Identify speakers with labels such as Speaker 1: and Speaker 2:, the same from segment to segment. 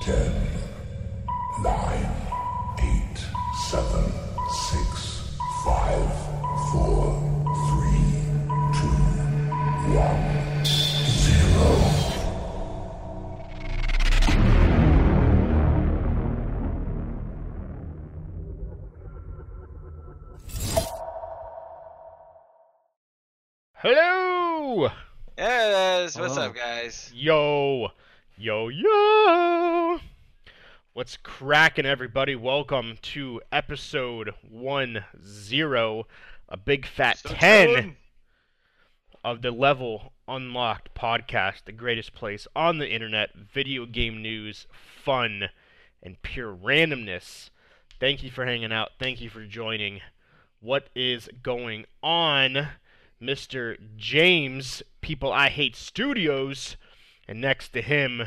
Speaker 1: Ten, nine, eight, seven, six, five, four, three, two, one, zero.
Speaker 2: Hello!
Speaker 3: Yes, what's
Speaker 4: Oh.
Speaker 3: up, guys?
Speaker 2: Yo! Yo, yo! What's cracking, everybody? Welcome to episode 10, a big fat 10 of the Level Unlocked podcast, the greatest place on the internet, video game news, fun, and pure randomness. Thank you for hanging out. Thank you for joining. What is going on, Mr. James, People I Hate Studios? And next to him,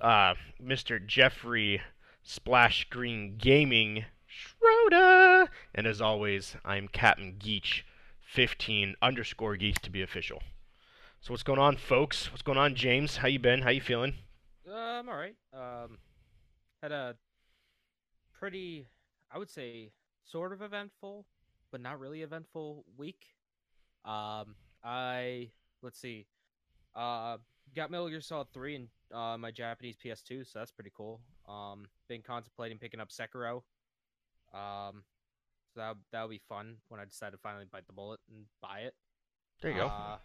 Speaker 2: uh, Mr. Jeffrey Splash Screen Gaming Schroeder. And as always, I'm Captain Geach, 15 underscore Geach to be official. So what's going on, folks? What's going on, James? How you been? How you feeling?
Speaker 4: Uh, I'm all right. Um, had a pretty, I would say, sort of eventful, but not really eventful week. Um, I let's see, uh, got Metal Gear Solid Three and uh, my Japanese PS2, so that's pretty cool. Um, been contemplating picking up Sekiro. Um, so that that would be fun when I decide to finally bite the bullet and buy it.
Speaker 2: There
Speaker 4: Uh,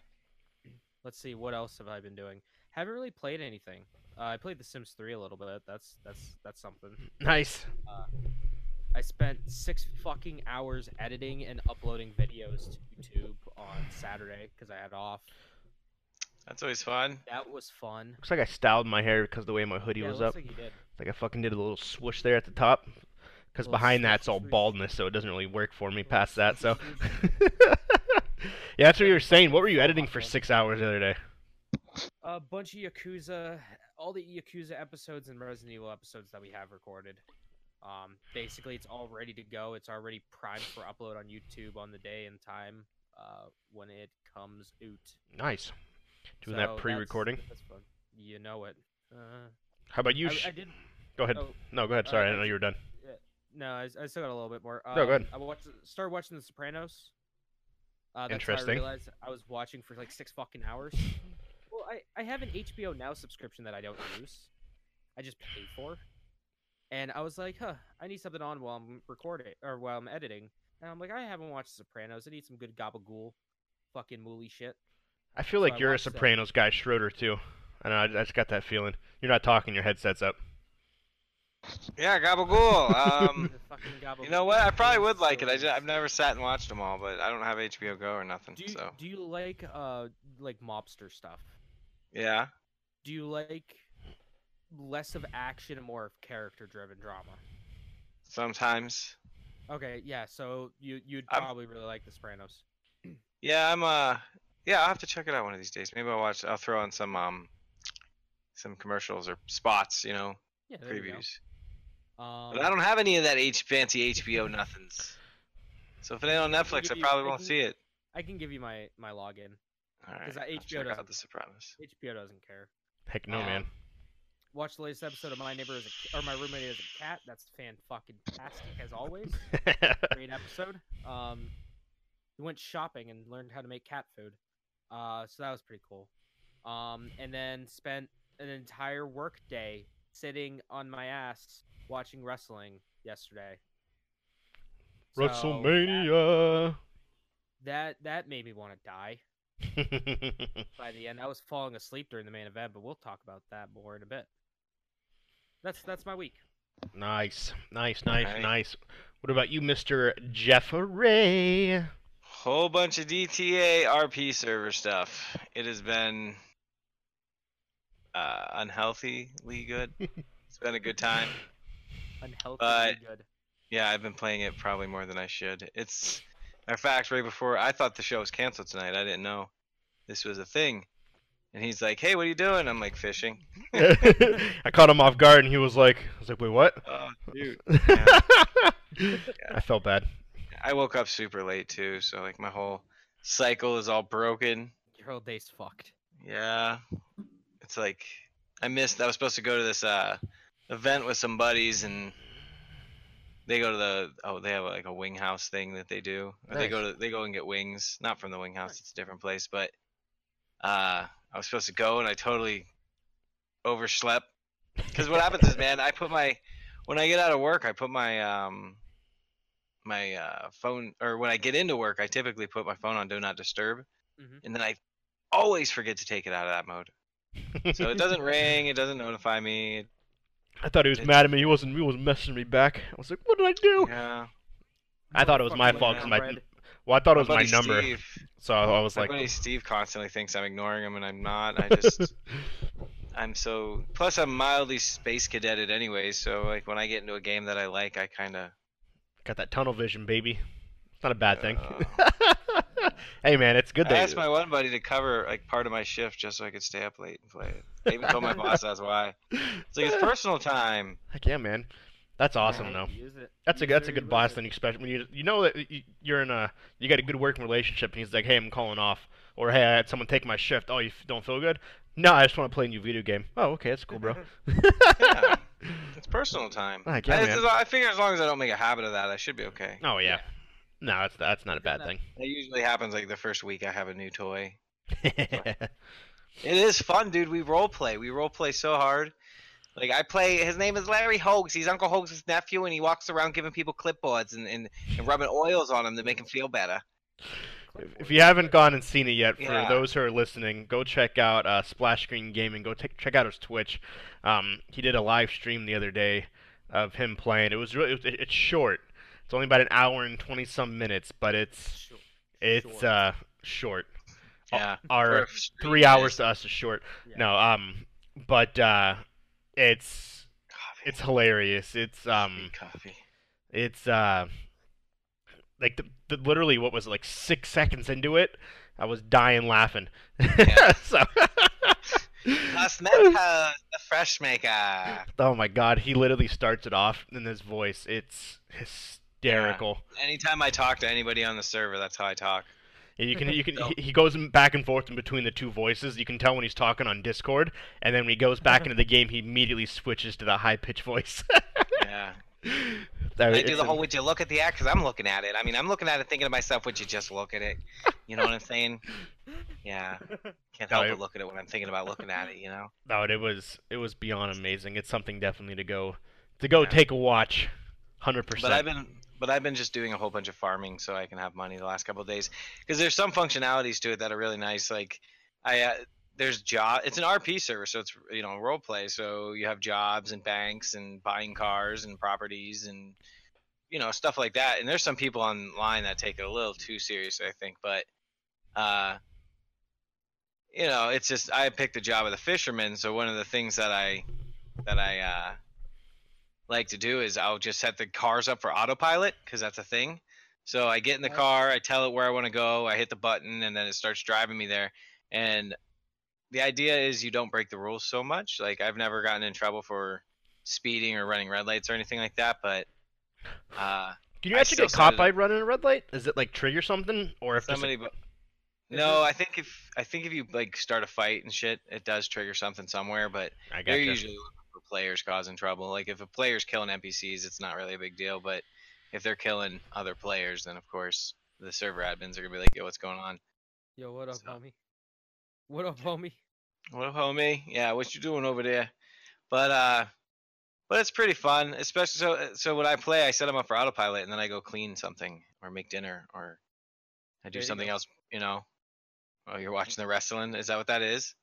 Speaker 4: let's see, what else have I been doing? Haven't really played anything. Uh, I played The Sims 3 a little bit. That's that's that's something.
Speaker 2: nice.
Speaker 4: I spent six fucking hours editing and uploading videos to YouTube on Saturday because I had off.
Speaker 3: That's always fun.
Speaker 4: That was fun.
Speaker 2: Looks like I styled my hair because of the way my hoodie
Speaker 4: yeah,
Speaker 2: was up.
Speaker 4: looks like you did.
Speaker 2: Like I fucking did a little swoosh there at the top. Because
Speaker 4: Little
Speaker 2: behind that's
Speaker 4: swoosh,
Speaker 2: all
Speaker 4: swoosh.
Speaker 2: baldness, so it doesn't really work for me
Speaker 4: Little
Speaker 2: past that. So,
Speaker 4: swoosh,
Speaker 2: yeah, that's what you were saying. What were you
Speaker 4: Oh,
Speaker 2: editing
Speaker 4: my
Speaker 2: for
Speaker 4: God.
Speaker 2: six hours the other day?
Speaker 4: A bunch of Yakuza, all the Yakuza episodes and Resident Evil episodes that we have recorded. Um, basically, it's all ready to go. It's already primed for upload on YouTube on the day and time uh, when it comes out.
Speaker 2: Nice. Doing that
Speaker 4: So that's-
Speaker 2: pre-recording.
Speaker 4: That's, fun. You know it. Uh,
Speaker 2: How about you?
Speaker 4: I,
Speaker 2: Sh-
Speaker 4: I did.
Speaker 2: go ahead.
Speaker 4: oh.
Speaker 2: No, go ahead.
Speaker 4: Uh,
Speaker 2: Sorry, I
Speaker 4: I
Speaker 2: didn't know
Speaker 4: was-
Speaker 2: you were done.
Speaker 4: No, I, I still got a little bit more. Um,
Speaker 2: No, go ahead.
Speaker 4: I watched, started watching The Sopranos. Uh, that's how
Speaker 2: Interesting.
Speaker 4: I realized I was watching for like six fucking hours. Well, I, I have an HBO Now subscription that I don't use. I just pay for. And I was like, huh, I need something on while I'm recording or while I'm editing. And I'm like, I haven't watched Sopranos. I need some good gabagool, fucking mooly shit.
Speaker 2: I feel
Speaker 4: so
Speaker 2: like
Speaker 4: I
Speaker 2: you're a
Speaker 4: watched that.
Speaker 2: Sopranos guy, Schroeder too. I know. I I just got that feeling. You're not talking. Your headset's up.
Speaker 3: Yeah, Gabagool. Um,
Speaker 4: The fucking
Speaker 3: you
Speaker 4: gabagool.
Speaker 3: know what? I probably would
Speaker 4: It's
Speaker 3: like it. I
Speaker 4: delicious.
Speaker 3: have never sat and watched them all, but I don't have HBO Go or nothing.
Speaker 4: Do you,
Speaker 3: So
Speaker 4: do you like uh like mobster stuff?
Speaker 3: yeah,
Speaker 4: Do you like less of action and more of character driven drama?
Speaker 3: sometimes.
Speaker 4: Okay, yeah, so you you'd
Speaker 3: I'm-
Speaker 4: probably really like The Sopranos.
Speaker 3: Yeah, I'm uh, yeah, I'll have to check it out one of these days. Maybe I'll watch. I'll throw in some um, some commercials or spots. You know,
Speaker 4: Yeah, there you go.
Speaker 3: previews.
Speaker 4: Um,
Speaker 3: But I don't have any of that H fancy HBO nothings. So if it ain't on
Speaker 4: I can
Speaker 3: Netflix,
Speaker 4: give
Speaker 3: I
Speaker 4: you-
Speaker 3: probably
Speaker 4: I
Speaker 3: won't
Speaker 4: can-
Speaker 3: see it.
Speaker 4: I can give you my my login.
Speaker 3: All right,
Speaker 4: 'Cause that
Speaker 3: I'll
Speaker 4: HBO
Speaker 3: check out
Speaker 4: doesn't-
Speaker 3: The Sopranos.
Speaker 4: HBO doesn't care.
Speaker 2: Heck no, man.
Speaker 4: Um, Watch the latest episode of My Neighbor is a or My Roommate is a Cat. That's fan fucking tastic as always. Great episode. Um, we went shopping and learned how to make cat food. Uh, so that was pretty cool. Um, and then spent an entire work day sitting on my ass watching wrestling yesterday. So,
Speaker 2: WrestleMania.
Speaker 4: that that made me want to die by the end. I was falling asleep during the main event, but we'll talk about that more in a bit. That's that's my week.
Speaker 2: nice, nice, nice,
Speaker 3: Alright.
Speaker 2: nice. What about you, Mr. Jeffrey?
Speaker 3: Whole bunch of DTA RP server stuff. It has been uh, unhealthily good. it's been a good time.
Speaker 4: Unhealthy
Speaker 3: But-
Speaker 4: and good.
Speaker 3: Yeah, I've been playing it probably more than I should. It's, matter of fact, right before I thought the show was canceled tonight. I didn't know this was a thing. And he's like, "Hey, what are you doing?" I'm like, "Fishing."
Speaker 2: I caught him off guard, and he was like, "I was like, wait, what?"
Speaker 3: Oh, dude.
Speaker 2: I felt bad.
Speaker 3: I woke up super late too, so like my whole cycle is all broken.
Speaker 4: Your whole day's fucked.
Speaker 3: Yeah. It's like I missed I was supposed to go to this uh event with some buddies and they go to the oh they have like a wing house thing that they do or they
Speaker 2: Nice.
Speaker 3: go to they go and get wings not from the wing house it's a different place but uh i was supposed to go and i totally overslept because what happens is man i put my when i get out of work i put my um my uh phone or when i get into work i typically put my phone on do not disturb
Speaker 4: Mhm.
Speaker 3: and then i always forget to take it out of that mode so it doesn't ring it doesn't notify me
Speaker 2: I thought he was
Speaker 3: It's-
Speaker 2: mad at me. He wasn't. He wasn't messaging me back. I was like, "What did I do?"
Speaker 3: yeah
Speaker 2: I thought it was my
Speaker 4: Motherfucking
Speaker 2: fault 'cause my-
Speaker 4: bread.
Speaker 2: Well, I thought it was
Speaker 3: My
Speaker 2: my
Speaker 3: buddy
Speaker 2: number,
Speaker 3: Steve-
Speaker 2: so I was
Speaker 3: My
Speaker 2: like,
Speaker 3: buddy Steve constantly thinks I'm ignoring him, and I'm not. I just, I'm so. Plus, I'm mildly space cadeted anyway, so like when I get into a game that I like, I kind of.
Speaker 2: "Got that tunnel vision, baby. It's not a bad thing."
Speaker 3: Uh.
Speaker 2: hey, man, it's good
Speaker 3: I
Speaker 2: that
Speaker 3: asked my one buddy to cover like part of my shift just so I could stay up late and play it. I even told my boss that's why. It's like it's personal time.
Speaker 2: Heck yeah, man. That's awesome,
Speaker 4: Right,
Speaker 2: though.
Speaker 4: use it.
Speaker 2: That's a
Speaker 4: Use
Speaker 2: that's
Speaker 4: it
Speaker 2: a
Speaker 4: or
Speaker 2: good
Speaker 4: lose
Speaker 2: boss
Speaker 4: it.
Speaker 2: thing, especially when you you know that you- you're in a you got a good working relationship, and he's like, "Hey, I'm calling off," or "Hey, I had someone take my shift." Oh, you f- don't feel good? No, I just want to play a new video game. Oh, okay, that's cool, bro.
Speaker 3: Yeah, it's personal time.
Speaker 2: Heck yeah,
Speaker 3: And it's-
Speaker 2: man.
Speaker 3: I figure as long as I don't make a habit of that, I should be okay.
Speaker 2: oh yeah. No, that's that's not a bad
Speaker 4: that.
Speaker 2: thing.
Speaker 3: It usually happens like the first week I have a new toy.
Speaker 2: yeah,
Speaker 3: It is fun, dude. We role play. We role play so hard. Like I play. His name is Larry Hogs. He's Uncle Hogs' nephew, and he walks around giving people clipboards and, and, and rubbing oils on them to make him feel better.
Speaker 2: If- If you haven't gone and seen it yet, for
Speaker 3: Yeah.
Speaker 2: those who are listening, go check out uh, Splash Screen Gaming. Go take, check out his Twitch. Um, he did a live stream the other day of him playing. It was really it, it- it's short. It's only about an hour and twenty some minutes, but it's
Speaker 4: Sure.
Speaker 2: it's
Speaker 4: Short.
Speaker 2: uh short. Oh,
Speaker 3: Yeah.
Speaker 2: Our
Speaker 3: Or if stream
Speaker 2: three
Speaker 3: is-
Speaker 2: hours to us is short.
Speaker 4: Yeah.
Speaker 2: No, um, but uh, it's
Speaker 3: Coffee,
Speaker 2: it's hilarious. It's um.
Speaker 3: coffee.
Speaker 2: It's uh like the, the literally what was it, like six seconds into it, I was dying laughing. so
Speaker 3: Cosmetica, the fresh uh, maker,
Speaker 2: Oh my god, he literally starts it off in his voice. It's hysterical.
Speaker 3: Anytime I talk to anybody on the server, that's how I talk.
Speaker 2: And You can you can
Speaker 3: No.
Speaker 2: he, he goes in- back and forth in between the two voices. You can tell when he's talking on Discord, and then when he goes back into the game, he immediately switches to the high pitched voice.
Speaker 3: Yeah.
Speaker 2: So
Speaker 3: They
Speaker 2: it's
Speaker 3: do the
Speaker 2: a-
Speaker 3: whole "Would you look at the act?" Because I'm looking at it. I mean, I'm looking at it, thinking to myself, "Would you just look at it?" You know what I'm saying? Yeah. Can't help
Speaker 2: I-
Speaker 3: but look at it when I'm thinking about looking at it. You know.
Speaker 2: No, it was it was beyond amazing. It's something definitely to go to go
Speaker 3: Yeah.
Speaker 2: take a watch. Hundred
Speaker 3: But I've
Speaker 2: percent.
Speaker 3: been but I've been just doing a whole bunch of farming so I can have money the last couple of days because there's some functionalities to it that are really nice. Like I uh, there's job. It's an RP server, so it's you know role play. So you have jobs and banks and buying cars and properties and you know stuff like that. And there's some people online that take it a little too seriously, I think. But uh, you know, it's just I picked the job of the fisherman. So one of the things that I that I uh, like to do is I'll just set the cars up for autopilot because that's a thing. So I get in the
Speaker 4: Nice.
Speaker 3: car, I tell it where I want to go, I hit the button, and then it starts driving me there. And the idea is you don't break the rules so much. Like I've never gotten in trouble for speeding or running red lights or anything like that, but uh,
Speaker 2: Can you
Speaker 3: I
Speaker 2: actually
Speaker 3: still
Speaker 2: get caught
Speaker 3: said-
Speaker 2: by running a red light? Is it like trigger something, or if just-
Speaker 3: somebody. bu-
Speaker 4: Is
Speaker 3: no,
Speaker 4: it-
Speaker 3: I think if I think if you like start a fight and shit, it does trigger something somewhere. But
Speaker 2: I
Speaker 3: they're
Speaker 2: gotcha.
Speaker 3: usually looking for players causing trouble. Like if a player's killing NPCs, it's not really a big deal. But if they're killing other players, then of course the server admins are gonna be like, "Yo, what's going on?
Speaker 4: Yo, what up,
Speaker 3: So-
Speaker 4: homie? What up, homie?
Speaker 3: What up, homie? Yeah, what you doing over there?" But uh, but it's pretty fun, especially so. So when I play, I set them up for autopilot, and then I go clean something or make dinner or I do
Speaker 4: There you
Speaker 3: something
Speaker 4: go.
Speaker 3: else. You know. Oh, you're watching the wrestling. Is that what that is?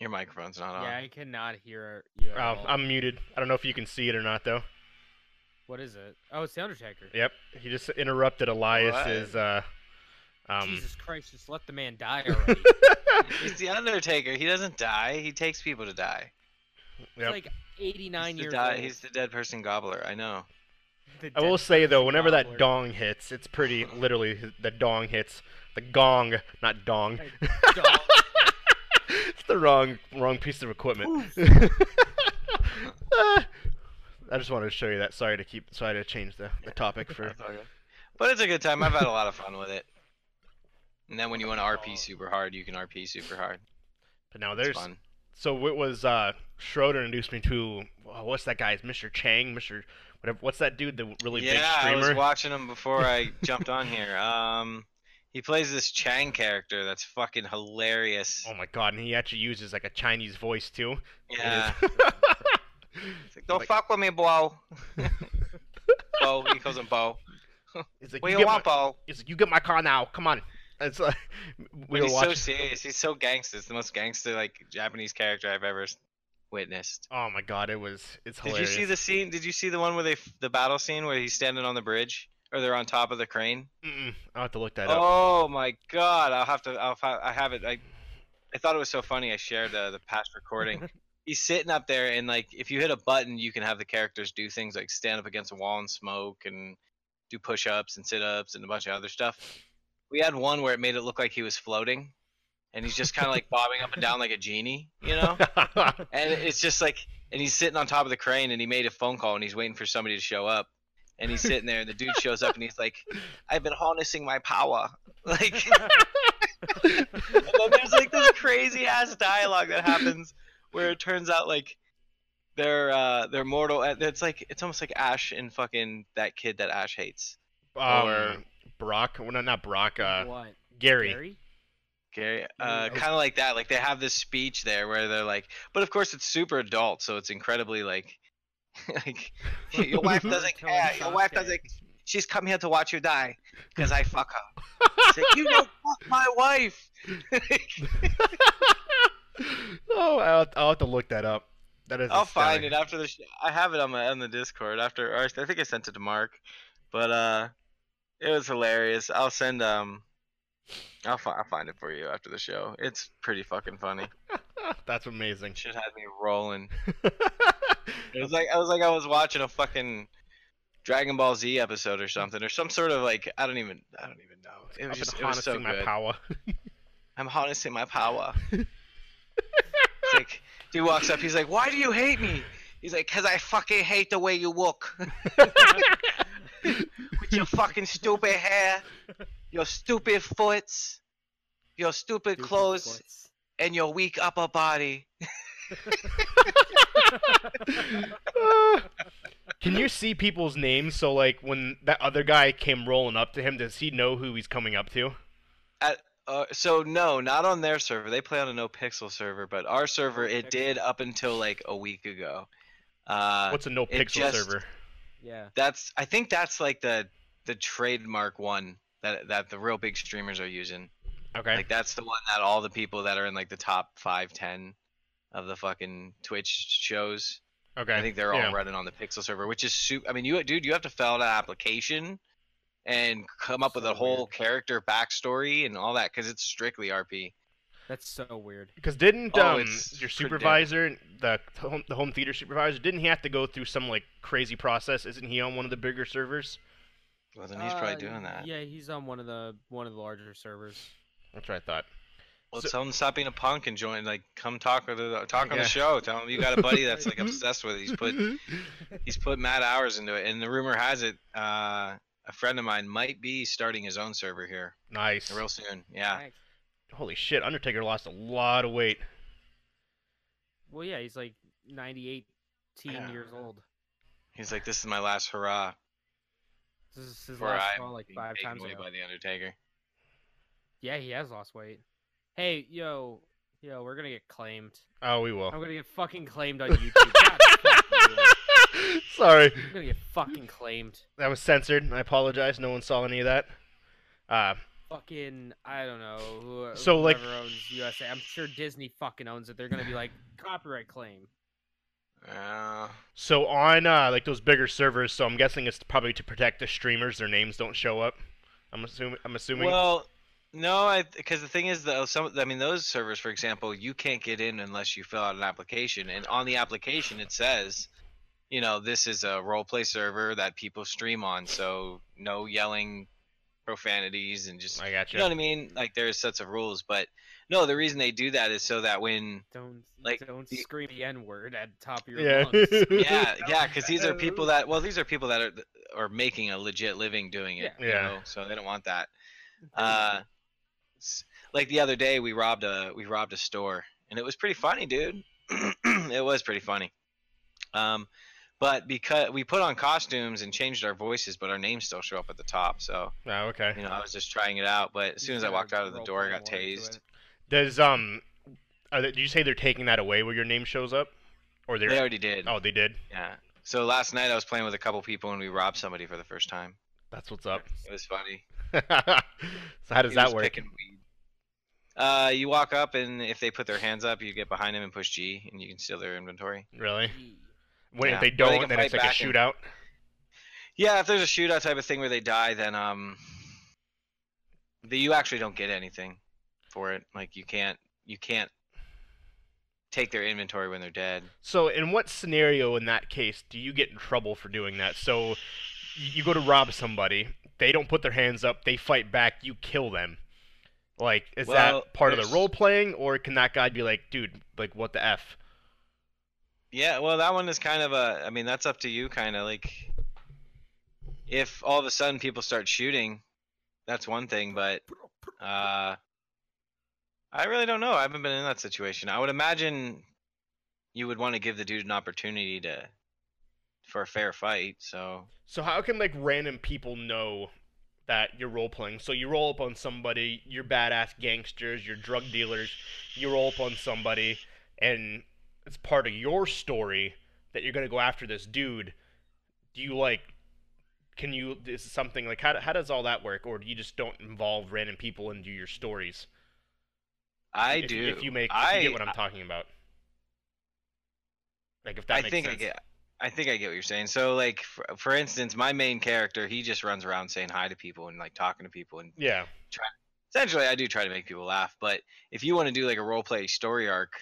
Speaker 3: Your microphone's not on.
Speaker 4: Yeah, I cannot hear you. at
Speaker 2: Oh,
Speaker 4: all.
Speaker 2: I'm muted. I don't know if you can see it or not, though.
Speaker 4: What is it? Oh, it's the Undertaker.
Speaker 2: Yep, he just interrupted Elias's. Uh, um,
Speaker 4: Jesus Christ, just let the man die already.
Speaker 3: He's the Undertaker. He doesn't die. He takes people to die.
Speaker 4: He's
Speaker 2: yep.
Speaker 4: like 89
Speaker 3: he's the
Speaker 4: years
Speaker 3: die-
Speaker 4: old.
Speaker 3: He's the dead person gobbler. I know.
Speaker 4: The
Speaker 2: I will
Speaker 4: dead
Speaker 2: say though,
Speaker 4: person
Speaker 2: whenever that
Speaker 4: gobbler.
Speaker 2: dong hits, it's pretty literally the dong hits the gong, not dong.
Speaker 4: Hey,
Speaker 2: it's the wrong wrong piece of equipment. Ah, I just wanted to show you that. Sorry to keep. Sorry to change the, the topic for.
Speaker 3: That's all good. But it's a good time. I've had a lot of fun with it.
Speaker 4: Oh.
Speaker 3: And then when you want to RP super hard, you can RP super hard.
Speaker 2: But now
Speaker 3: It's
Speaker 2: there's
Speaker 3: fun.
Speaker 2: so it was uh, Schroeder introduced me to oh, what's that guy's Mr. Chang, Mr. Whatever. What's that dude? The really big
Speaker 3: yeah, I
Speaker 2: streamer.
Speaker 3: was watching him before I jumped on here. Um, he plays this Chang character that's fucking hilarious.
Speaker 2: oh my god! And he actually uses like a Chinese voice too.
Speaker 3: yeah, It's like, don't
Speaker 2: Like-
Speaker 3: fuck with me, Bo. Bo, he calls him Bo.
Speaker 2: it's like
Speaker 3: What
Speaker 2: you
Speaker 3: you,
Speaker 2: get
Speaker 3: want,
Speaker 2: my,
Speaker 3: Bo?
Speaker 2: it's like, you get my car now. Come on. It's like we
Speaker 3: But
Speaker 2: were
Speaker 3: he's
Speaker 2: watching.
Speaker 3: so serious. He's so gangster. It's the most gangster like Japanese character I've ever s- witnessed.
Speaker 2: oh my god! It was it's hilarious.
Speaker 3: Did you see the scene? Did you see the one where they f- the battle scene where he's standing on the bridge or they're on top of the crane?
Speaker 2: Mm-mm, I'll have to look that up.
Speaker 3: Oh my god! I'll have to. I'll ha- I have it. I I thought it was so funny. I shared uh, the past recording. He's sitting up there, and like, if you hit a button, you can have the characters do things like stand up against a wall and smoke, and do push-ups and sit-ups and a bunch of other stuff. We had one where it made it look like he was floating, and he's just kind of like bobbing up and down like a genie, you know. And it's just like, and he's sitting on top of the crane, and he made a phone call, and he's waiting for somebody to show up. And he's sitting there, and the dude shows up, and he's like, "I've been harnessing my power." Like, and then there's like this crazy ass dialogue that happens where it turns out like they're uh they're mortal. It's like it's almost like Ash and fucking that kid that Ash hates.
Speaker 2: um,
Speaker 3: Or-
Speaker 2: Brock. Well, not not Brock. Uh,
Speaker 4: what?
Speaker 2: Gary.
Speaker 4: Gary?
Speaker 3: Gary, uh,
Speaker 4: Yeah.
Speaker 3: kind of like that. Like they have this speech there where they're like, but of course it's super adult, so it's incredibly like, like your wife doesn't
Speaker 4: Telling
Speaker 3: care. Your wife
Speaker 4: Sasuke.
Speaker 3: doesn't. She's come here to watch you die because I fuck her. It's like, you don't fuck my wife.
Speaker 2: oh, I'll, I'll have to look that up. That is.
Speaker 3: I'll find it
Speaker 2: Out.
Speaker 3: after the. Sh- I have it on my on the Discord after. Or I think I sent it to Mark, but uh, it was hilarious. I'll send um, I'll, fi- I'll find it for you after the show. It's pretty fucking funny.
Speaker 2: That's amazing.
Speaker 3: Shit had me rolling. It was like I was like I was watching a fucking Dragon Ball Z episode or something or some sort of like I don't even I don't even know. It was
Speaker 2: I've
Speaker 3: just
Speaker 2: been
Speaker 3: it was so
Speaker 2: harnessing my
Speaker 3: good.
Speaker 2: power.
Speaker 3: I'm harnessing my power. it's like dude walks up. He's like, "Why do you hate me?" He's like, "Cause I fucking hate the way you look with your fucking stupid hair, your stupid foots, your stupid
Speaker 4: Dude,
Speaker 3: clothes,
Speaker 4: what's-
Speaker 3: and your weak upper body."
Speaker 2: Ah. Can you see people's names? So, like, when that other guy came rolling up to him, does he know who he's coming up to?
Speaker 3: Uh, so no, not on their server. They play on a no pixel server, but our
Speaker 2: Oh,
Speaker 3: server it did up until like a week ago. Uh,
Speaker 2: What's a no
Speaker 3: it
Speaker 2: pixel
Speaker 3: just-
Speaker 2: server?
Speaker 4: Yeah.
Speaker 3: that's I think that's like the the trademark one that that the real big streamers are using.
Speaker 2: Okay.
Speaker 3: Like that's the one that all the people that are in like the top five, ten of the fucking Twitch shows.
Speaker 2: okay.
Speaker 3: I think they're all
Speaker 2: yeah.
Speaker 3: running on the Pixel server, which is super. I mean, you dude, you have to fill out an application and come up with
Speaker 4: So
Speaker 3: a whole
Speaker 4: weird.
Speaker 3: character backstory and all that because it's strictly RP.
Speaker 4: That's so weird.
Speaker 2: Because didn't
Speaker 3: Oh,
Speaker 2: um,
Speaker 3: it's
Speaker 2: your
Speaker 3: pretty damn-
Speaker 2: supervisor, the home, the home theater supervisor, didn't he have to go through some like crazy process? Isn't he on one of the bigger servers?
Speaker 3: Well, then he's probably
Speaker 4: Uh,
Speaker 3: doing that.
Speaker 4: Yeah, he's on one of the one of the larger servers.
Speaker 2: That's what I thought.
Speaker 3: Well,
Speaker 2: So-
Speaker 3: tell him to stop being a punk and join. Like, come talk with the, talk on
Speaker 2: Yeah.
Speaker 3: the show. Tell him you got a buddy that's like obsessed with it. He's put he's put mad hours into it. And the rumor has it, uh, a friend of mine might be starting his own server here
Speaker 2: nice.
Speaker 3: real soon. Yeah,
Speaker 4: Thanks.
Speaker 2: Holy shit, Undertaker lost a lot of weight.
Speaker 4: Well, yeah, he's like 98 teen
Speaker 3: Yeah.
Speaker 4: years old.
Speaker 3: he's like, this is my last hurrah.
Speaker 4: This is his
Speaker 3: Before
Speaker 4: last
Speaker 3: I'm
Speaker 4: call like
Speaker 3: being
Speaker 4: five
Speaker 3: taken
Speaker 4: times
Speaker 3: away
Speaker 4: ago.
Speaker 3: by the Undertaker.
Speaker 4: Yeah, he has lost weight. Hey, yo, yo, we're gonna get claimed.
Speaker 2: Oh, we will.
Speaker 4: I'm gonna get fucking claimed on YouTube. God, fuck you.
Speaker 2: Sorry,
Speaker 4: I'm gonna get fucking claimed.
Speaker 2: that was censored. I apologize. No one saw any of that. Uh,
Speaker 4: Fucking, I don't know. Who,
Speaker 2: So, like-
Speaker 4: whoever owns USA. I'm sure Disney fucking owns it. They're gonna be like copyright claim.
Speaker 3: Uh,
Speaker 2: so on uh, like those bigger servers, so I'm guessing it's probably to protect the streamers. Their names don't show up. I'm assuming. I'm assuming.
Speaker 3: well, no, because the thing is, though, some I mean, those servers, for example, you can't get in unless you fill out an application, and on the application it says, you know, this is a role play server that people stream on, so no yelling, profanities, and just
Speaker 2: I got
Speaker 3: you know what I mean. Like there's sets of rules, but no, the reason they do that is so that when
Speaker 4: Don't
Speaker 3: Like,
Speaker 4: don't
Speaker 3: the-
Speaker 4: scream the n word at the top of your
Speaker 2: Yeah.
Speaker 4: lungs.
Speaker 3: yeah, yeah, because these are people that well, these are people that are are making a legit living doing it.
Speaker 2: Yeah.
Speaker 3: you
Speaker 2: Yeah.
Speaker 3: know, so they don't want that. Uh, s- like the other day, we robbed a we robbed a store, and it was pretty funny, dude. it was pretty funny. Um, but because we put on costumes and changed our voices, but our names still show up at the top. So
Speaker 2: Oh, okay.
Speaker 3: you know, I was just trying it out. But as soon as I walked out of the
Speaker 4: Roll
Speaker 3: door, I
Speaker 4: play
Speaker 3: got
Speaker 4: more into
Speaker 3: tased.
Speaker 4: it.
Speaker 2: Does um, are they, did you say they're taking that away where your name shows up, or they're?
Speaker 3: They already did.
Speaker 2: oh, they did.
Speaker 3: Yeah. So last night I was playing with a couple people and we robbed somebody for the first time.
Speaker 2: That's what's up.
Speaker 3: It was funny.
Speaker 2: so how does
Speaker 3: He
Speaker 2: that
Speaker 3: was
Speaker 2: work?
Speaker 3: picking weed. Uh, you walk up and if they put their hands up, you get behind them and push G, and you can steal their inventory.
Speaker 2: Really?
Speaker 4: Gee.
Speaker 2: When
Speaker 3: Yeah.
Speaker 2: if they
Speaker 3: Or they
Speaker 2: don't,
Speaker 3: can
Speaker 2: then it's
Speaker 3: fight
Speaker 2: like a
Speaker 3: back and-
Speaker 2: shootout.
Speaker 3: Yeah, if there's a shootout type of thing where they die, then um, the, you actually don't get anything for it. Like you can't you can't take their inventory when they're dead.
Speaker 2: So in what scenario in that case do you get in trouble for doing that? So y- you go to rob somebody, they don't put their hands up, they fight back, you kill them. Like is
Speaker 3: Well,
Speaker 2: that part of
Speaker 3: there's-
Speaker 2: the role playing, or can that guy be like, dude, like what the f?
Speaker 3: Yeah, well, that one is kind of a. I mean, that's up to you, kind of like. If all of a sudden people start shooting, that's one thing, but uh, I really don't know. I haven't been in that situation. I would imagine you would want to give the dude an opportunity to for a fair fight. So
Speaker 2: So how can like random people know that you're role playing? So you roll up on somebody, you're badass gangsters, you're drug dealers, you roll up on somebody, and it's part of your story that you're gonna go after this dude. Do you like? Can you? This is something like how how does all that work? Or do you just don't involve random people into your stories?
Speaker 3: I
Speaker 2: if,
Speaker 3: do.
Speaker 2: If you make, if
Speaker 3: I
Speaker 2: you get what I'm talking about. Like if that
Speaker 3: I
Speaker 2: makes
Speaker 3: think
Speaker 2: sense.
Speaker 3: I get. I think I get what you're saying. So, like, for, for instance, my main character, he just runs around saying hi to people and like talking to people and
Speaker 2: Yeah.
Speaker 3: essentially i do try to make people laugh but if you want to do like a role play story arc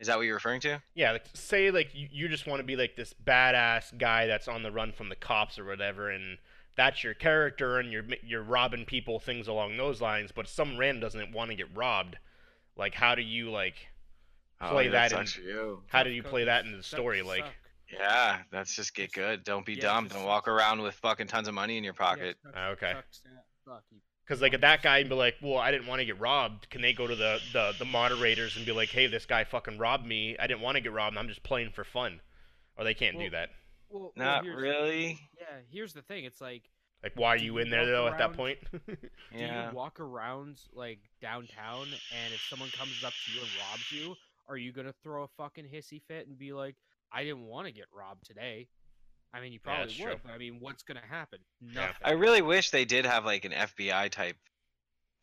Speaker 3: is that what you're referring to
Speaker 2: Yeah, like say like you, you just want to be like this badass guy that's on the run from the cops or whatever, and that's your character, and you're mi- you're robbing people, things along those lines. But some random doesn't want to get robbed. Like, how do you like?
Speaker 4: Oh,
Speaker 2: Play that in-
Speaker 3: for you
Speaker 2: How
Speaker 4: Tough
Speaker 2: do you
Speaker 4: cookies.
Speaker 2: play that in the
Speaker 4: Suck,
Speaker 2: story? Like,
Speaker 4: suck.
Speaker 3: yeah that's just get good don't be
Speaker 4: Yeah,
Speaker 3: dumb
Speaker 4: just-
Speaker 3: don't walk around with fucking tons of money in your
Speaker 4: Yeah,
Speaker 3: pocket
Speaker 4: suck,
Speaker 2: Ah, okay.
Speaker 4: suck, snap, suck, you-
Speaker 2: because like that guy and be like, well, I didn't want to get robbed. Can they go to the the the moderators and be like, hey, this guy fucking robbed me. I didn't want to get robbed. I'm just playing for fun. Or they can't do
Speaker 4: Well-
Speaker 2: that.
Speaker 4: Well, well,
Speaker 3: not
Speaker 4: here's-
Speaker 3: really
Speaker 4: Yeah, here's the thing. It's like
Speaker 2: Like, why are
Speaker 4: do
Speaker 2: you
Speaker 4: you
Speaker 2: in there
Speaker 4: walk
Speaker 2: though? At that
Speaker 4: around-
Speaker 2: point,
Speaker 4: do
Speaker 3: yeah
Speaker 4: you walk around like downtown and if someone comes up to you and robs you, are you gonna throw a fucking hissy fit and be like, I didn't want to get robbed today? I mean, you probably
Speaker 2: that's true.
Speaker 4: would, but I mean, what's gonna happen? Nothing.
Speaker 3: i really wish they did have like an fbi type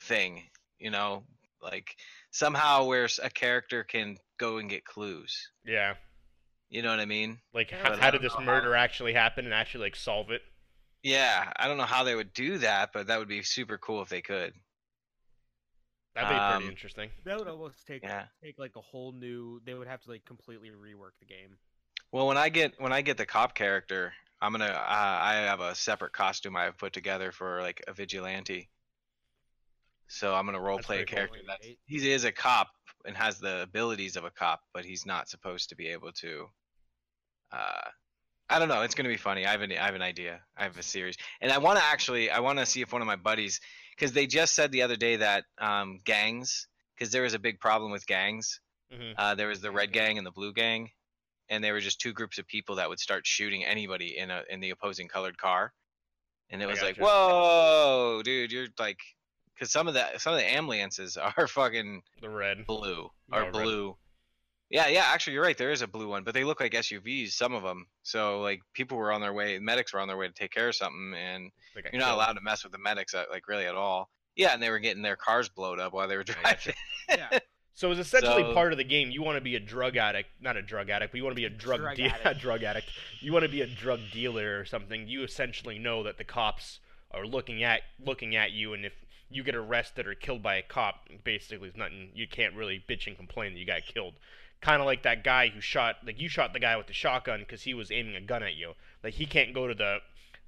Speaker 3: thing you know like somehow where s- a character can go and get clues
Speaker 2: yeah.
Speaker 3: you know what i mean
Speaker 2: Like,
Speaker 4: Yeah,
Speaker 2: how,
Speaker 3: but I
Speaker 2: how did
Speaker 3: don't
Speaker 2: this
Speaker 3: know how-
Speaker 2: murder actually happen and actually like solve it?
Speaker 3: yeah i don't know how they would do that but that would be super cool if they could
Speaker 2: That'd be pretty
Speaker 3: Um,
Speaker 2: interesting.
Speaker 4: That would almost take
Speaker 3: yeah
Speaker 4: take like a whole new. They would have to like completely rework the game.
Speaker 3: Well, when I get when I get the cop character, I'm gonna uh, I have a separate costume I've put together for like a vigilante. So I'm gonna role
Speaker 2: That's
Speaker 3: play a
Speaker 2: pretty cool.
Speaker 3: character that
Speaker 4: Wait,
Speaker 3: he is a cop and has the abilities of a cop, but he's not supposed to be able to. Uh, I don't know. It's gonna be funny. I have an I have an idea. I have a series, and I want to actually I want to see if one of my buddies because they just said the other day that um, gangs because there was a big problem with gangs
Speaker 2: Mhm.
Speaker 3: uh, there was the red gang and the blue gang, and they were just two groups of people that would start shooting anybody in a in the opposing colored car, and it
Speaker 2: I
Speaker 3: was like,
Speaker 2: gotcha.
Speaker 3: whoa, dude, you're like, because some of the some of the ambulances are fucking
Speaker 2: The red.
Speaker 3: blue
Speaker 2: Yeah,
Speaker 3: or
Speaker 2: red.
Speaker 3: blue. Yeah, yeah, actually, you're right. There is a blue one, but they look like SUVs, some of them. So like, people were on their way, medics were on their way to take care of something, and
Speaker 2: They got
Speaker 3: you're not
Speaker 2: killed.
Speaker 3: allowed to mess with the medics at, like really at all. Yeah, and they were getting their cars blowed up while they were
Speaker 2: I gotcha.
Speaker 3: driving.
Speaker 4: Yeah,
Speaker 2: So it's essentially
Speaker 3: So-
Speaker 2: part of the game. You want to be a drug addict, not a drug addict, but you want to be a drug
Speaker 4: Drug
Speaker 2: de-
Speaker 4: addict.
Speaker 2: drug addict. You want to be a drug dealer or something. You essentially know that the cops are looking at looking at you, and if you get arrested or killed by a cop, basically it's nothing. You can't really bitch and complain that you got killed. Kind of like that guy who shot, like you shot the guy with the shotgun because he was aiming a gun at you. Like he can't go to the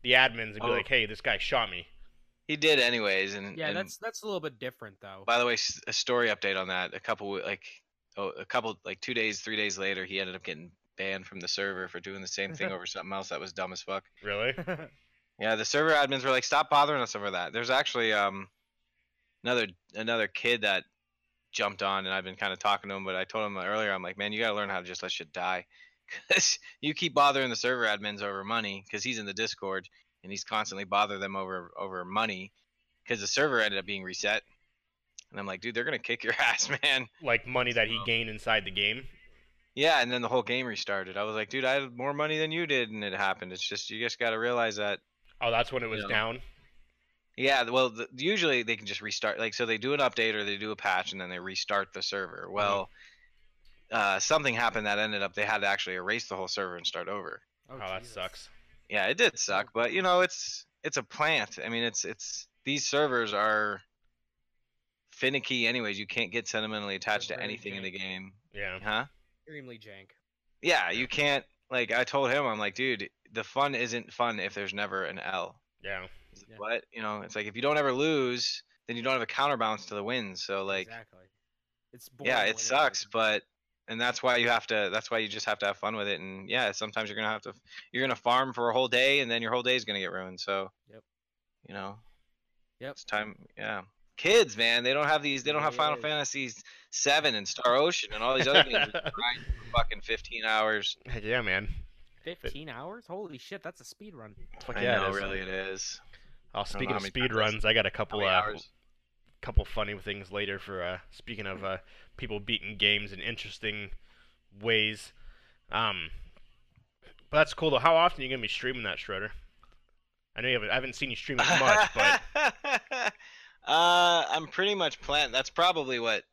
Speaker 2: the admins and be
Speaker 3: Oh.
Speaker 2: like, "Hey, this guy shot me."
Speaker 3: He did anyways, and
Speaker 4: yeah,
Speaker 3: and-
Speaker 4: that's that's a little bit different though.
Speaker 3: By the way, s- a story update on that. A couple wi- like oh, a couple like two days, three days later, he ended up getting banned from the server for doing the same thing over something else that was dumb as fuck.
Speaker 2: Really?
Speaker 3: Yeah, the server admins were like, "Stop bothering us over that." There's actually um another another kid that jumped on and I've been kind of talking to him, but I told him earlier, I'm like, man, you got to learn how to just let shit die. Because you keep bothering the server admins over money because he's in the Discord and he's constantly bothering them over over money because the server ended up being reset. And I'm like, dude, they're going to kick your ass, man.
Speaker 2: Like money that he gained inside the game.
Speaker 3: Yeah, and then the whole game restarted. I was like, dude, I had more money than you did, and it happened. It's just, you just got to realize that
Speaker 2: Oh, that's when it was
Speaker 3: Yeah.
Speaker 2: down.
Speaker 3: Yeah, well, th usually they can just restart. Like, so they do an update or they do a patch and then they restart the server. Well, uh, something happened that ended up they had to actually erase the whole server and start over.
Speaker 2: Oh, that
Speaker 4: Jesus.
Speaker 2: sucks.
Speaker 3: Yeah, it did suck, but you know, it's it's a plant. I mean, it's it's these servers are finicky, anyways. You can't get sentimentally attached to
Speaker 4: very
Speaker 3: anything in the game,
Speaker 2: Yeah.
Speaker 3: huh?
Speaker 4: Extremely jank.
Speaker 3: Yeah, you can't. Like, I told him, I'm like, dude, the fun isn't fun if there's never an L.
Speaker 2: Yeah.
Speaker 3: It's like,
Speaker 4: Yeah.
Speaker 3: What you know, it's like if you don't ever lose, then you don't have a counterbalance to the wins. So like,
Speaker 4: exactly. It's boring
Speaker 3: yeah,
Speaker 4: when
Speaker 3: it
Speaker 4: it's
Speaker 3: sucks,
Speaker 4: like-
Speaker 3: but and that's why you have to. That's why you just have to have fun with it. And yeah, sometimes you're gonna have to. You're gonna farm for a whole day, and then your whole day is gonna get ruined. So,
Speaker 4: Yep.
Speaker 3: You know,
Speaker 4: Yep.
Speaker 3: it's time. Yeah, kids, man, they don't have these. They don't have
Speaker 4: It
Speaker 3: Final
Speaker 4: is.
Speaker 3: Fantasies Seven and Star Ocean and all these other things. we grind for fucking 15 hours.
Speaker 2: Heck yeah, man.
Speaker 4: 15 hours? Holy shit, that's a speed run.
Speaker 2: Fuck
Speaker 3: I
Speaker 2: yeah,
Speaker 3: know,
Speaker 2: it is.
Speaker 3: really, it is.
Speaker 2: Oh,
Speaker 3: know
Speaker 2: speaking
Speaker 3: how
Speaker 2: of
Speaker 3: many
Speaker 2: speed
Speaker 3: times.
Speaker 2: runs, I got a
Speaker 3: How
Speaker 2: couple
Speaker 3: many
Speaker 2: uh,
Speaker 3: hours?
Speaker 2: couple funny things later for uh, speaking of uh, people beating games in interesting ways. Um, but that's cool though. How often are you gonna be streaming that Shredder? I know you haven't. I haven't seen you stream it much, but
Speaker 3: uh, I'm pretty much plant. That's probably what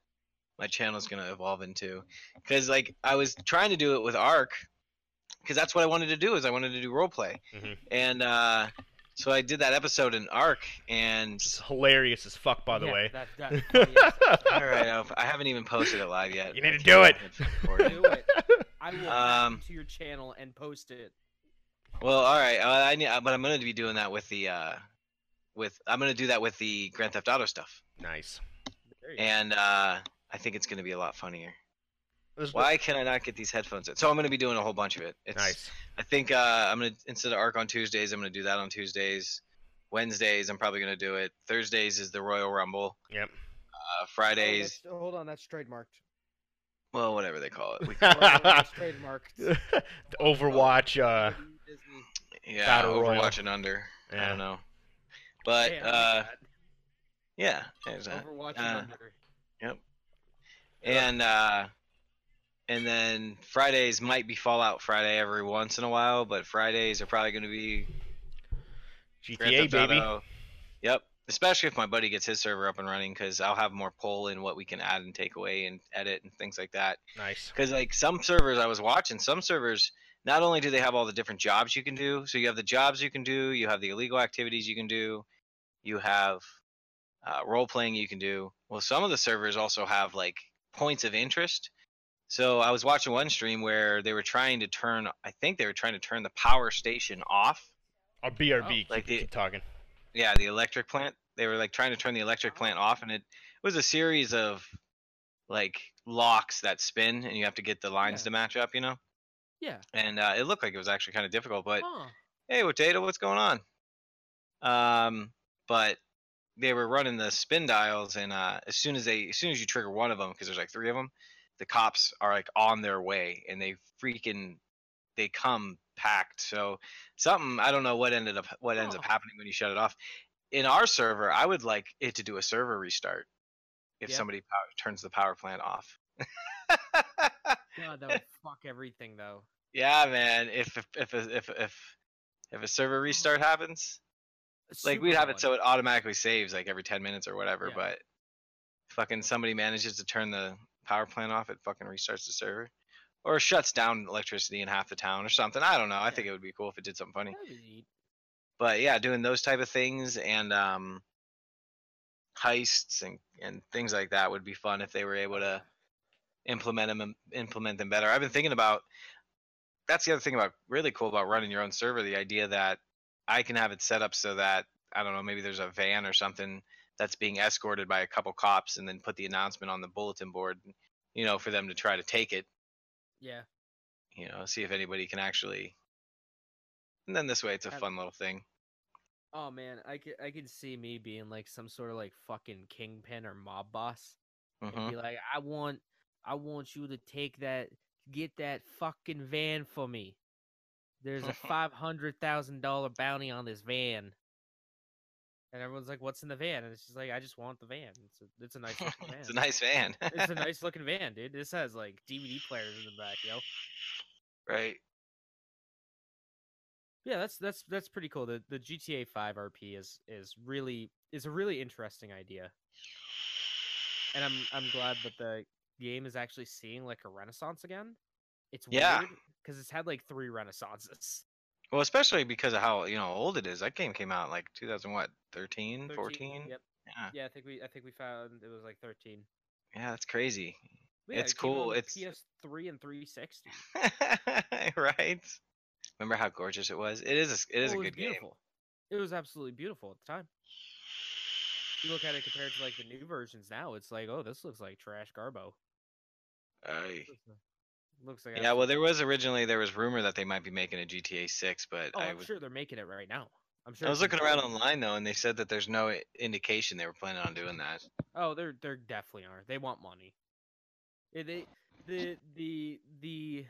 Speaker 3: my channel's gonna evolve into. Cause like I was trying to do it with Arc, cause that's what I wanted to do. Is I wanted to do roleplay,
Speaker 2: Mhm.
Speaker 3: and uh, so I did that episode in Arc, and.
Speaker 2: it's hilarious as fuck, by the
Speaker 4: Yeah,
Speaker 2: way.
Speaker 4: That, that, oh, yes.
Speaker 3: All right, I've- I haven't even posted it live yet.
Speaker 2: You need to do it.
Speaker 3: It's recorded.
Speaker 4: Do it. I will um,
Speaker 3: Um,
Speaker 4: to your channel and post it.
Speaker 3: Well, all right. Uh, I need, but I'm gonna be doing that with the, uh, with I'm gonna do that with the Grand Theft Auto stuff,
Speaker 2: nice.
Speaker 4: There you go.
Speaker 3: and uh, I think it's gonna be a lot funnier.
Speaker 2: This-
Speaker 3: Why can I not get these headphones? in? So I'm going to be doing a whole bunch of it. It's,
Speaker 2: Nice.
Speaker 3: I think uh, I'm going to instead of Arc on Tuesdays, I'm going to do that on Tuesdays. Wednesdays, I'm probably going to do it. Thursdays is the Royal Rumble.
Speaker 2: Yep.
Speaker 3: Uh,
Speaker 4: Oh,
Speaker 3: Fridays,
Speaker 4: that's- hold on, that's trademarked.
Speaker 3: well, whatever they call it. We,
Speaker 4: Oh, that's trademarked.
Speaker 2: the Overwatch. Uh,
Speaker 4: Disney.
Speaker 3: mm, yeah,
Speaker 2: Battle
Speaker 3: Overwatch
Speaker 2: Royal.
Speaker 3: and under. I
Speaker 2: Yeah.
Speaker 3: don't know. But
Speaker 4: Hey, I
Speaker 3: uh,
Speaker 4: like that.
Speaker 3: yeah, there's that.
Speaker 4: Overwatch
Speaker 3: uh,
Speaker 4: and under.
Speaker 3: and uh, and then Fridays might be Fallout Friday every once in a while, but Fridays are probably going to be Grand
Speaker 2: GTA
Speaker 3: Theft
Speaker 2: baby.
Speaker 3: Auto. Yep. Especially if my buddy gets his server up and running, because I'll have more pull in what we can add and take away and edit and things like that.
Speaker 2: Nice.
Speaker 3: Because like some servers I was watching, some servers not only do they have all the different jobs you can do, so you have the jobs you can do, you have the illegal activities you can do, you have uh, role playing you can do. Well, some of the servers also have like points of interest. So I was watching one stream where they were trying to turn, I think they were trying to turn the power station off
Speaker 2: Or BRB. keep,
Speaker 3: Oh, like the-
Speaker 2: keep talking.
Speaker 3: yeah the electric plant they were like trying to turn the electric plant off and it, it was a series of like locks that spin and you have to get the lines
Speaker 4: Yeah.
Speaker 3: to match up you know
Speaker 4: Yeah.
Speaker 3: and uh, it looked like it was actually kind of difficult but
Speaker 4: Huh.
Speaker 3: hey with data what's going on um but they were running the spin dials and uh as soon as they as soon as you trigger one of them because there's like three of them the cops are like on their way and they freaking they come packed so something i don't know what ended up what ends up
Speaker 4: Oh.
Speaker 3: happening when you shut it off in our server i would like it to do a server restart if
Speaker 4: Yeah.
Speaker 3: somebody power, turns the power plant off
Speaker 4: God, that would fuck everything though.
Speaker 3: yeah man if if if if if, if a server restart happens like we'd have it so it automatically saves like every 10 minutes or whatever
Speaker 4: Yeah.
Speaker 3: but fucking somebody manages to turn the power plant off it fucking restarts the server or shuts down electricity in half the town or something i don't know i think it would be cool if it did something funny but yeah doing those type of things and um heists and and things like that would be fun if they were able to implement them implement them better i've been thinking about that's the other thing about really cool about running your own server the idea that i can have it set up so that i don't know maybe there's a van or something that's being escorted by a couple cops and then put the announcement on the bulletin board you know for them to try to take it
Speaker 4: Yeah.
Speaker 3: you know see if anybody can actually and then this way it's a
Speaker 4: Have-
Speaker 3: fun little thing
Speaker 4: Oh man, I could I could see me being like some sort of like fucking kingpin or mob boss.
Speaker 3: Mhm.
Speaker 4: and be like, I want, I want you to take that, get that fucking van for me. There's a five hundred thousand dollar bounty on this van. And everyone's like, "What's in the van?" And it's just like, "I just want the van. It's a, it's a nice looking van.
Speaker 3: it's a nice van.
Speaker 4: it's a nice looking van, dude. This has like DVD players in the back, yo.
Speaker 3: right.
Speaker 4: Yeah, that's that's that's pretty cool. The the GTA 5 RP is is really is a really interesting idea. And I'm I'm glad that the game is actually seeing like a renaissance again. It's
Speaker 3: Yeah.
Speaker 4: cuz it's had like three renaissances.
Speaker 3: Well, especially because of how you know old it is. That game came out in, like 2000 what 13,
Speaker 4: 13,
Speaker 3: 14.
Speaker 4: Yep.
Speaker 3: Yeah.
Speaker 4: Yeah, I think we I think we found it was like 13.
Speaker 3: Yeah, that's crazy.
Speaker 4: But yeah,
Speaker 3: It's
Speaker 4: it came out on
Speaker 3: cool,
Speaker 4: the
Speaker 3: it's-
Speaker 4: PS3 and 360.
Speaker 3: right. Remember how gorgeous it was? It is. A, s- it is a
Speaker 4: Well, Oh, was
Speaker 3: good game.
Speaker 4: beautiful. It was absolutely beautiful at the time. You look at it compared to like the new versions now, it's like, "Oh, this looks like trash garbo."
Speaker 3: Aye.
Speaker 4: Looks like- Looks like
Speaker 3: Yeah. Well, there was originally there was rumor that they might be making a GTA 6, but
Speaker 4: Oh,
Speaker 3: I
Speaker 4: I'm
Speaker 3: was
Speaker 4: sure they're making it right now. I'm sure.
Speaker 3: I was
Speaker 4: it's in
Speaker 3: looking around
Speaker 4: development.
Speaker 3: online though, and they said that there's no i- indication they were planning on doing that.
Speaker 4: Oh, they're they're definitely are. They want money. Yeah, They the the the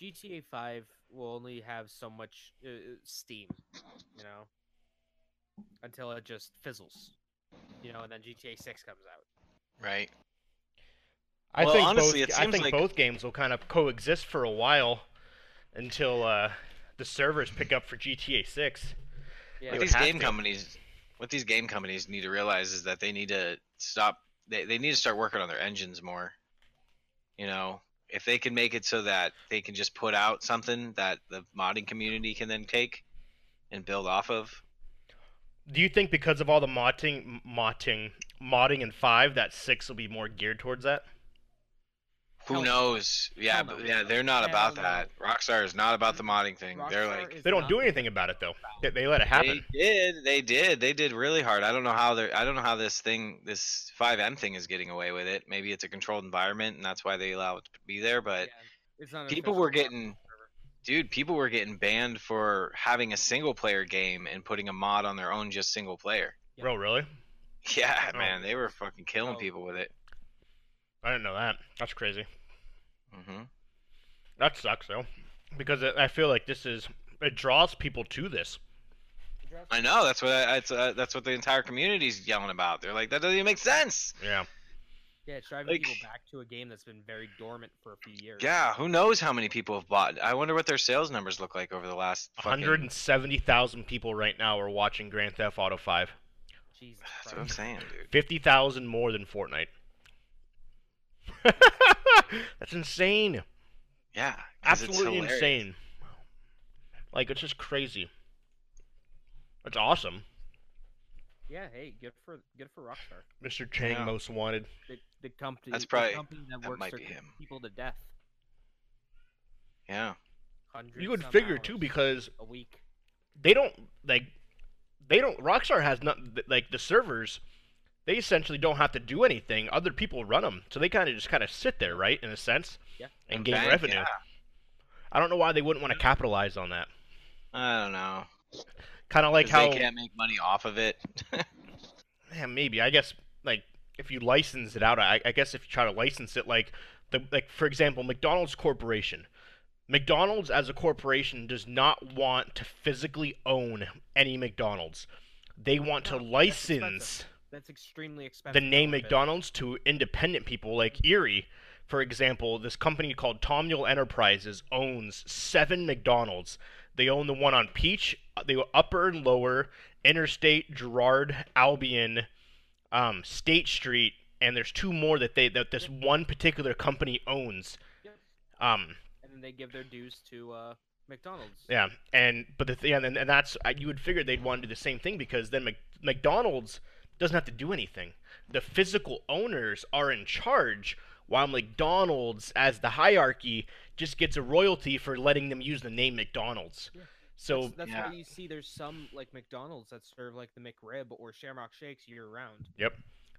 Speaker 4: GTA Five will only have so much uh, uh, steam, you know, until it just fizzles, you know, and then GTA Six comes out.
Speaker 3: Right.
Speaker 2: I
Speaker 3: Well,
Speaker 2: think
Speaker 3: honestly,
Speaker 2: both,
Speaker 3: it
Speaker 2: I
Speaker 3: seems
Speaker 2: think
Speaker 3: like-
Speaker 2: both games will kind of coexist for a while until uh, the servers pick up for GTA 6.
Speaker 4: Yeah,
Speaker 2: They
Speaker 3: What
Speaker 2: would
Speaker 3: these
Speaker 2: have
Speaker 3: game
Speaker 2: to.
Speaker 3: companies, what these game companies need to realize is that they need to stop. They they need to start working on their engines more. You know, if they can make it so that they can just put out something that the modding community can then take and build off of.
Speaker 2: Do you think because of all the modding, modding, modding in 5 that 6 will be more geared towards that?
Speaker 3: Who
Speaker 4: Hell no.
Speaker 3: knows? Yeah,
Speaker 4: Hell
Speaker 3: but,
Speaker 4: no.
Speaker 3: yeah, they're not
Speaker 4: Hell
Speaker 3: about
Speaker 4: no.
Speaker 3: that. Rockstar is not about the modding thing. they're
Speaker 4: Rockstar
Speaker 3: like
Speaker 4: is
Speaker 2: They don't
Speaker 4: not
Speaker 2: do
Speaker 4: the-
Speaker 2: anything about it though. They, they let it happen.
Speaker 3: They did. They did. They did really hard. I don't know how they are I don't know how this thing, this 5M thing, is getting away with it. Maybe it's a controlled environment, and that's why they allow it to be there. But
Speaker 4: Yeah, it's not an
Speaker 3: people
Speaker 4: official
Speaker 3: were
Speaker 4: Rockstar
Speaker 3: getting-
Speaker 4: server.
Speaker 3: dude, people were getting banned for having a single player game and putting a mod on their own just single player.
Speaker 4: Yeah.
Speaker 2: Bro, really?
Speaker 3: Yeah,
Speaker 2: Oh.
Speaker 3: man, they were fucking killing
Speaker 4: Oh.
Speaker 3: people with it.
Speaker 2: I didn't know that. That's crazy.
Speaker 3: hmm
Speaker 2: That sucks though, because I I feel like this is it draws people to this.
Speaker 3: I know. That's what I, that's uh, that's what the entire community's yelling about. They're like, that doesn't even make sense.
Speaker 2: Yeah.
Speaker 4: Yeah, it's driving
Speaker 3: like-
Speaker 4: people back to a game that's been very dormant for a few years.
Speaker 3: Yeah, who knows how many people have bought? I wonder what their sales numbers look like over the last fucking-
Speaker 2: 170,000 people right now are watching Grand Theft Auto 5.
Speaker 4: Jesus
Speaker 3: That's what I'm
Speaker 4: Christ.
Speaker 3: saying, dude.
Speaker 2: 50,000 more than Fortnite. That's insane.
Speaker 3: Yeah, 'cause it's
Speaker 2: Absolutely
Speaker 3: hilarious.
Speaker 2: insane. Like it's just crazy. It's awesome.
Speaker 4: Yeah, hey, good for good for Rockstar.
Speaker 2: Mr. Chang
Speaker 3: Yeah.
Speaker 2: most wanted.
Speaker 4: the, the company
Speaker 3: That's
Speaker 4: the
Speaker 3: probably-
Speaker 4: company that,
Speaker 3: that
Speaker 4: works
Speaker 3: might
Speaker 4: their
Speaker 3: be him.
Speaker 4: people to death.
Speaker 3: Yeah,
Speaker 2: You would
Speaker 4: hundred-some
Speaker 2: figure too
Speaker 4: hours
Speaker 2: because
Speaker 4: a week.
Speaker 2: they don't like they don't Rockstar has not like the servers they essentially don't have to do anything other people run them so they kind of just kind of sit there right in a sense
Speaker 4: Yeah.
Speaker 2: and gain
Speaker 3: Bank,
Speaker 2: revenue
Speaker 3: yeah.
Speaker 2: I don't know why they wouldn't want to capitalize on that
Speaker 3: I don't know.
Speaker 2: kind of like
Speaker 3: 'Cause
Speaker 2: how
Speaker 3: they can't make money off of it.
Speaker 2: yeah, maybe I guess like if you license it out I, I guess if you try to license it like the like for example McDonald's corporation McDonald's as a corporation does not want to physically own any McDonald's they want to
Speaker 4: No, Oh, that's expensive.
Speaker 2: license
Speaker 4: That's extremely expensive.
Speaker 2: the name
Speaker 4: though, but
Speaker 2: McDonald's to independent people like Erie. For example, this company called Tomule Enterprises owns seven McDonald's. They own the one on Peach, uh, the upper and lower, Interstate, Gerard, Albion, um, State Street, and there's two more that they that this one particular company owns.
Speaker 4: Yep.
Speaker 2: Um,
Speaker 4: And then they give their dues to uh, McDonald's.
Speaker 2: yeah, and but the thing, and, then- and that's I- you would figure they'd want to do the same thing because then Mc, McDonald's doesn't have to do anything. The physical owners are in charge, while McDonald's, as the hierarchy, just gets a royalty for letting them use the name McDonald's.
Speaker 4: Yeah.
Speaker 2: So
Speaker 4: that's that's
Speaker 3: Yeah.
Speaker 4: why you see there's some like McDonald's that serve like the McRib or Shamrock Shakes year round.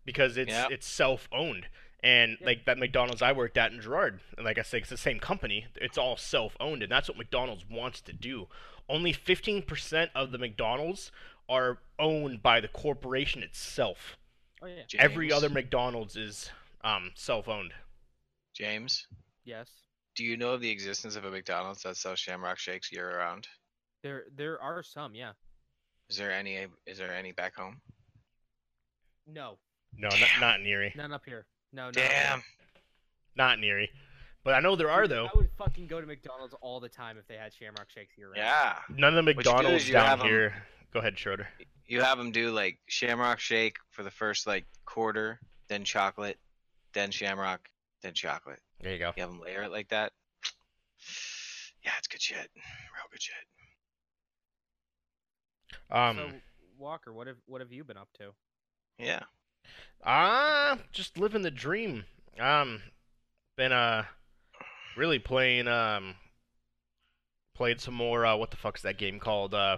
Speaker 2: because it's
Speaker 3: Yeah.
Speaker 2: it's self-owned, and
Speaker 4: Yeah.
Speaker 2: like that McDonald's I worked at in Gerard, and like I said, it's the same company. It's all self-owned, and that's what McDonald's wants to do. Only 15% of the McDonald's are owned by the corporation itself.
Speaker 4: Oh yeah.
Speaker 3: James.
Speaker 2: Every other McDonald's is um, self-owned.
Speaker 3: James,
Speaker 4: Yes.
Speaker 3: do you know of the existence of a McDonald's that sells Shamrock Shakes year round?
Speaker 4: There there are some, yeah.
Speaker 3: Is there any? Is there any back home?
Speaker 4: No.
Speaker 2: No, not,
Speaker 3: Damn.
Speaker 2: not in Erie.
Speaker 4: None up here. No, no.
Speaker 3: Damn.
Speaker 2: Not in Erie. But I know there are though.
Speaker 4: I would fucking go to McDonald's all the time if they had Shamrock Shakes here. Right?
Speaker 3: Yeah.
Speaker 2: None of the
Speaker 3: What you do
Speaker 2: McDonald's
Speaker 3: is you
Speaker 2: down
Speaker 3: have 'em-
Speaker 2: here. Go ahead, Schroeder.
Speaker 3: You have them do like Shamrock Shake for the first like quarter, then chocolate, then Shamrock, then chocolate.
Speaker 2: There you go.
Speaker 3: You have them layer it like that. Yeah, it's good shit. Real good shit.
Speaker 2: Um,
Speaker 4: So Walker, what have what have you been up to?
Speaker 3: Yeah.
Speaker 2: Ah, just living the dream. Um, been uh, really playing um, played some more. Uh, what the fuck's that game called? Uh,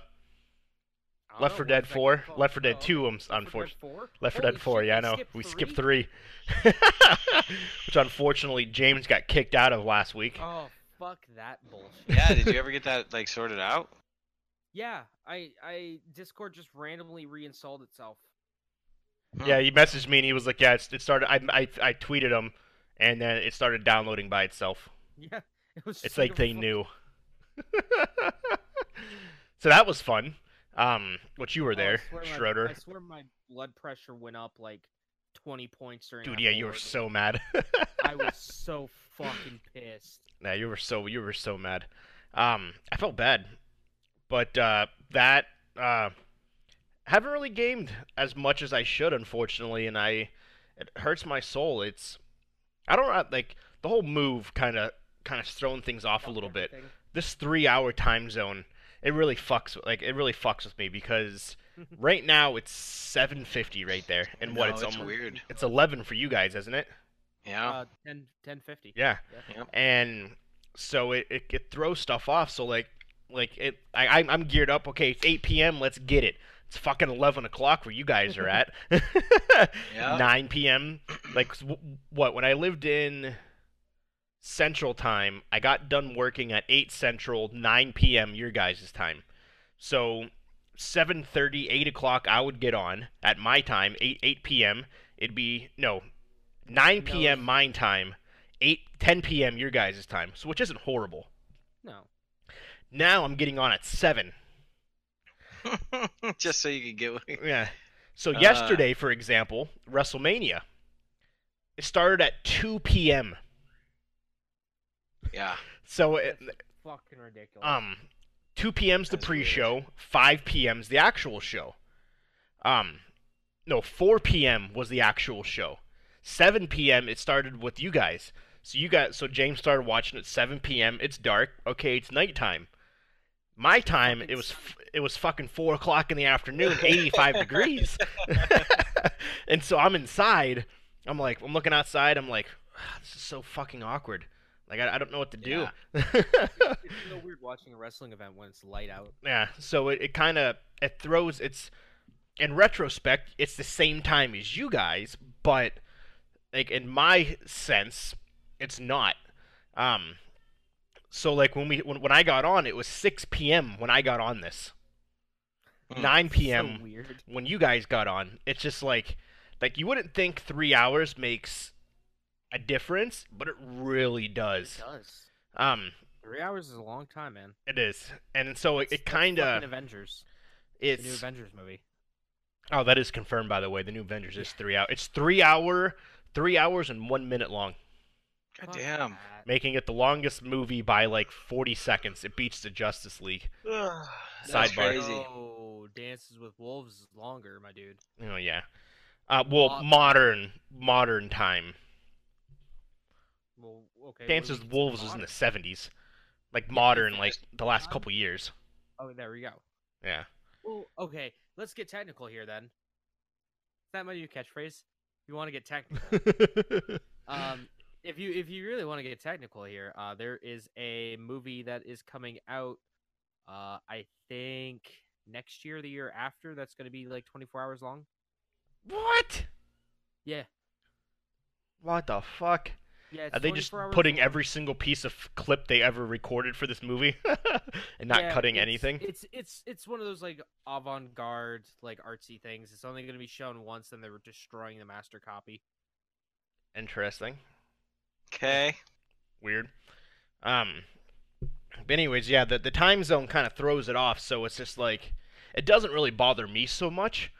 Speaker 4: I don't
Speaker 2: Left
Speaker 4: know,
Speaker 2: 4
Speaker 4: what
Speaker 2: Dead
Speaker 4: was that
Speaker 2: 4.
Speaker 4: called?
Speaker 2: Left 4
Speaker 4: Oh,
Speaker 2: Dead
Speaker 4: okay.
Speaker 2: 2. I'm
Speaker 4: Left 4 Dead
Speaker 2: unfortunately.
Speaker 4: 4?
Speaker 2: Left 4
Speaker 4: Holy
Speaker 2: Dead 4.
Speaker 4: shit,
Speaker 2: Yeah, I
Speaker 4: they
Speaker 2: know. we skipped
Speaker 4: three?
Speaker 2: three, which unfortunately James got kicked out of last week.
Speaker 4: Oh, fuck that bullshit.
Speaker 3: Yeah. Did you ever get that like sorted out?
Speaker 4: Yeah, I I Discord just randomly reinstalled itself.
Speaker 2: Yeah, he messaged me and he was like, "Yeah, it's, it started." I, I I tweeted him, and then it started downloading by itself.
Speaker 4: Yeah, it was.
Speaker 2: It's
Speaker 4: son
Speaker 2: like
Speaker 4: of a
Speaker 2: they
Speaker 4: fuck-
Speaker 2: knew. so that was fun. Um, which you were
Speaker 4: Oh, I
Speaker 2: there,
Speaker 4: swear my-
Speaker 2: Schroeder.
Speaker 4: I swear my blood pressure went up like twenty points during.
Speaker 2: Dude,
Speaker 4: that
Speaker 2: yeah, you were
Speaker 4: board.
Speaker 2: so mad.
Speaker 4: I was so fucking pissed.
Speaker 2: nah, you were so you were so mad. Um, I felt bad, but uh, that uh, haven't really gamed as much as I should, unfortunately, and I it hurts my soul. It's I don't know, like the whole move kind of kind of thrown things off a
Speaker 4: Fucked
Speaker 2: little bit.
Speaker 4: everything.
Speaker 2: this three hour time zone it really fucks with- like it really fucks with me because right now it's 750 right there and what
Speaker 3: No,
Speaker 2: it's
Speaker 3: it's
Speaker 2: almost
Speaker 3: weird.
Speaker 2: it's 11 for you guys isn't it
Speaker 3: Yeah.
Speaker 4: Uh, 10, 1050.
Speaker 2: yeah
Speaker 3: Yep.
Speaker 2: and so it, it, it throws stuff off so like like it I, I'm, I'm geared up okay it's 8 p.m let's get it it's fucking 11 o'clock where you guys are at
Speaker 3: Yeah.
Speaker 2: 9 p.m like s- w- what when i lived in central time i got done working at 8 central 9 p.m your guys' time so 7.30 8 o'clock i would get on at my time 8 8 p.m it'd be no 9
Speaker 4: No.
Speaker 2: p.m mine time 8 10 p.m your guys' time so which isn't horrible
Speaker 4: No.
Speaker 2: now i'm getting on at 7
Speaker 3: Just so you could get.
Speaker 2: Yeah. So
Speaker 3: Uh.
Speaker 2: yesterday, for example, WrestleMania, it started at 2 p.m.
Speaker 3: yeah.
Speaker 2: So it,
Speaker 4: Fucking ridiculous.
Speaker 2: um, 2 p.m.'s the
Speaker 3: That's weird.
Speaker 2: pre-show, 5 p.m.'s the actual show. Um, no, 4 p.m. was the actual show. 7 p.m. it started with you guys. So you got so James started watching at 7 p.m. It's dark. Okay, it's nighttime. My time,
Speaker 4: Fucking
Speaker 2: it was f- it was fucking four o'clock in the afternoon, 85 degrees, and so I'm inside. I'm like, I'm looking outside. I'm like, "Ah, this is so fucking awkward. Like, I, I don't know what to do.
Speaker 4: it's so weird watching a wrestling event when it's light out.
Speaker 2: Yeah, so it, it kind of it throws it's in retrospect it's the same time as you guys, but like in my sense it's not. Um so like when we when, when I got on it was 6 p.m. when I got on this.
Speaker 3: Hmm.
Speaker 2: 9
Speaker 4: It's so
Speaker 2: p.m
Speaker 4: weird.
Speaker 2: when you guys got on. It's just like like you wouldn't think 3 hours makes a difference, but it really
Speaker 4: It
Speaker 2: does.
Speaker 4: does.
Speaker 2: Um
Speaker 4: Three hours is a long time, man.
Speaker 2: it is. And so it,
Speaker 4: It's
Speaker 2: it
Speaker 4: the
Speaker 2: kind of
Speaker 4: fucking Avengers. The
Speaker 2: it's
Speaker 4: new Avengers movie.
Speaker 2: Oh, that is confirmed, by the way. The new Avengers is three hour. It's three hour, three hours and one minute long,
Speaker 3: God
Speaker 4: Fuck
Speaker 3: damn.
Speaker 4: that.
Speaker 2: making it the longest movie by like forty seconds. It beats the Justice League.
Speaker 3: That's
Speaker 2: Sidebar.
Speaker 3: crazy.
Speaker 4: Oh, Dances with Wolves is longer, my dude.
Speaker 2: Oh yeah. Uh, well,
Speaker 4: Mo-
Speaker 2: modern modern time.
Speaker 4: Well, okay. what do
Speaker 2: Dances
Speaker 4: we
Speaker 2: with
Speaker 4: consider
Speaker 2: Wolves was in the
Speaker 4: modern?
Speaker 2: seventies, like modern,
Speaker 3: it's
Speaker 2: like
Speaker 3: just
Speaker 2: the last
Speaker 4: modern.
Speaker 2: couple years.
Speaker 4: Oh, there we go.
Speaker 2: Yeah.
Speaker 4: Well, okay. Let's get technical here then. Is that my new catchphrase? You want to get technical? um, if you if you really want to get technical here, uh, there is a movie that is coming out. Uh, I think next year, the year after, that's going to be like 24 hours long.
Speaker 2: what?
Speaker 4: Yeah.
Speaker 2: What the fuck?
Speaker 4: Yeah, it's
Speaker 2: Are they just
Speaker 4: 24 hours
Speaker 2: putting
Speaker 4: long.
Speaker 2: every single piece of clip they ever recorded for this movie and not
Speaker 4: Yeah,
Speaker 2: cutting
Speaker 4: it's-
Speaker 2: anything?
Speaker 4: It's it's it's one of those like avant-garde, like artsy things. It's only going to be shown once, and they were destroying the master copy.
Speaker 2: Interesting.
Speaker 3: Okay.
Speaker 2: Weird. Um. But anyways, yeah, the the time zone kind of throws it off, so it's just like it doesn't really bother me so much.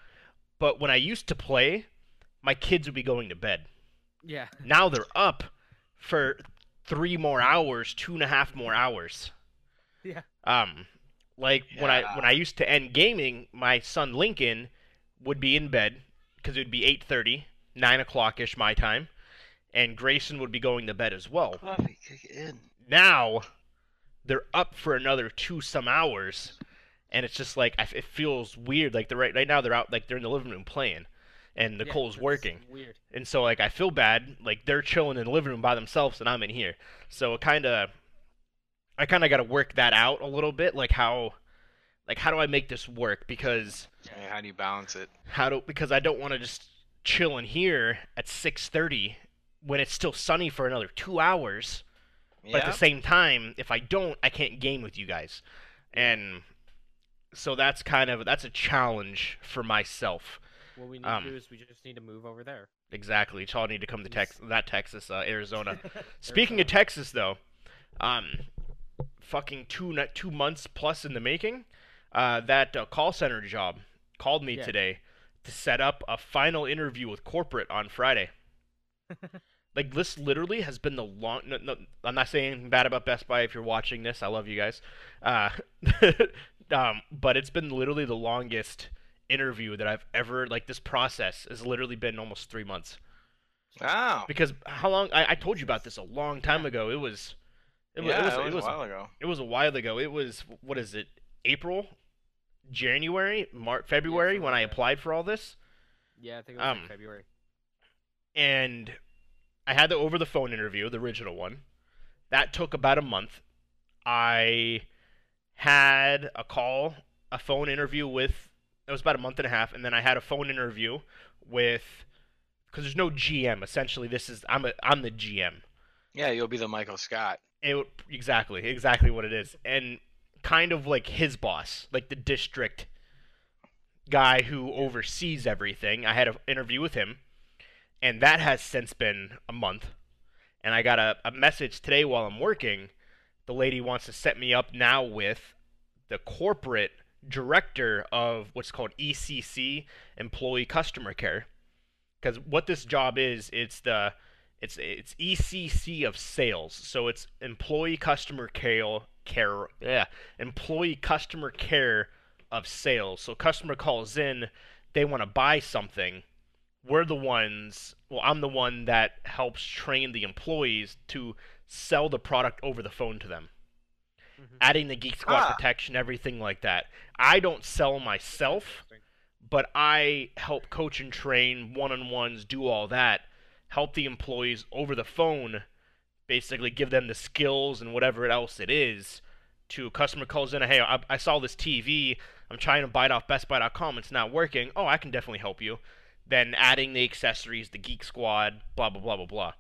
Speaker 2: But when I used to play, my kids would be going to bed.
Speaker 4: Yeah,
Speaker 2: Now they're up for three more hours, two and a half more hours.
Speaker 4: Yeah.
Speaker 2: Um, like when I when I used to end gaming, my son Lincoln would be in bed because it would be 8:30, 9 o'clock ish my time, and Grayson would be going to bed as well.
Speaker 3: Coffee, kick it in.
Speaker 2: Now they're up for another two some hours, and it's just like I f it feels weird. Like they're right right now they're out like they're in the living room playing, and
Speaker 4: Yeah,
Speaker 2: Nicole's
Speaker 4: that's
Speaker 2: working.
Speaker 4: Weird.
Speaker 2: And so like I feel bad, like they're chilling in the living room by themselves and I'm in here. So it kind of I kind of got to work that out a little bit, like how like how do I make this work because
Speaker 3: Yeah, how do you balance it?
Speaker 2: how do because I don't want to just chill in here at 6:30 when it's still sunny for another 2 hours. But at
Speaker 3: Yeah.
Speaker 2: the same time, if I don't, I can't game with you guys. And so that's kind of that's a challenge for myself.
Speaker 4: What we need
Speaker 2: Um,
Speaker 4: to do is we just need to move over there.
Speaker 2: Exactly. It's all I need to come to Tex
Speaker 4: Yes.
Speaker 2: that Texas, uh, Arizona. Speaking of Texas, though, um, fucking two ni- two months plus in the making, uh, that uh, call center job called me
Speaker 4: Yeah.
Speaker 2: today to set up a final interview with corporate on Friday. like this literally has been the long. No, no, I'm not saying anything bad about Best Buy. If you're watching this, I love you guys. Uh, um, but it's been literally the longest interview that I've ever like. This process has literally been almost three months
Speaker 3: Wow.
Speaker 2: because how long I, I told you about this a long time ago. It was, it was,
Speaker 3: yeah,
Speaker 2: it was,
Speaker 3: that
Speaker 2: it
Speaker 3: was
Speaker 2: was,
Speaker 3: a while ago.
Speaker 2: it was a while ago. It was what is it? April, January, March, February when
Speaker 4: something
Speaker 2: I
Speaker 4: like that.
Speaker 2: applied for all this,
Speaker 4: yeah, I think it was like,
Speaker 2: um,
Speaker 4: February.
Speaker 2: and I had the over the phone interview, the original one. That took about a month. I had a call, a phone interview with. It was about a month and a half, and then I had a phone interview with. Because there's no GM. Essentially, this is I'm a I'm the GM.
Speaker 3: Yeah, you'll be the Michael Scott.
Speaker 2: It would- exactly, exactly what it is, and kind of like his boss, like the district guy who oversees everything. I had an interview with him, and that has since been a month. And I got a, a message today while I'm working. The lady wants to set me up now with the corporate director of what's called ECC, Employee Customer Care, because what this job is, it's the it's it's ECC of sales, so it's employee customer care care yeah employee customer care of sales. So customer calls in, they want to buy something. We're the ones. Well, I'm the one that helps train the employees to sell the product over the phone to them.
Speaker 4: Mhm.
Speaker 2: Adding the Geek Squad
Speaker 3: Ah.
Speaker 2: protection, everything like that. I don't sell myself
Speaker 4: Interesting.
Speaker 2: but I help coach and train one on ones, do all that, help the employees over the phone, basically give them the skills and whatever else it is. To a customer calls in, hey, I, I saw this TV. I'm trying to buy it off BestBuy.com. It's not working. Oh, I can definitely help you. Then adding the accessories, the Geek Squad, blah blah blah blah blah.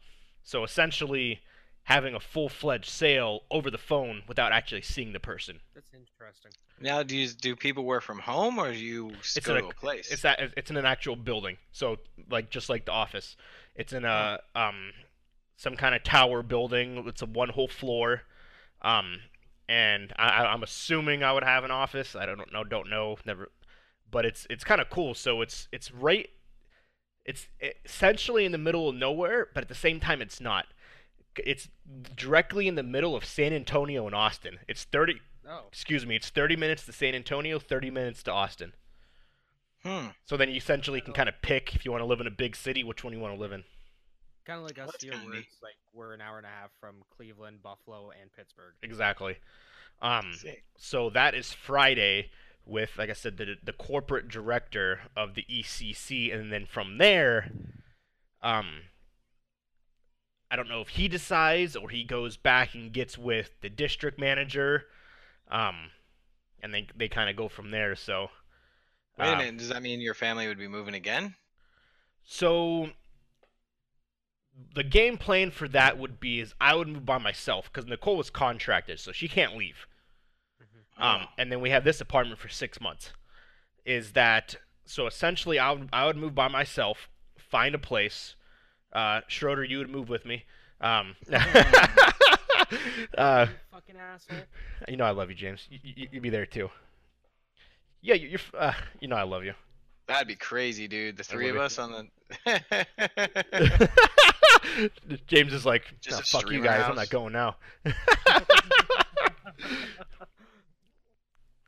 Speaker 2: So essentially, having a full-fledged sale over the phone without actually seeing the person.
Speaker 4: That's interesting.
Speaker 3: Now, do you, do people work from home or do you s-
Speaker 2: It's
Speaker 3: go
Speaker 2: in
Speaker 3: to a place?
Speaker 2: It's that it's in an actual building. So like just like the office, it's in a um some kind of tower building. It's a one whole floor. Um, and I, I- I'm assuming I would have an office. I don't know. Don't know. Never. But it's it's kind of cool. So it's it's right. It's essentially in the middle of nowhere, but at the same time, it's not. It's directly in the middle of San Antonio and Austin. It's 30,
Speaker 4: Oh,
Speaker 2: excuse me, it's 30 minutes to San Antonio, 30 minutes to Austin.
Speaker 3: hmm.
Speaker 2: So then you essentially can kind of pick if you want to live in a big city, which one you want to live in.
Speaker 4: kind of like us
Speaker 3: That's
Speaker 4: here,
Speaker 3: kinda
Speaker 4: where
Speaker 3: neat.
Speaker 4: it's like we're an hour and a half from Cleveland, Buffalo, and Pittsburgh.
Speaker 2: Exactly. Um,
Speaker 3: Sick.
Speaker 2: so that is Friday with, like I said, the the corporate director of the ECC, and then from there, um, I don't know if he decides or he goes back and gets with the district manager, um, and they they kind of go from there. So
Speaker 3: Wait a
Speaker 2: um,
Speaker 3: minute. Does that mean your family would be moving again?
Speaker 2: So the- the game plan for that would be is I would move by myself because Nicole was contracted, so she can't leave. Um, and then we have this apartment for six months. Is that so? Essentially, I would I would move by myself, find a place. Uh, Schroeder, you would move with me. Um, uh,
Speaker 4: You fucking asshole.
Speaker 2: you know I love you, James. You, you, you'd be there too. Yeah, you, you're. f- Uh, you know I love you.
Speaker 3: That'd be crazy, dude. The three
Speaker 2: would be.
Speaker 3: of us on the.
Speaker 2: James is like,
Speaker 3: Just
Speaker 2: "Nah,
Speaker 3: a
Speaker 2: fuck you
Speaker 3: streamer
Speaker 2: guys, I'm
Speaker 3: house.
Speaker 2: not going now.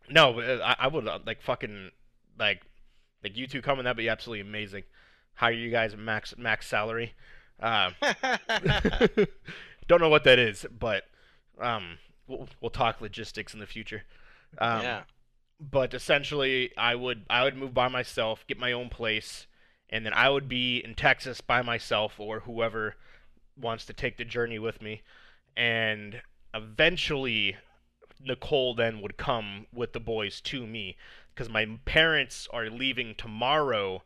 Speaker 2: no, but uh, I, I would uh, like fucking like like you two coming. That'd be absolutely amazing. Hire you guys max max salary. Um, don't know what that is, but um, we'll, we'll talk logistics in the future. Um,
Speaker 3: yeah.
Speaker 2: but essentially I would I would move by myself, get my own place, and then I would be in Texas by myself or whoever wants to take the journey with me. And eventually Nicole then would come with the boys to me cuz my parents are leaving tomorrow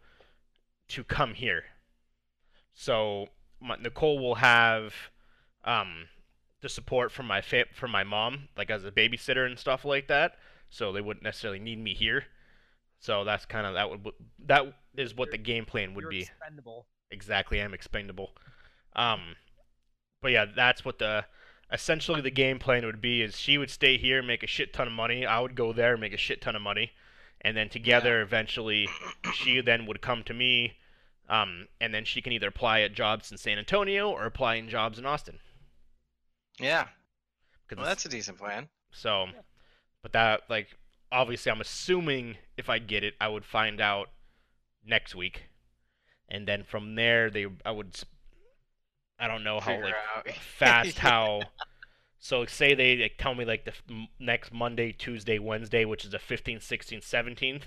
Speaker 2: to come here. So my, Nicole will have um the support from my fa- from my mom like as a babysitter and stuff like that so they wouldn't necessarily need me here. So that's kind of that would that is what the game plan would
Speaker 4: You're
Speaker 2: be.
Speaker 4: expendable.
Speaker 2: Exactly, I'm expendable. Um, but yeah, that's what the essentially the game plan would be is she would stay here, make a shit ton of money. I would go there, make a shit ton of money, and then together eventually she then would come to me. Um, and then she can either apply at jobs in San Antonio or apply in jobs in Austin.
Speaker 3: Yeah.
Speaker 2: 'Cause
Speaker 3: Well,
Speaker 2: it's-
Speaker 3: that's a decent plan.
Speaker 2: So, but that like obviously I'm assuming if I get it, I would find out next week, and then from there they I would s- I don't know how
Speaker 3: Figure
Speaker 2: like
Speaker 3: out.
Speaker 2: fast how. So like, say they like, tell me like the f- m- next Monday, Tuesday, Wednesday, which is the 15th, 16th, 17th.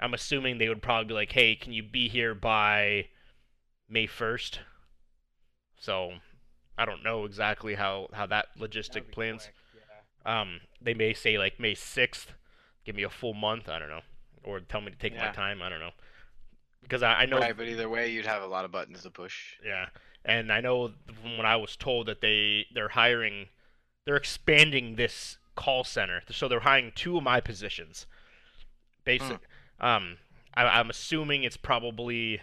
Speaker 2: I'm assuming they would probably be like, "Hey, can you be here by May 1st?" So I don't know exactly how how that
Speaker 4: That would
Speaker 2: logistic
Speaker 4: be
Speaker 2: plans.
Speaker 4: quick, Yeah.
Speaker 2: Um, they may say like May sixth, give me a full month. I don't know, or tell me to take my
Speaker 3: Yeah.
Speaker 2: time. I don't know, because I, I know,
Speaker 3: Right, but either way, you'd have a lot of buttons to push.
Speaker 2: yeah, and I know from when I was told that they they're hiring, they're expanding this call center, so they're hiring two of my positions. Basic, um, I, I'm assuming it's probably,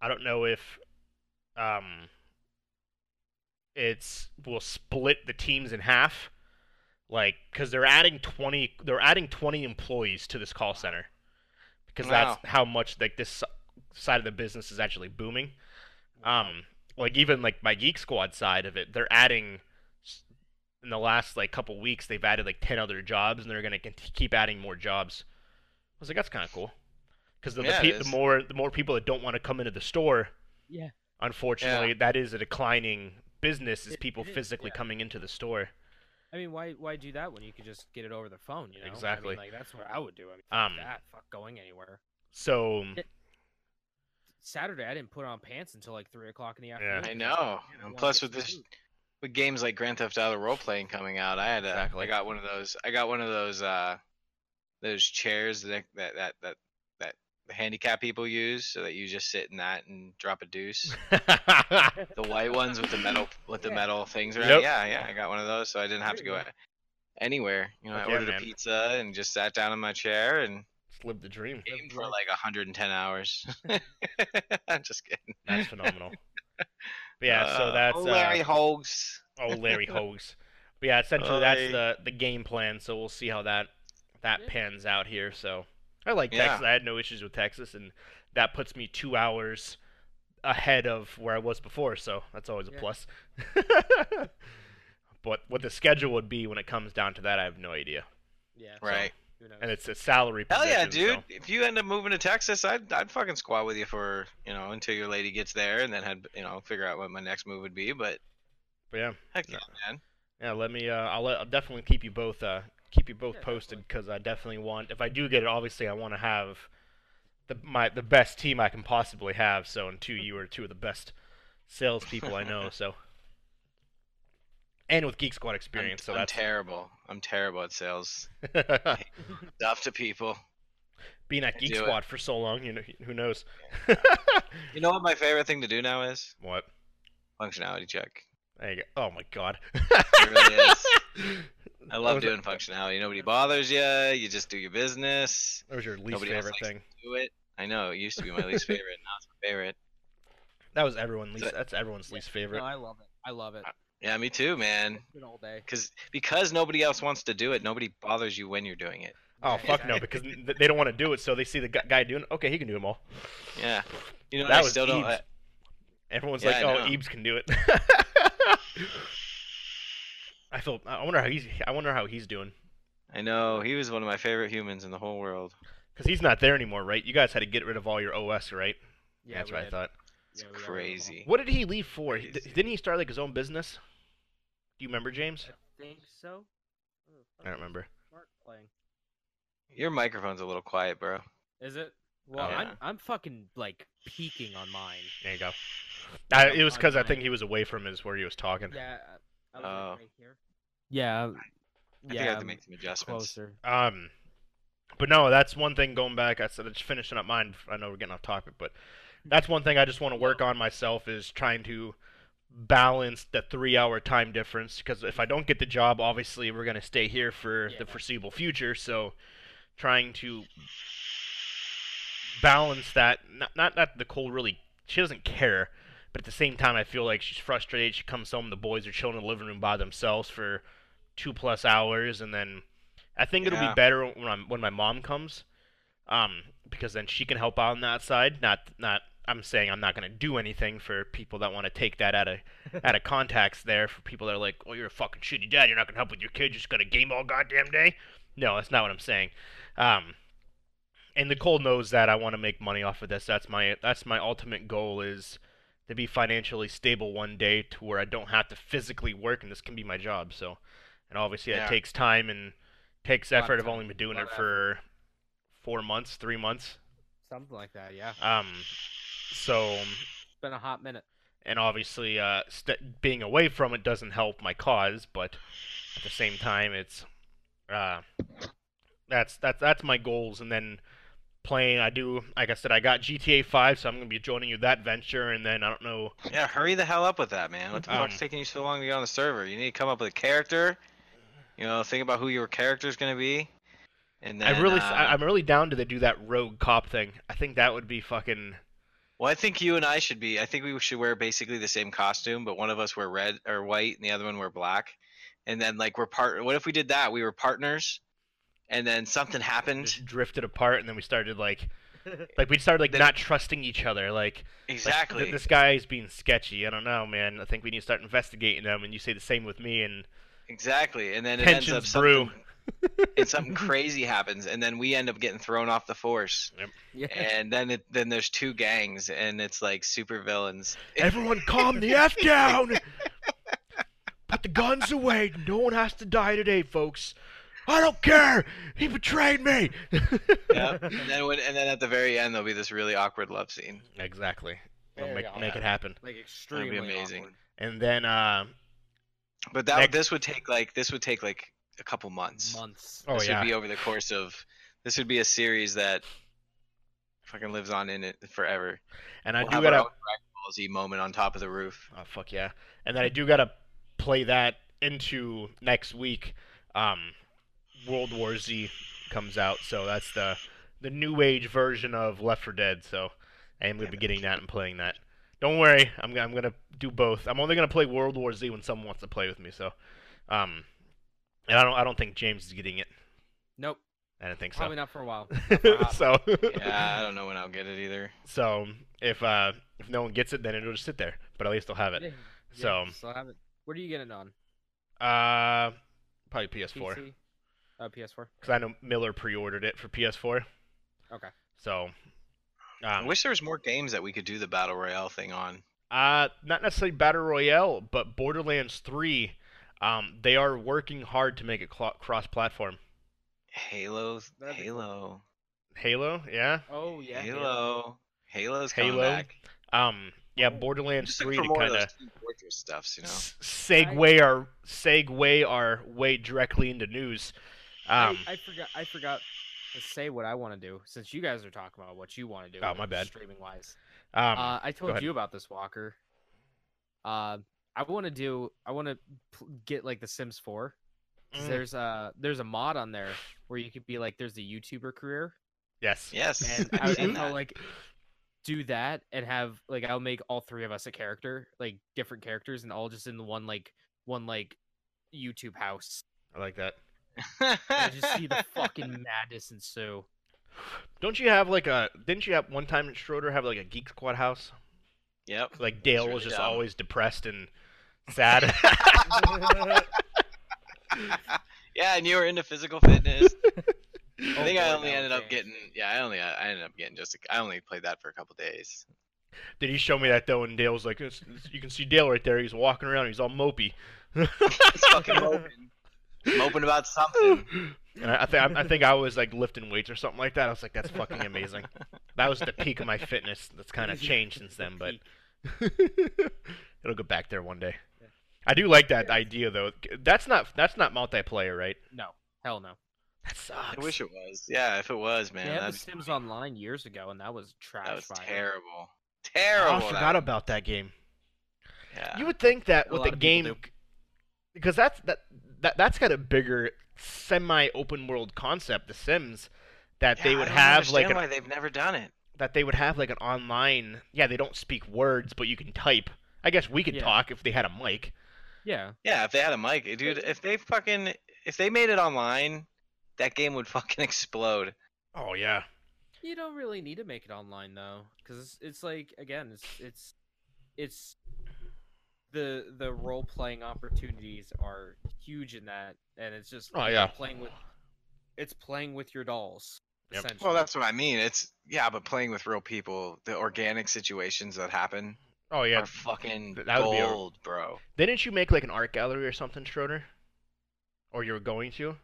Speaker 2: I don't know if, um, it's will split the teams in half like because they're adding 20 they're adding 20 employees to this call center because that's how much like this s- side of the business is actually booming um like even like my geek squad side of it they're adding s- in the last like couple weeks they've added like 10 other jobs and they're going to keep adding more jobs i was like that's kind of cool because the,
Speaker 3: Yeah, it
Speaker 2: the, pe- the
Speaker 3: is.
Speaker 2: more the more people that don't want to come into the store
Speaker 4: Yeah.
Speaker 2: unfortunately that is a declining business is
Speaker 4: It-
Speaker 2: people
Speaker 4: it is,
Speaker 2: physically
Speaker 4: yeah.
Speaker 2: coming into the store
Speaker 4: I mean, why why do that when you could just get it over the phone? You know, I mean,
Speaker 2: Exactly.
Speaker 4: like that's what I would do. I mean, fuck
Speaker 2: Um,
Speaker 4: that fuck going anywhere.
Speaker 2: so um,
Speaker 4: Saturday, I didn't put on pants until like three o'clock in the afternoon.
Speaker 2: I
Speaker 4: 'cause
Speaker 3: I
Speaker 4: was
Speaker 3: know.
Speaker 4: like, "Man, I
Speaker 3: And
Speaker 4: wanna
Speaker 3: plus,
Speaker 4: get
Speaker 3: with
Speaker 4: some
Speaker 3: this,
Speaker 4: food."
Speaker 3: with games like Grand Theft Auto role playing coming out, I had a, I
Speaker 2: Exactly.
Speaker 3: got one of those. I got one of those. Uh, those chairs that that that that that the handicap people use, so that you just sit in that and drop a deuce. The white ones with the metal with the
Speaker 4: Yeah.
Speaker 3: metal things around.
Speaker 2: Yep.
Speaker 3: Yeah, yeah. I got one of those, so I didn't have to
Speaker 4: There
Speaker 3: go
Speaker 4: you
Speaker 3: a- anywhere. You know,
Speaker 2: Fuck
Speaker 3: I
Speaker 2: yeah,
Speaker 3: ordered
Speaker 2: man.
Speaker 3: a pizza and just sat down in my chair and
Speaker 2: Just live the dream.
Speaker 3: gamed for
Speaker 4: life.
Speaker 3: like 110 hours. I'm just kidding.
Speaker 2: That's phenomenal. But yeah, so
Speaker 3: Uh,
Speaker 2: that's
Speaker 3: Larry
Speaker 2: uh,
Speaker 3: Hogs.
Speaker 2: oh Larry Hogs. But yeah, essentially that's
Speaker 3: Oy.
Speaker 2: the the game plan. So we'll see how that that
Speaker 4: Yeah.
Speaker 2: pans out here. So I like
Speaker 3: Yeah.
Speaker 2: Texas. I had no issues with Texas, and that puts me two hours ahead of where I was before. So that's always a
Speaker 4: Yeah.
Speaker 2: plus. but what the schedule would be when it comes down to that, I have no idea.
Speaker 4: yeah, so,
Speaker 3: Right.
Speaker 4: who knows?
Speaker 2: And it's a salary.
Speaker 3: Hell yeah,
Speaker 2: position,
Speaker 3: dude!
Speaker 2: so-
Speaker 3: If you end up moving to Texas, I'd I'd fucking squat with you for you know until your lady gets there, and then had you know figure out what my next move would be. But
Speaker 2: But yeah.
Speaker 3: heck
Speaker 2: No.
Speaker 3: yeah, man!
Speaker 2: Yeah, let me. Uh, I'll, let, I'll definitely keep you both. Uh, keep you both
Speaker 4: Yeah,
Speaker 2: posted 'cause posted because I definitely want. If I do get it, obviously I want to have the my the best team I can possibly have. So, and two, you are two of the best salespeople I know. So, and with Geek Squad
Speaker 3: I'm-
Speaker 2: experience,
Speaker 3: I'm,
Speaker 2: so that's
Speaker 3: terrible. I'm terrible at sales.
Speaker 2: yeah,
Speaker 3: Stuff to people.
Speaker 2: Being at Geek
Speaker 3: Do it.
Speaker 2: Squad for so long, you know, who knows?
Speaker 3: You know what my favorite thing to do now is
Speaker 2: what?
Speaker 3: functionality check.
Speaker 2: There you go. Oh my god.
Speaker 3: It really is. I love
Speaker 2: was
Speaker 3: doing functionality. Nobody bothers you. You just do your business.
Speaker 2: That was your least
Speaker 3: Nobody else
Speaker 2: favorite
Speaker 3: likes
Speaker 2: thing.
Speaker 3: Do it. I know it used to be my least favorite. Now it's my favorite.
Speaker 2: That was everyone's least.
Speaker 3: Th-
Speaker 2: That's everyone's least favorite.
Speaker 4: No, I love it. I love it.
Speaker 3: Yeah, me too, man.
Speaker 4: It's been all day.
Speaker 3: Because because nobody else wants to do it. Nobody bothers you when you're doing it.
Speaker 2: oh
Speaker 4: Yeah,
Speaker 2: fuck no,
Speaker 4: exactly.
Speaker 2: because n- they don't want to do it, so they see the gu- guy doing. it. Okay, he can do them all.
Speaker 3: Yeah. You know
Speaker 2: that
Speaker 3: I
Speaker 2: was
Speaker 3: still don't.
Speaker 2: Ebes.
Speaker 3: I,
Speaker 2: Everyone's
Speaker 3: Yeah,
Speaker 2: like,
Speaker 3: I
Speaker 2: "Oh,
Speaker 3: know.
Speaker 2: Ebes can do it." I feel. I wonder how he's. I wonder how he's doing.
Speaker 3: I know he was one of my favorite humans in the whole world.
Speaker 2: Because he's not there anymore, right? You guys had to get rid of all your OS, right?
Speaker 4: Yeah,
Speaker 2: That's
Speaker 4: we
Speaker 2: what I
Speaker 4: did.
Speaker 2: thought.
Speaker 3: It's
Speaker 4: Yeah, we got rid of them all.
Speaker 3: crazy.
Speaker 2: What did he leave for? D-
Speaker 3: Crazy.
Speaker 2: didn't he start like his own business? Do you remember, James?
Speaker 4: I think so. Where the fuck
Speaker 2: I don't
Speaker 4: is
Speaker 2: remember.
Speaker 4: Mark playing.
Speaker 3: Your microphone's a little quiet, bro.
Speaker 4: Is it? Well,
Speaker 3: Oh, yeah.
Speaker 4: I'm I'm fucking like peeking on mine.
Speaker 2: There you go. I, it was
Speaker 4: I'm
Speaker 2: because I
Speaker 4: fine.
Speaker 2: think he was away from his where he was talking.
Speaker 4: Yeah. I was
Speaker 3: Oh.
Speaker 4: like right here. Yeah. um,
Speaker 3: I think I have to make some adjustments.
Speaker 2: Um, but no, that's one thing. Going back, I said just finishing up mine. I know we're getting off topic, but that's one thing I just want to work on myself is trying to balance the three-hour time difference. Because if I don't get the job, obviously we're gonna stay here for
Speaker 4: Yeah.
Speaker 2: the foreseeable future. So, trying to balance that. Not not that Nicole really she doesn't care, but at the same time I feel like she's frustrated. She comes home, the boys are chilling in the living room by themselves for two plus hours, and then I think it'll
Speaker 3: Yeah.
Speaker 2: be better when I'm, when my mom comes, um, because then she can help out on that side. Not not I'm saying I'm not gonna do anything for people that want to take that out of out of context there for people that are like, oh, you're a fucking shitty dad. You're not gonna help with your kids. You're just gonna game all goddamn day. No, that's not what I'm saying. Um, and Nicole knows that I want to make money off of this. That's my that's my ultimate goal is to be financially stable one day to where I don't have to physically work and this can be my job. So, and obviously that
Speaker 3: Yeah.
Speaker 2: takes time and takes
Speaker 4: Lot of
Speaker 2: effort. I've
Speaker 4: time,
Speaker 2: only been doing
Speaker 4: lot
Speaker 2: it
Speaker 4: of
Speaker 2: for four months, three months.
Speaker 4: Something like that. Yeah.
Speaker 2: Um, so
Speaker 4: It's been a hot minute.
Speaker 2: and obviously uh, st- being away from it doesn't help my cause but at the same time it's uh, that's that's that's my goals and then playing i do like i said i got gta 5 so i'm going to be joining you that venture and then i don't know
Speaker 3: Yeah, hurry the hell up with that, man. What the
Speaker 2: Um,
Speaker 3: fuck's taking you so long to get on the server? You need to come up with a character. You know, think about who your character's gonna be. And then
Speaker 2: i really
Speaker 3: uh,
Speaker 2: I, i'm really down to the, do that rogue cop thing i think that would be fucking
Speaker 3: well, I think you and I should be. I think we should wear basically the same costume, but one of us wear red or white, and the other one wear black. And then like we're part. What if we did that? We were partners, and then something happened.
Speaker 2: just drifted apart and then we started like like we started like
Speaker 3: Then-
Speaker 2: not trusting each other like Like, th-
Speaker 3: Exactly.
Speaker 2: this guy is being sketchy i don't know man i think we need to start investigating him and you say the same with me and
Speaker 3: Exactly, and then it ends up
Speaker 2: Tensions brew.
Speaker 3: something, and something crazy happens, and then we end up getting thrown off the force,
Speaker 4: Yeah.
Speaker 3: and then it, then there's two gangs, and it's like super villains.
Speaker 2: Everyone calm the F down! Put the guns away. No one has to die today, folks. I don't care! He betrayed me!
Speaker 3: Yep. and then when, and then at the very end there'll be this really awkward love scene.
Speaker 2: Exactly. We'll
Speaker 4: Very
Speaker 2: make,
Speaker 4: odd.
Speaker 2: make it happen.
Speaker 4: Like extremely
Speaker 3: amazing.
Speaker 4: awkward.
Speaker 2: And then, uh,
Speaker 3: But that
Speaker 2: Next-
Speaker 3: this would take like this would take like a couple months.
Speaker 4: Months.
Speaker 2: oh
Speaker 3: this
Speaker 2: yeah.
Speaker 3: would be over the course of this would be a series that fucking lives on in it forever.
Speaker 2: and I
Speaker 3: we'll
Speaker 2: do
Speaker 3: have
Speaker 2: gotta.
Speaker 3: our own Dragon Ball Z moment on top of the roof.
Speaker 2: Oh fuck yeah! And then I do gotta play that into next week. Um, World War Z comes out, so that's the the new age version of Left 4 Dead. So I am gonna be getting that and playing that. Don't worry, I'm gonna, I'm gonna do both. I'm only gonna play World War Z when someone wants to play with me. So, um, and I don't I don't think James is getting it.
Speaker 4: Nope.
Speaker 2: I don't think so.
Speaker 4: Probably not for a while.
Speaker 2: so
Speaker 3: Yeah, I don't know when I'll get it either.
Speaker 2: so if uh if no one gets it, then it'll just sit there. But at least I'll have it.
Speaker 4: Yeah,
Speaker 2: So-
Speaker 4: yeah, still have it. What are you getting on?
Speaker 2: Uh, probably PS4.
Speaker 4: PC. Uh, PS4.
Speaker 2: because I know Miller pre-ordered it for PS4.
Speaker 4: Okay.
Speaker 2: So,
Speaker 3: I
Speaker 2: um,
Speaker 3: wish there was more games that we could do the battle royale thing on.
Speaker 2: uh, not necessarily battle royale, but Borderlands 3, um, they are working hard to make it clo cross-platform.
Speaker 3: Halo,
Speaker 4: That'd be cool.
Speaker 3: Halo,
Speaker 2: Halo, yeah.
Speaker 4: Oh yeah. Halo.
Speaker 3: Halo, Halo's coming
Speaker 2: Halo,
Speaker 3: back.
Speaker 2: Um, yeah,
Speaker 3: I'm
Speaker 2: Borderlands
Speaker 3: Oh, just looking
Speaker 2: 3
Speaker 3: for
Speaker 2: to
Speaker 3: more
Speaker 2: kind
Speaker 3: of
Speaker 2: of
Speaker 3: those Team Fortress stuffs, you know.
Speaker 2: segue our segue our way directly into news.
Speaker 4: I-
Speaker 2: Um,
Speaker 4: I, forgot. I forgot Just say what I want to do since you guys are talking about what you want to do.
Speaker 2: Oh, my bad.
Speaker 4: Streaming wise.
Speaker 2: Um,
Speaker 4: uh, I told
Speaker 2: ahead.
Speaker 4: you about this, Walker. Uh, I want to do. I want to pl- get like The Sims 4. 'cause
Speaker 2: Mm.
Speaker 4: There's a there's a mod on there where you could be like there's the YouTuber career,
Speaker 2: yes.
Speaker 3: Yes.
Speaker 4: and
Speaker 3: I've
Speaker 4: I,
Speaker 3: seen
Speaker 4: and I'll
Speaker 3: that.
Speaker 4: like do that and have like I'll make all three of us a character, like different characters, and all just in the one like one like YouTube house.
Speaker 2: I like that.
Speaker 4: And I just see the fucking madness ensue.
Speaker 2: Don't you have like a? Didn't you have one time Schroeder have like a Geek Squad house?
Speaker 3: Yep.
Speaker 2: Like Dale
Speaker 3: really
Speaker 2: was just
Speaker 3: dumb.
Speaker 2: always depressed and sad.
Speaker 3: yeah, and you were into physical fitness. I
Speaker 4: Oh
Speaker 3: think I
Speaker 4: boy,
Speaker 3: only
Speaker 4: now
Speaker 3: ended
Speaker 4: it's
Speaker 3: up
Speaker 4: changed.
Speaker 3: getting. Yeah, I only I ended up getting just. A, I only played that for a couple days.
Speaker 2: Did he show me that though? And Dale was like, "It's- it's- "You can see Dale right there. He's walking around. He's all mopey."
Speaker 3: It's fucking moping. moping about something.
Speaker 2: And I, I think I, I think I was like lifting weights or something like that. I was like, "That's fucking amazing." That was the peak of my fitness. That's kind of changed since then, but it'll go back there one day.
Speaker 4: Yeah.
Speaker 2: I do like that idea though. That's not that's not multiplayer, right?
Speaker 4: no, hell no.
Speaker 2: That sucks.
Speaker 3: I wish it was. Yeah, if it was, man,
Speaker 4: they had The
Speaker 3: that'd be-
Speaker 4: Sims Online years ago, and that was trash.
Speaker 3: that was
Speaker 4: fire.
Speaker 3: terrible.
Speaker 2: Oh,
Speaker 3: Terrible.
Speaker 2: I
Speaker 3: that
Speaker 2: forgot
Speaker 3: was.
Speaker 2: about that game.
Speaker 3: Yeah.
Speaker 2: You would think that
Speaker 4: A
Speaker 2: with
Speaker 4: lot
Speaker 2: a
Speaker 4: of people
Speaker 2: game,
Speaker 4: do.
Speaker 2: because that's that that that's got a bigger semi-open world concept, The Sims, that
Speaker 3: Yeah,
Speaker 2: they
Speaker 3: I
Speaker 2: would
Speaker 3: don't
Speaker 2: have like
Speaker 3: understand
Speaker 2: an,
Speaker 3: why they've never done it.
Speaker 2: that they would have like an online. Yeah, they don't speak words, but you can type. I guess we could
Speaker 4: Yeah.
Speaker 2: talk if they had a mic.
Speaker 4: Yeah,
Speaker 3: Yeah, if they had a mic, dude. If they fucking if they made it online, that game would fucking explode.
Speaker 2: Oh yeah,
Speaker 4: you don't really need to make it online though, because it's, it's like again, it's it's it's the the role playing opportunities are huge in that, and it's just
Speaker 2: Oh,
Speaker 4: you know,
Speaker 2: yeah.
Speaker 4: playing with it's playing with your dolls.
Speaker 2: Yep. Well,
Speaker 4: essentially.
Speaker 3: Well, that's what I mean. It's yeah, but playing with real people, the organic situations that happen
Speaker 2: oh yeah.
Speaker 3: are fucking
Speaker 2: th- that would be a-
Speaker 3: gold, bro.
Speaker 2: Didn't you make like an art gallery or something, Schroeder? Or you were going to?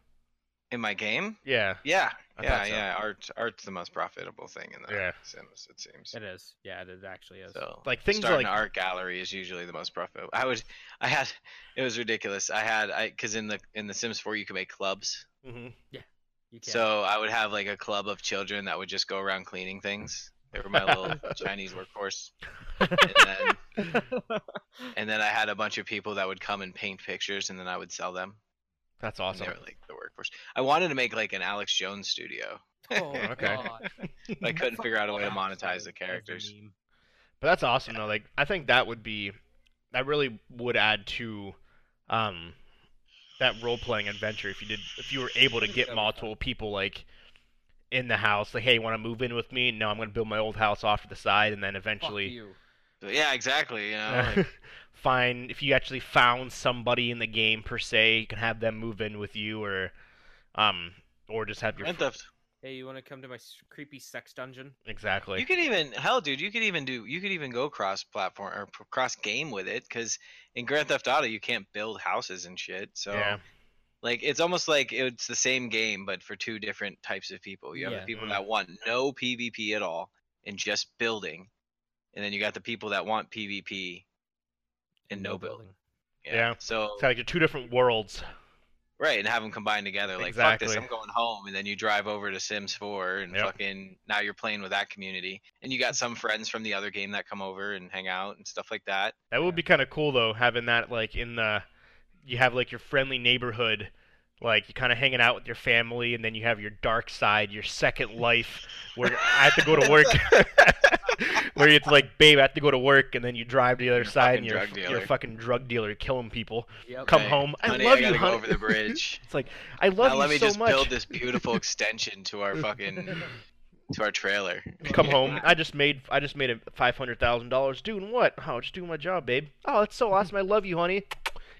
Speaker 3: In my game,
Speaker 2: Yeah.
Speaker 3: yeah,
Speaker 2: I
Speaker 3: yeah,
Speaker 2: thought so.
Speaker 3: yeah. Art, art's the most profitable thing in the
Speaker 2: Yeah.
Speaker 3: Sims, it seems.
Speaker 4: it is. Yeah, it is- actually is.
Speaker 3: So
Speaker 2: Like, things
Speaker 3: starting
Speaker 2: like-
Speaker 3: an art gallery is usually the most profitable. I would, I had, it was ridiculous. I had, I because in the in the Sims 4 you can make clubs.
Speaker 2: hmm
Speaker 4: You can't.
Speaker 3: So I would have like a club of children that would just go around cleaning things. They were my little Chinese workforce. And then, and then I had a bunch of people that would come and paint pictures, and then I would sell them.
Speaker 2: That's
Speaker 3: And
Speaker 2: awesome.
Speaker 3: They were like the workforce. I wanted to make like an Alex Jones studio.
Speaker 4: oh,
Speaker 2: Okay.
Speaker 4: God.
Speaker 3: but I couldn't figure out a way to
Speaker 4: Gosh,
Speaker 3: monetize
Speaker 4: that
Speaker 3: the
Speaker 4: is a
Speaker 3: characters.
Speaker 4: meme.
Speaker 2: But that's awesome though. Like I think that would be that really would add to um that role playing adventure if you did if you were able to
Speaker 4: That
Speaker 2: get
Speaker 4: would be
Speaker 2: multiple people like in the house like hey you want to move in with me no i'm going to build my old house off to the side and then
Speaker 4: Fuck
Speaker 2: eventually
Speaker 4: you.
Speaker 3: But yeah, exactly. You know, like,
Speaker 2: find if you actually found somebody in the game per se you can have them move in with you or um or just have your
Speaker 3: Grand
Speaker 2: fr-
Speaker 3: Theft-
Speaker 4: Hey, you want to come to my s- creepy sex dungeon?
Speaker 2: exactly
Speaker 3: You could even hell, dude. You could even do. You could even go cross platform or p- cross game with it, because in Grand Theft Auto you can't build houses and shit. So
Speaker 2: yeah
Speaker 3: like it's almost like it's the same game, but for two different types of people. You have
Speaker 4: Yeah.
Speaker 3: the people
Speaker 2: Mm.
Speaker 3: that want no PvP at all and just building, and then you got the people that want PvP and no building.
Speaker 2: Yeah.
Speaker 3: So
Speaker 2: it's like you're two different worlds
Speaker 3: right, and have them combined together. Like fuck
Speaker 2: Exactly.
Speaker 3: this, I'm going home, and then you drive over to Sims 4 and
Speaker 2: Yep.
Speaker 3: fucking now you're playing with that community, and you got some friends from the other game that come over and hang out and stuff like that.
Speaker 2: That would
Speaker 4: Yeah.
Speaker 2: be kind of cool though, having that like in the you have like your friendly neighborhood, like you kind of hanging out with your family, and then you have your dark side, your second life, where I have to go to work, where it's like, babe, I have to go to work, and then you drive to the other
Speaker 3: You're a
Speaker 2: side,
Speaker 3: fucking
Speaker 2: and you're a
Speaker 3: drug
Speaker 2: f- you're
Speaker 3: dealer.
Speaker 2: a fucking drug dealer killing people.
Speaker 4: Yep.
Speaker 2: Come
Speaker 3: Right.
Speaker 2: home, I
Speaker 3: Honey,
Speaker 2: love
Speaker 3: I
Speaker 2: you,
Speaker 3: gotta go
Speaker 2: honey.
Speaker 3: over the bridge.
Speaker 2: It's like I love
Speaker 3: now
Speaker 2: you
Speaker 3: let me
Speaker 2: so
Speaker 3: just
Speaker 2: much.
Speaker 3: build this beautiful extension to our fucking to our trailer.
Speaker 2: Come home. I just made I just made five hundred thousand dollars doing what? Oh, just doing my job, babe. Oh, that's so awesome. I love you, honey.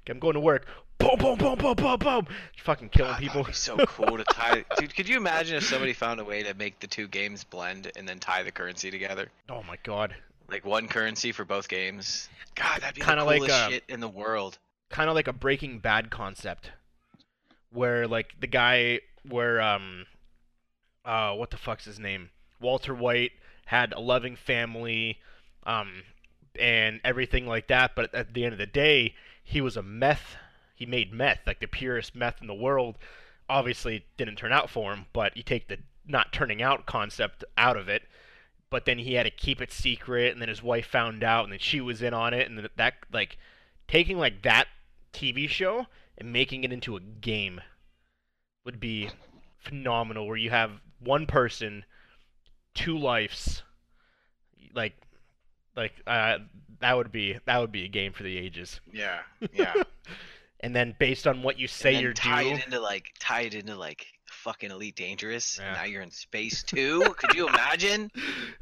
Speaker 2: Okay, I'm going to work. Boom, boom, boom, boom, boom, boom. Fucking killing
Speaker 3: God, Oh, that
Speaker 2: people.
Speaker 3: would be so cool to tie. Dude, could you imagine if somebody found a way to make the two games blend and then tie the currency together?
Speaker 2: Oh my god.
Speaker 3: Like one currency for both games. God, that'd be
Speaker 2: Kinda
Speaker 3: the
Speaker 2: like,
Speaker 3: coolest
Speaker 2: uh,
Speaker 3: shit in the world.
Speaker 2: Kind of like a Breaking Bad concept, where like the guy where um, uh, what the fuck's his name? Walter White had a loving family, um, and everything like that. But at the end of the day, he was a meth. He made meth, like the purest meth in the world. Obviously, it didn't turn out for him. But you take the not turning out concept out of it. But then he had to keep it secret, and then his wife found out, and then she was in on it, and then that like taking like that TV show and making it into a game would be phenomenal. Where you have one person, two lives, like like uh, that would be that would be a game for the ages.
Speaker 3: Yeah, yeah.
Speaker 2: And then based on what you say
Speaker 3: and then
Speaker 2: you're
Speaker 3: tie
Speaker 2: due,
Speaker 3: it into like tie it into like fucking Elite Dangerous.
Speaker 2: Yeah.
Speaker 3: and Now you're in space too. Could you imagine?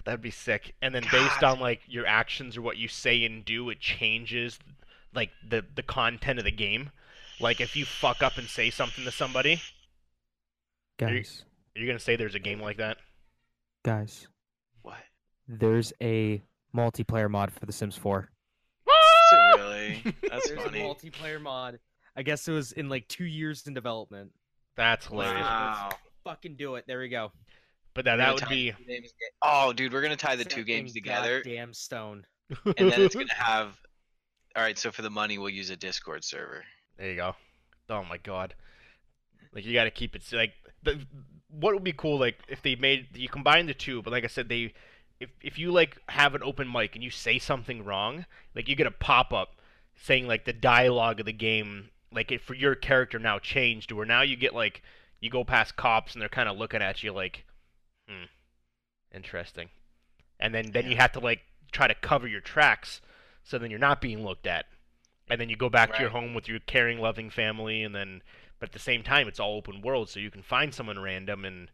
Speaker 2: that'd be sick. And then based
Speaker 3: God.
Speaker 2: on like your actions or what you say and do, it changes like the the content of the game. Like if you fuck up and say something to somebody, Are you-
Speaker 5: Guys,
Speaker 2: you're gonna say there's a game like that.
Speaker 5: guys,
Speaker 3: What?
Speaker 5: there's a multiplayer mod for The Sims 4.
Speaker 3: So really? That's
Speaker 4: There's
Speaker 3: funny.
Speaker 4: a multiplayer mod. I guess it was in like two years in development.
Speaker 2: That's hilarious.
Speaker 3: Wow.
Speaker 4: Fucking do it. There we go.
Speaker 2: But that that
Speaker 3: Gonna
Speaker 2: would
Speaker 3: tie
Speaker 2: be
Speaker 3: the two games to- Oh, dude, we're gonna tie the
Speaker 4: Set
Speaker 3: two
Speaker 4: in
Speaker 3: games together,
Speaker 4: Goddamn stone.
Speaker 3: and then it's gonna have. All right, so for the money, we'll use a Discord server.
Speaker 2: There you go. Oh my god. Like you got to keep it s- like the, what would be cool like if they made you combine the two, but like I said they if if you like have an open mic and you say something wrong, like you get a pop up saying like the dialogue of the game like it, for your character now changed where now you get like you go past cops and they're kind of looking at you like hmm interesting. And then then you have to like try to cover your tracks so then you're not being looked at and then you go back to your home with your caring, loving family, and then, but at the same time, it's all open world, so you can find someone random and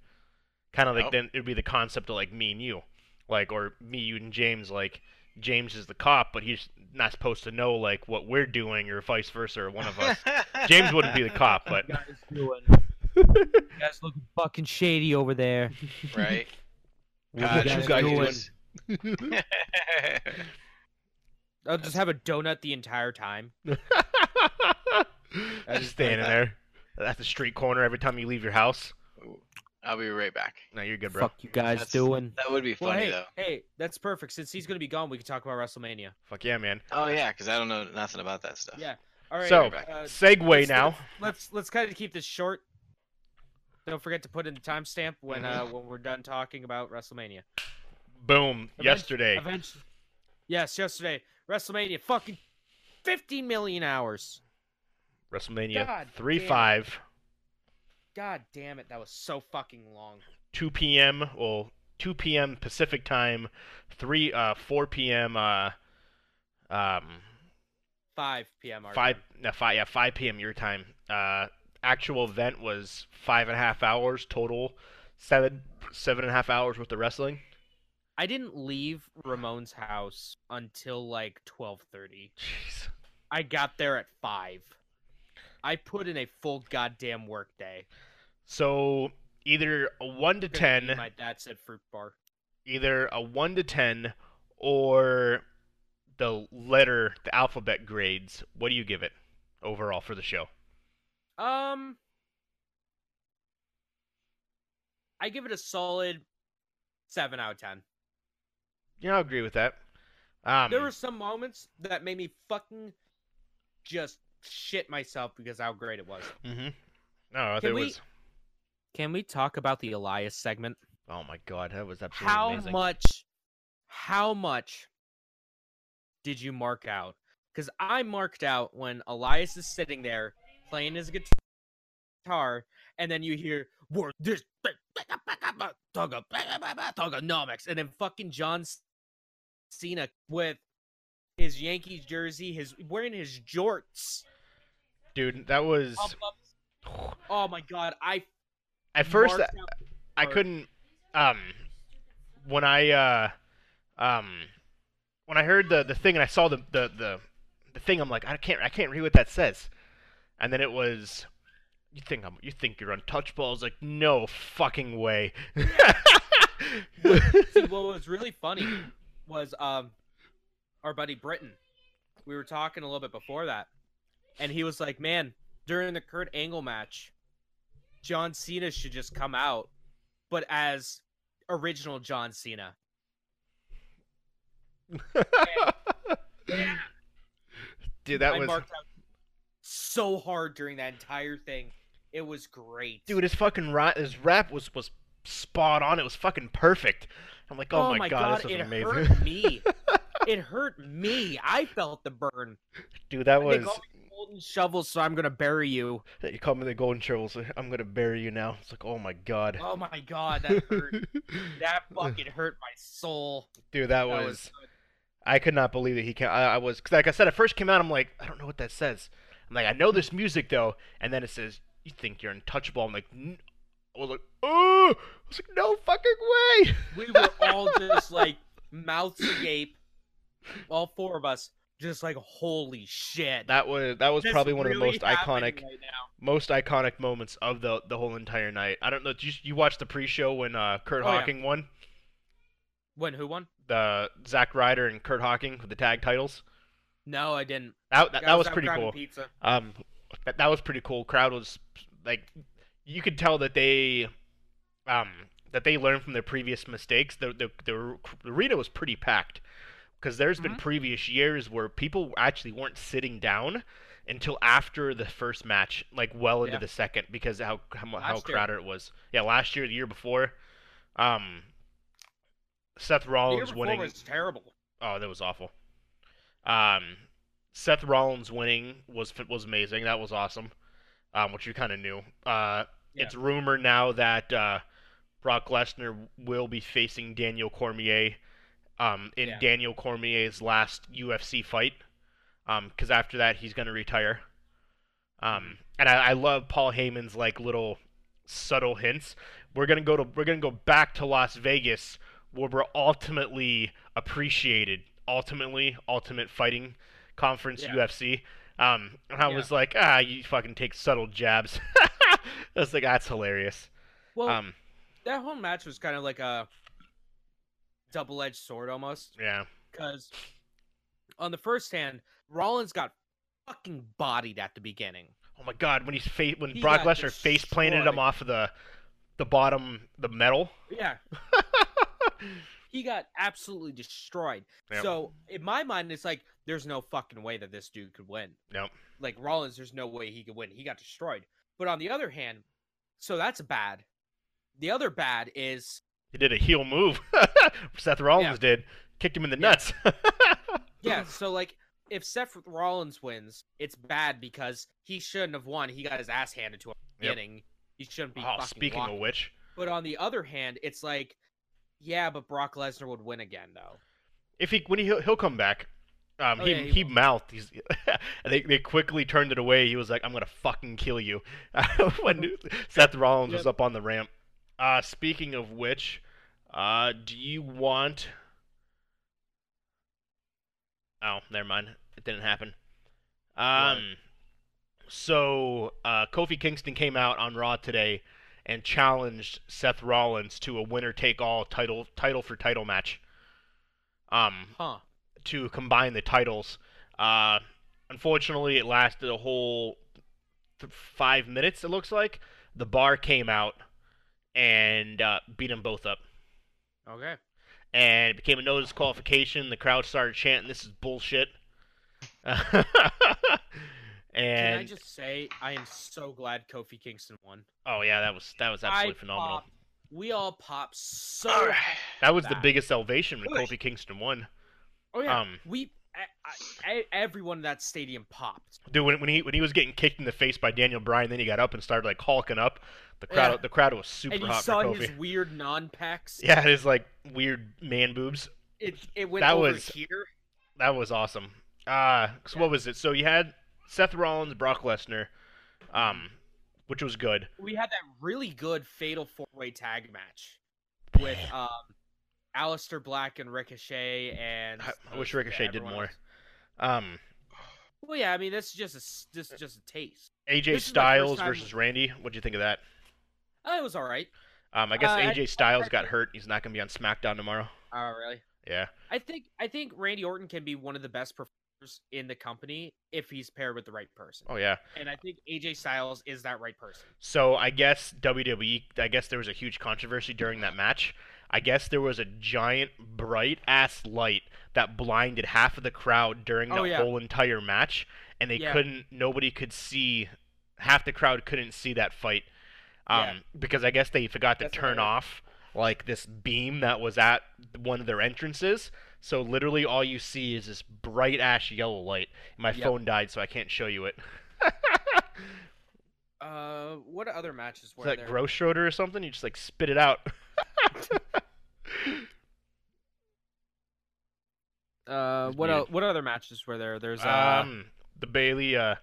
Speaker 2: kind of like
Speaker 3: Yep.
Speaker 2: then it'd be the concept of like me and you, like or me, you, and James. Like James is the cop, but he's not supposed to know like what we're doing, or vice versa, or one of us. James wouldn't be the cop, but
Speaker 5: guys doing? you guys looking fucking shady over there.
Speaker 3: right?
Speaker 5: What
Speaker 2: God,
Speaker 5: you
Speaker 2: you
Speaker 5: guys
Speaker 2: guys
Speaker 5: doing?
Speaker 2: just-
Speaker 4: I'll just have a donut the entire time.
Speaker 2: just standing there at the street corner every time you leave your house.
Speaker 3: I'll be right back.
Speaker 2: No, you're good, bro.
Speaker 5: Fuck you guys
Speaker 3: That's-
Speaker 5: doing?
Speaker 3: That would be
Speaker 4: Well,
Speaker 3: funny
Speaker 4: hey,
Speaker 3: though.
Speaker 4: hey, that's perfect. Since he's gonna be gone, we can talk about WrestleMania.
Speaker 2: Fuck yeah, man.
Speaker 3: Oh yeah, because I don't know nothing about that stuff.
Speaker 4: Yeah. All right.
Speaker 2: so,
Speaker 3: back.
Speaker 4: uh,
Speaker 2: segue
Speaker 4: let's-
Speaker 2: now.
Speaker 4: let's let's kind of keep this short. Don't forget to put in the timestamp when
Speaker 2: Mm-hmm.
Speaker 4: uh, when we're done talking about WrestleMania.
Speaker 2: Boom. Yesterday.
Speaker 4: Eventually, yes, yesterday WrestleMania, fucking fifty million hours.
Speaker 2: WrestleMania
Speaker 4: God
Speaker 2: 3
Speaker 4: damn it.
Speaker 2: 5,
Speaker 4: God damn it, that was so fucking long.
Speaker 2: 2 p.m. Well, 2 p.m. Pacific time, 3 uh 4 p.m. uh um
Speaker 4: Five p.m. our
Speaker 2: 5
Speaker 4: time.
Speaker 2: no, 5 yeah 5 p.m. your time. Uh, actual event was five and a half hours total, seven seven and a half hours worth of wrestling.
Speaker 4: I didn't leave Ramon's house until like twelve thirty.
Speaker 2: Jeez.
Speaker 4: I got there at five. I put in a full goddamn work day.
Speaker 2: So either a one to ten.
Speaker 4: My dad said fruit bar.
Speaker 2: either a 1 to 10 or the letter, the alphabet grades. What do you give it overall for the show?
Speaker 4: Um, I give it a solid seven out of ten.
Speaker 2: Yeah, I agree with that. Um,
Speaker 4: there were some moments that made me fucking just shit myself because how great it was.
Speaker 2: mhm. No,
Speaker 4: Mm-hmm. Can
Speaker 2: there
Speaker 4: we-
Speaker 2: was.
Speaker 4: Can we talk about the Elias segment?
Speaker 2: Oh my god, that was absolutely
Speaker 4: How
Speaker 2: amazing.
Speaker 4: much? How much did you mark out? Because I marked out when Elias is sitting there playing his guitar, and then you hear "Word this Tonga Tonga Nomics," and then fucking John Cena with his Yankees jersey, his wearing his jorts.
Speaker 2: Dude, that was.
Speaker 4: Pop up. Oh my god, I
Speaker 2: At first, uh,
Speaker 4: marked
Speaker 2: I,
Speaker 4: out-
Speaker 2: I
Speaker 4: part.
Speaker 2: couldn't. Um, when I uh, um, when I heard the the thing and I saw the the the, the thing, I'm like, I can't I can't read what that says. And then it was, you think I'm you think you're untouchable? I was like, no fucking way.
Speaker 4: See, what was really funny was um, our buddy Britton. We were talking a little bit before that, and he was like, "Man, during the Kurt Angle match, John Cena should just come out, but as original John Cena."
Speaker 2: Dude, that
Speaker 4: I
Speaker 2: was
Speaker 4: marked out so hard during that entire thing. It was great.
Speaker 2: dude. His fucking rap, his rap was was spot on. It was fucking perfect. I'm like, oh, my, god, this is
Speaker 4: it
Speaker 2: amazing.
Speaker 4: hurt me. it hurt me. I felt the burn.
Speaker 2: Dude, that
Speaker 4: They
Speaker 2: was.
Speaker 4: call me golden shovel, so I'm gonna bury you.
Speaker 2: You call me the golden shovel. so I'm gonna bury you now. It's like, oh my god.
Speaker 4: Oh my god, that hurt. that fucking hurt my soul.
Speaker 2: Dude, that
Speaker 4: That
Speaker 2: was.
Speaker 4: was
Speaker 2: I could not believe that he came. I, I was cause like I said, I first came out. I'm like, I don't know what that says. I'm like, I know this music though, and then it says, "You think you're untouchable?" I'm like, N-. I was like, oh, I was like, no fucking way.
Speaker 4: we were all just like mouths agape, all four of us, just like holy shit.
Speaker 2: That was that was
Speaker 4: This
Speaker 2: probably one of the
Speaker 4: really
Speaker 2: most
Speaker 4: happened
Speaker 2: iconic,
Speaker 4: right now.
Speaker 2: most iconic moments of the the whole entire night. I don't know. Did you, you watched the pre-show when uh, Kurt
Speaker 4: Oh, yeah.
Speaker 2: Hawking won
Speaker 4: When who won?
Speaker 2: the Zack Ryder and Kurt Hawking with the tag titles.
Speaker 4: No, I didn't.
Speaker 2: That that,
Speaker 4: I
Speaker 2: that was
Speaker 4: out
Speaker 2: pretty
Speaker 4: grabbing
Speaker 2: cool.
Speaker 4: Pizza.
Speaker 2: Um, that, that was pretty cool. Crowd was like, you could tell that they, um, that they learned from their previous mistakes. The the the, the arena was pretty packed because there's
Speaker 4: Mm-hmm.
Speaker 2: been previous years where people actually weren't sitting down until after the first match, like well into
Speaker 4: Yeah.
Speaker 2: the second, because how how, mu- how
Speaker 4: Last year.
Speaker 2: crowded it was. Yeah, last year, the year before, um, Seth
Speaker 4: The year
Speaker 2: Rollins
Speaker 4: before
Speaker 2: winning.
Speaker 4: was terrible.
Speaker 2: Oh, that was awful. Um, Seth Rollins winning was was amazing. That was awesome. Um, which you kind of knew. Uh,
Speaker 4: Yeah.
Speaker 2: it's rumored now that uh, Brock Lesnar will be facing Daniel Cormier, um, in
Speaker 4: Yeah.
Speaker 2: Daniel Cormier's last UFC fight. Um, because after that he's gonna retire.
Speaker 4: Mm-hmm.
Speaker 2: Um, and I, I love Paul Heyman's like little subtle hints. We're gonna go to we're gonna go back to Las Vegas where we're ultimately appreciated. Ultimately, ultimate fighting conference
Speaker 4: Yeah.
Speaker 2: UFC. Um, and I
Speaker 4: Yeah.
Speaker 2: was like, ah, you fucking take subtle jabs. I was like, that's hilarious.
Speaker 4: Well,
Speaker 2: um,
Speaker 4: that whole match was kind of like a double-edged sword almost,
Speaker 2: yeah,
Speaker 4: because on the first hand, Rollins got fucking bodied at the beginning.
Speaker 2: Oh my god, when he's fa- when
Speaker 4: He
Speaker 2: Brock
Speaker 4: got
Speaker 2: Lesnar face planted him
Speaker 4: destroyed.
Speaker 2: off of the the bottom the metal.
Speaker 4: Yeah. he got absolutely destroyed.
Speaker 2: Yep.
Speaker 4: So in my mind, it's like there's no fucking way that this dude could win.
Speaker 2: Yep.
Speaker 4: Like Rollins, there's no way he could win. He got destroyed. But on the other hand, so that's bad. The other bad is
Speaker 2: He did a heel move. Seth Rollins did. Kicked him in the nuts.
Speaker 4: yeah. So like if Seth Rollins wins, it's bad because he shouldn't have won. He got his ass handed to him.
Speaker 2: Yep.
Speaker 4: at the Beginning. He shouldn't be.
Speaker 2: oh,
Speaker 4: fucking
Speaker 2: speaking
Speaker 4: walking.
Speaker 2: of which,
Speaker 4: But on the other hand, it's like, yeah, but Brock Lesnar would win again though.
Speaker 2: if he when he he'll, he'll come back. Um,
Speaker 4: Oh,
Speaker 2: he,
Speaker 4: yeah,
Speaker 2: he
Speaker 4: he will.
Speaker 2: mouthed. He's, they they quickly turned it away. He was like, "I'm gonna fucking kill you." when Seth Rollins was
Speaker 4: Yep.
Speaker 2: up on the ramp. Uh, speaking of which, uh, do you want? Oh, never mind. It didn't happen. Um, so uh, Kofi Kingston came out on Raw today and challenged Seth Rollins to a winner take all title title for title match. Um,
Speaker 4: Huh.
Speaker 2: to combine the titles. Uh, unfortunately, it lasted a whole th- five minutes. It looks like the bar came out and uh, beat them both up,
Speaker 4: Okay.
Speaker 2: and it became a no disqualification. The crowd started chanting, "This is bullshit."
Speaker 4: Can I
Speaker 2: and
Speaker 4: just say I am so glad Kofi Kingston won.
Speaker 2: oh yeah, that was that was absolutely
Speaker 4: I
Speaker 2: phenomenal.
Speaker 4: popped- we all pop so.
Speaker 3: All right.
Speaker 4: hard.
Speaker 2: That was the
Speaker 4: that.
Speaker 2: biggest elevation when
Speaker 3: Really?
Speaker 2: Kofi Kingston won.
Speaker 4: Oh yeah,
Speaker 2: Um,
Speaker 4: we I, I, I- everyone in that stadium popped.
Speaker 2: Dude, when, when he when he was getting kicked in the face by Daniel Bryan, then he got up and started like hulking up. The crowd
Speaker 4: Yeah.
Speaker 2: the crowd was super
Speaker 4: and you
Speaker 2: hot
Speaker 4: saw
Speaker 2: for Kofi.
Speaker 4: his weird non-pecs.
Speaker 2: Yeah, his like weird man boobs.
Speaker 4: It it went
Speaker 2: That
Speaker 4: over
Speaker 2: was-
Speaker 4: here.
Speaker 2: That was awesome. Uh, so
Speaker 4: Yeah.
Speaker 2: what was it? So you had Seth Rollins, Brock Lesnar, um, which was good.
Speaker 4: We had that really good fatal four-way tag match with um, Alistair Black and Ricochet and.
Speaker 2: I- I
Speaker 4: uh,
Speaker 2: wish Ricochet did
Speaker 4: everyone
Speaker 2: more.
Speaker 4: else.
Speaker 2: Um,
Speaker 4: Well, yeah, I mean this is just a s- this is just a taste.
Speaker 2: AJ
Speaker 4: This is my first
Speaker 2: Styles
Speaker 4: time-
Speaker 2: versus Randy. What'd you think of that?
Speaker 4: Oh, it was all right.
Speaker 2: Um, I guess
Speaker 4: Uh, I-
Speaker 2: AJ Styles got hurt. He's not gonna be on SmackDown tomorrow.
Speaker 4: Oh, really?
Speaker 2: Yeah.
Speaker 4: I think I think Randy Orton can be one of the best performers in the company if he's paired with the right person.
Speaker 2: Oh yeah.
Speaker 4: And I think AJ Styles is that right person.
Speaker 2: So I guess WWE. I guess there was a huge controversy during that match. I guess there was a giant bright ass light that blinded half of the crowd during the
Speaker 4: Oh, yeah.
Speaker 2: whole entire match, and they
Speaker 4: Yeah.
Speaker 2: couldn't. Nobody could see. Half the crowd couldn't see that fight, um,
Speaker 4: Yeah.
Speaker 2: because I guess they forgot to
Speaker 4: That's
Speaker 2: turn
Speaker 4: hilarious.
Speaker 2: off like this beam that was at one of their entrances. So literally all you see is this bright ash yellow light. My
Speaker 4: Yep.
Speaker 2: phone died, so I can't show you it.
Speaker 4: Uh, what other matches
Speaker 2: Is
Speaker 4: were
Speaker 2: that
Speaker 4: there?
Speaker 2: gross Schroeder or something? You just like spit it out.
Speaker 4: Uh,
Speaker 2: It's
Speaker 4: what
Speaker 2: muted.
Speaker 4: el- what other matches were there? There's uh,
Speaker 2: um, the Bailey. Uh,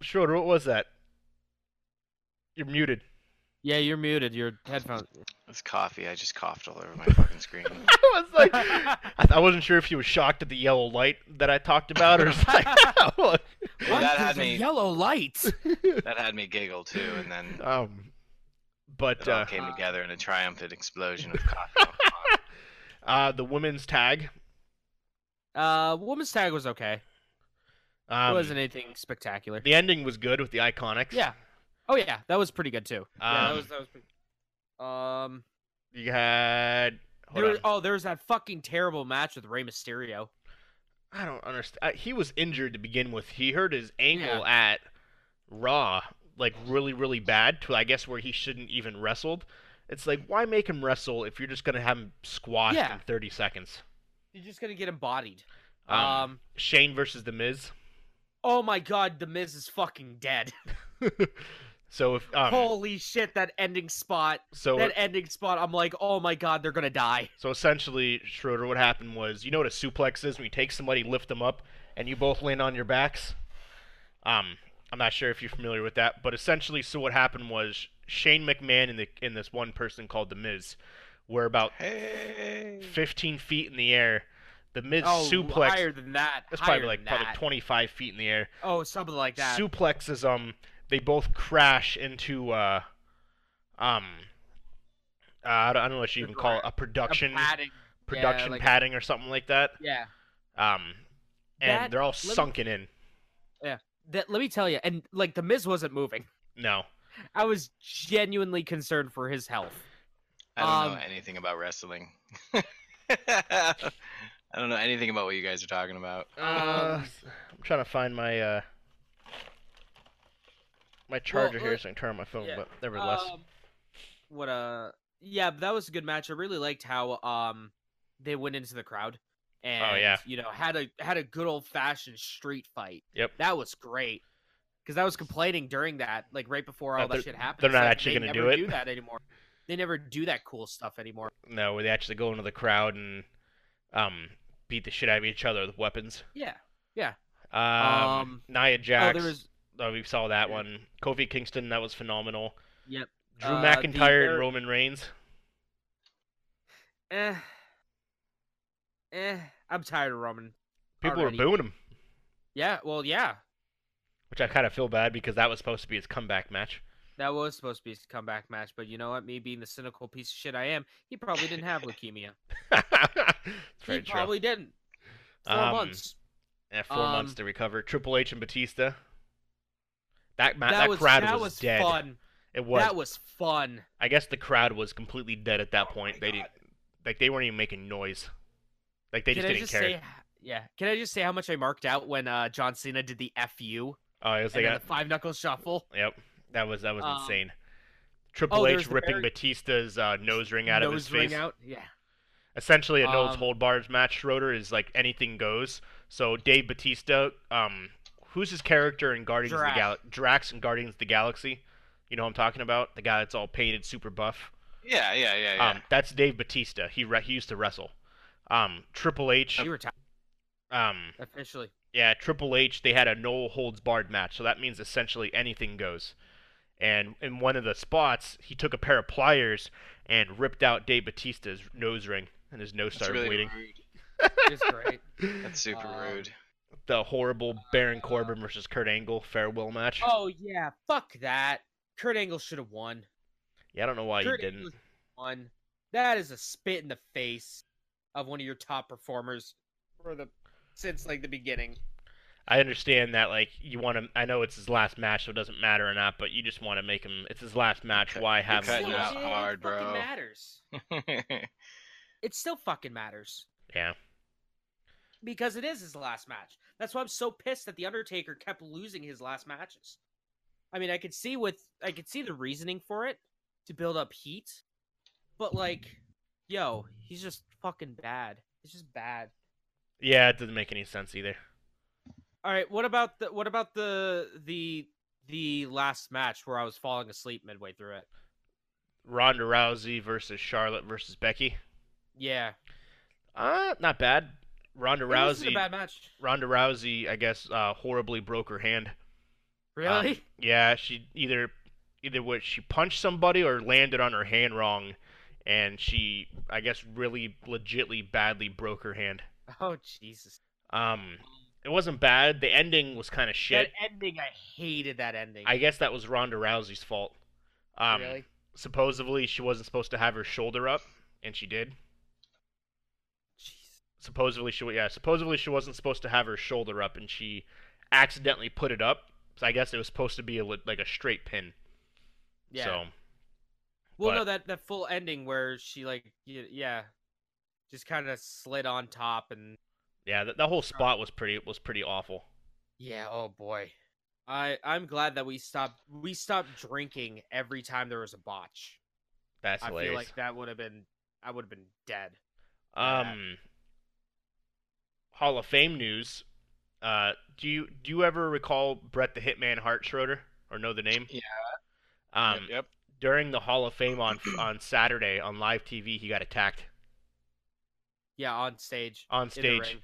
Speaker 2: Schroeder, what was that? You're muted.
Speaker 5: Yeah, you're muted. Your headphones.
Speaker 3: It's coffee. I just coughed all over my fucking screen.
Speaker 2: I was like, I, I wasn't sure if you were shocked at the yellow light that I talked about, or it's like,
Speaker 3: Well, that had me.
Speaker 5: yellow lights.
Speaker 3: That had me giggle too, and then
Speaker 2: um,
Speaker 3: it
Speaker 2: but
Speaker 3: all
Speaker 2: uh,
Speaker 3: came together in a triumphant explosion of coffee.
Speaker 2: uh, the women's tag
Speaker 4: uh, woman's tag was okay.
Speaker 2: um,
Speaker 4: it wasn't anything spectacular.
Speaker 2: The ending was good with the iconics.
Speaker 4: Yeah. Oh yeah, that was pretty good too. yeah, that
Speaker 2: Um,
Speaker 4: was that was. Pretty... Um,
Speaker 2: You had. Hold
Speaker 4: there
Speaker 2: on.
Speaker 4: was- oh, there was that fucking terrible match with Rey Mysterio.
Speaker 2: I don't understand. He was injured to begin with. He hurt his ankle at Raw, like really, really bad. To I guess where he shouldn't even wrestled. It's like, why make him wrestle if you're just gonna have him squashed
Speaker 4: Yeah.
Speaker 2: in 30 seconds?
Speaker 4: You're just gonna get embodied.
Speaker 2: Um,
Speaker 4: um
Speaker 2: Shane versus The Miz.
Speaker 4: Oh my god, the Miz is fucking dead.
Speaker 2: so if um,
Speaker 4: Holy shit, that ending spot.
Speaker 2: so
Speaker 4: That ending spot, I'm like, oh my god, they're gonna die.
Speaker 2: so essentially, Schroeder, what happened was, you know what a suplex is when you take somebody, lift them up, and you both land on your backs. Um, I'm not sure if you're familiar with that, but essentially, so what happened was Shane McMahon and the and this one person called The Miz were about
Speaker 3: Hey.
Speaker 2: 15 feet in the air. The Miz
Speaker 4: oh,
Speaker 2: suplex.
Speaker 4: higher than that.
Speaker 2: that's
Speaker 4: higher
Speaker 2: probably like
Speaker 4: than
Speaker 2: probably
Speaker 4: that.
Speaker 2: 25 feet in the air.
Speaker 4: Oh, something like that.
Speaker 2: suplexes um they both crash into uh um uh, I don't I don't know what you
Speaker 4: The
Speaker 2: even call it
Speaker 4: door.
Speaker 2: a
Speaker 4: A
Speaker 2: production
Speaker 4: padding.
Speaker 2: production
Speaker 4: like a-
Speaker 2: padding or something like that
Speaker 4: Yeah.
Speaker 2: um and
Speaker 4: That-
Speaker 2: they're all
Speaker 4: me-
Speaker 2: sunken in
Speaker 4: That, let me tell you, and like the Miz wasn't moving.
Speaker 2: no
Speaker 4: I was genuinely concerned for his health.
Speaker 3: I don't
Speaker 4: Um,
Speaker 3: know anything about wrestling. I don't know anything about what you guys are talking about.
Speaker 4: Um,
Speaker 2: uh, I'm trying to find my uh my charger here
Speaker 4: uh,
Speaker 2: so I can turn on my phone
Speaker 4: yeah,
Speaker 2: but nevertheless
Speaker 4: Um, what a yeah, but that was a good match. I really liked how um they went into the crowd and
Speaker 2: Oh, yeah.
Speaker 4: you know had a had a good old fashioned street fight.
Speaker 2: Yep.
Speaker 4: that was great because I was complaining during that, like right before
Speaker 2: That
Speaker 4: all that
Speaker 2: they're-
Speaker 4: shit happened.
Speaker 2: they're
Speaker 4: it's
Speaker 2: not
Speaker 4: like,
Speaker 2: actually
Speaker 4: they
Speaker 2: gonna
Speaker 4: never
Speaker 2: do it.
Speaker 4: that anymore. They never do that cool stuff anymore.
Speaker 2: no where they actually go into the crowd and um beat the shit out of each other with weapons
Speaker 4: Yeah.
Speaker 2: um,
Speaker 4: Um,
Speaker 2: Nia Jax
Speaker 4: Oh, there was
Speaker 2: Oh, we saw that
Speaker 4: Yeah.
Speaker 2: one. Kofi Kingston, that was phenomenal.
Speaker 4: Yep.
Speaker 2: Drew
Speaker 4: Uh, the
Speaker 2: McIntyre
Speaker 4: Eric-
Speaker 2: and Roman Reigns.
Speaker 4: eh, eh. I'm tired of Roman.
Speaker 2: People
Speaker 4: already.
Speaker 2: were booing him,
Speaker 4: Yeah. Well, yeah.
Speaker 2: which I kind of feel bad because that was supposed to be his comeback match.
Speaker 4: That was supposed to be his comeback match, but you know what? Me being the cynical piece of shit I am, he probably didn't have leukemia.
Speaker 2: it's
Speaker 4: he
Speaker 2: very true.
Speaker 4: probably didn't. Four
Speaker 2: Um,
Speaker 4: months.
Speaker 2: Yeah, four months
Speaker 4: um,
Speaker 2: to recover. Triple H and Batista. That ma-
Speaker 4: That,
Speaker 2: that,
Speaker 4: was
Speaker 2: crowd
Speaker 4: that
Speaker 2: was,
Speaker 4: was
Speaker 2: dead.
Speaker 4: fun.
Speaker 2: It was.
Speaker 4: That was fun.
Speaker 2: I guess the crowd was completely dead at that
Speaker 3: Oh
Speaker 2: point.
Speaker 3: my
Speaker 2: they didn't, like they weren't even making noise. Like they
Speaker 4: Can
Speaker 2: just
Speaker 4: I
Speaker 2: didn't
Speaker 4: just
Speaker 2: care.
Speaker 4: say? Yeah. Can I just say how much I marked out when uh, John Cena did the FU
Speaker 2: oh, it was
Speaker 4: and
Speaker 2: like
Speaker 4: then
Speaker 2: a-
Speaker 4: the five knuckle shuffle?
Speaker 2: Yep, that was that was
Speaker 4: Um,
Speaker 2: insane. Triple
Speaker 4: there's
Speaker 2: H
Speaker 4: the
Speaker 2: ripping
Speaker 4: very-
Speaker 2: Batista's uh, nose ring out of his
Speaker 4: Nose ring
Speaker 2: face.
Speaker 4: out. Yeah.
Speaker 2: Essentially, a nose
Speaker 4: Um,
Speaker 2: hold bars match. Schroeder is like anything goes. So Dave Batista, um, who's his character in Guardians of
Speaker 4: Drax.
Speaker 2: the Galaxy? Drax in Guardians of the Galaxy. You know who I'm talking about? The guy that's all painted, super buff.
Speaker 3: Yeah, yeah, yeah, yeah.
Speaker 2: Um, that's Dave Batista. He re- he used to wrestle. Um, Triple H.
Speaker 4: He retired
Speaker 2: Um,
Speaker 4: officially.
Speaker 2: yeah, Triple H, they had a no holds barred match, so that means essentially anything goes. And in one of the spots, he took a pair of pliers and ripped out Dave Batista's nose ring, and his nose
Speaker 3: That's
Speaker 2: started
Speaker 3: really
Speaker 2: bleeding.
Speaker 3: rude.
Speaker 4: It was great.
Speaker 3: That's super
Speaker 4: Um,
Speaker 3: rude.
Speaker 2: The horrible Baron Corbin versus Kurt Angle farewell match.
Speaker 4: oh yeah. Fuck that. Kurt Angle should have won.
Speaker 2: yeah, I don't know
Speaker 3: Oh,
Speaker 2: why
Speaker 4: Kurt
Speaker 2: he didn't.
Speaker 4: Angle should've won. That is a spit in the face of one of your top performers for the since like the beginning.
Speaker 2: I understand that, like, you want to. I know it's his last match, so it doesn't matter or not, but you just want to make him. It's his last match.
Speaker 3: cut-
Speaker 2: Why
Speaker 3: you're
Speaker 2: have him
Speaker 3: cutting
Speaker 2: lose?
Speaker 3: out
Speaker 4: Still, it
Speaker 3: hard,
Speaker 4: fucking
Speaker 3: bro.
Speaker 4: Matters. It still fucking matters
Speaker 2: Yeah.
Speaker 4: because it is his last match. That's why I'm so pissed that the Undertaker kept losing his last matches. I mean, I could see with I could see the reasoning for it to build up heat, But like, yo, he's just fucking bad. It's just bad.
Speaker 2: Yeah, it doesn't make any sense either.
Speaker 4: All right, what about the what about the the the last match where I was falling asleep midway through it?
Speaker 2: Ronda Rousey versus Charlotte versus Becky.
Speaker 4: Yeah,
Speaker 2: Uh, not bad. Ronda
Speaker 4: It wasn't
Speaker 2: Rousey.
Speaker 4: a bad match.
Speaker 2: Ronda Rousey, I guess, uh, horribly broke her hand.
Speaker 4: Really?
Speaker 2: Yeah, she either either what she punched somebody or landed on her hand wrong, and she, I guess, really legitly badly broke her hand.
Speaker 4: oh Jesus!
Speaker 2: Um, it wasn't bad. The ending was kind of shit.
Speaker 4: That ending, I hated that ending.
Speaker 2: I guess that was Ronda Rousey's fault. Um,
Speaker 4: really?
Speaker 2: supposedly she wasn't supposed to have her shoulder up, and she did.
Speaker 4: Jeez.
Speaker 2: supposedly she yeah supposedly she wasn't supposed to have her shoulder up and she accidentally put it up so i guess it was supposed to be a, li- like a straight pin
Speaker 4: Yeah.
Speaker 2: so
Speaker 4: well,
Speaker 2: but-
Speaker 4: no, that that full ending where she like, y- yeah, just kind of slid on top and
Speaker 2: yeah that, that whole spot was pretty was pretty awful
Speaker 4: yeah. Oh boy. I I'm glad that we stopped we stopped drinking every time there was a botch.
Speaker 2: that's
Speaker 4: I
Speaker 2: hilarious
Speaker 4: feel like that would have been I would have been dead. that-
Speaker 2: um hall of fame news uh do you do you ever recall brett the hitman hart schroeder or know the name
Speaker 3: Yeah.
Speaker 2: um
Speaker 3: yep, yep.
Speaker 2: during the hall of fame on on saturday on live tv he got attacked
Speaker 4: Yeah, on stage.
Speaker 2: on
Speaker 4: in the
Speaker 2: stage
Speaker 4: ring.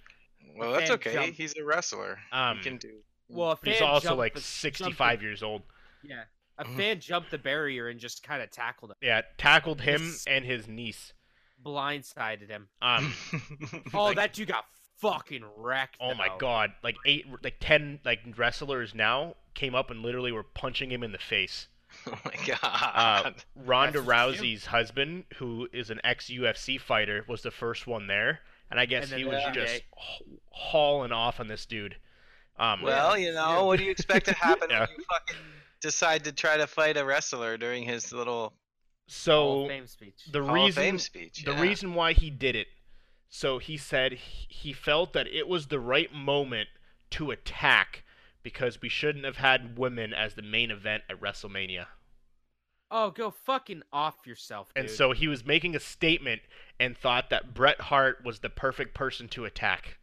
Speaker 3: Well, that's
Speaker 4: fan
Speaker 3: okay.
Speaker 4: jump.
Speaker 3: He's a wrestler.
Speaker 2: um
Speaker 3: he can do.
Speaker 4: Well, a
Speaker 2: but he's
Speaker 4: fan
Speaker 2: also
Speaker 4: jumped
Speaker 2: like
Speaker 4: the- jumped the-
Speaker 2: 65 years Mm-hmm. old
Speaker 4: Yeah, a fan jumped the barrier and just kind of tackled him,
Speaker 2: Yeah, tackled him
Speaker 4: Yes.
Speaker 2: and his niece.
Speaker 4: blindsided him.
Speaker 2: Um,
Speaker 4: Oh,
Speaker 3: Like,
Speaker 4: that you got fucking wrecked.
Speaker 2: oh my
Speaker 4: though.
Speaker 2: god, like eight, like ten, like wrestlers now came up and literally were punching him in the face.
Speaker 3: Oh my god.
Speaker 2: Ronda
Speaker 4: That's what you do.
Speaker 2: Rousey's husband, who is an ex UFC fighter, was the first one there, and I guess
Speaker 4: And then
Speaker 2: he
Speaker 4: the
Speaker 2: was
Speaker 4: next
Speaker 2: just
Speaker 4: day.
Speaker 2: h- hauling off on this dude. Um,
Speaker 3: well, you know, what do you expect to happen
Speaker 2: Yeah.
Speaker 3: when you fucking decide to try to fight a wrestler during his little
Speaker 4: Hall
Speaker 2: so
Speaker 4: of Fame speech.
Speaker 2: the
Speaker 3: Hall of Fame
Speaker 2: reason
Speaker 3: speech?
Speaker 2: the
Speaker 3: yeah.
Speaker 2: reason why he did it so he said he he felt that it was the right moment to attack because we shouldn't have had women as the main event at WrestleMania.
Speaker 4: Oh, go fucking off yourself, dude.
Speaker 2: And so he was making a statement and thought that Bret Hart was the perfect person to attack.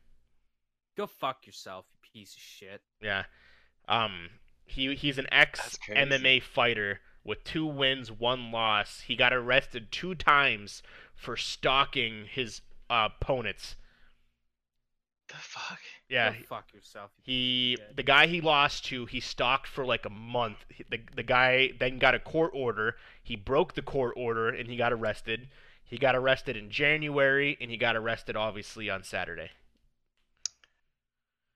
Speaker 4: go fuck yourself, you piece of shit.
Speaker 2: Yeah. Um he he's an
Speaker 3: That's
Speaker 2: ex
Speaker 3: crazy.
Speaker 2: MMA fighter with two wins, one loss. He got arrested two times for stalking his uh, opponents.
Speaker 3: The fuck?
Speaker 2: Yeah,
Speaker 4: go fuck yourself. you
Speaker 2: He,
Speaker 4: piece of shit.
Speaker 2: the guy he lost to, he stalked for like a month. He- The, the guy then got a court order. He broke the court order and he got arrested. He got arrested in January and he got arrested obviously on Saturday.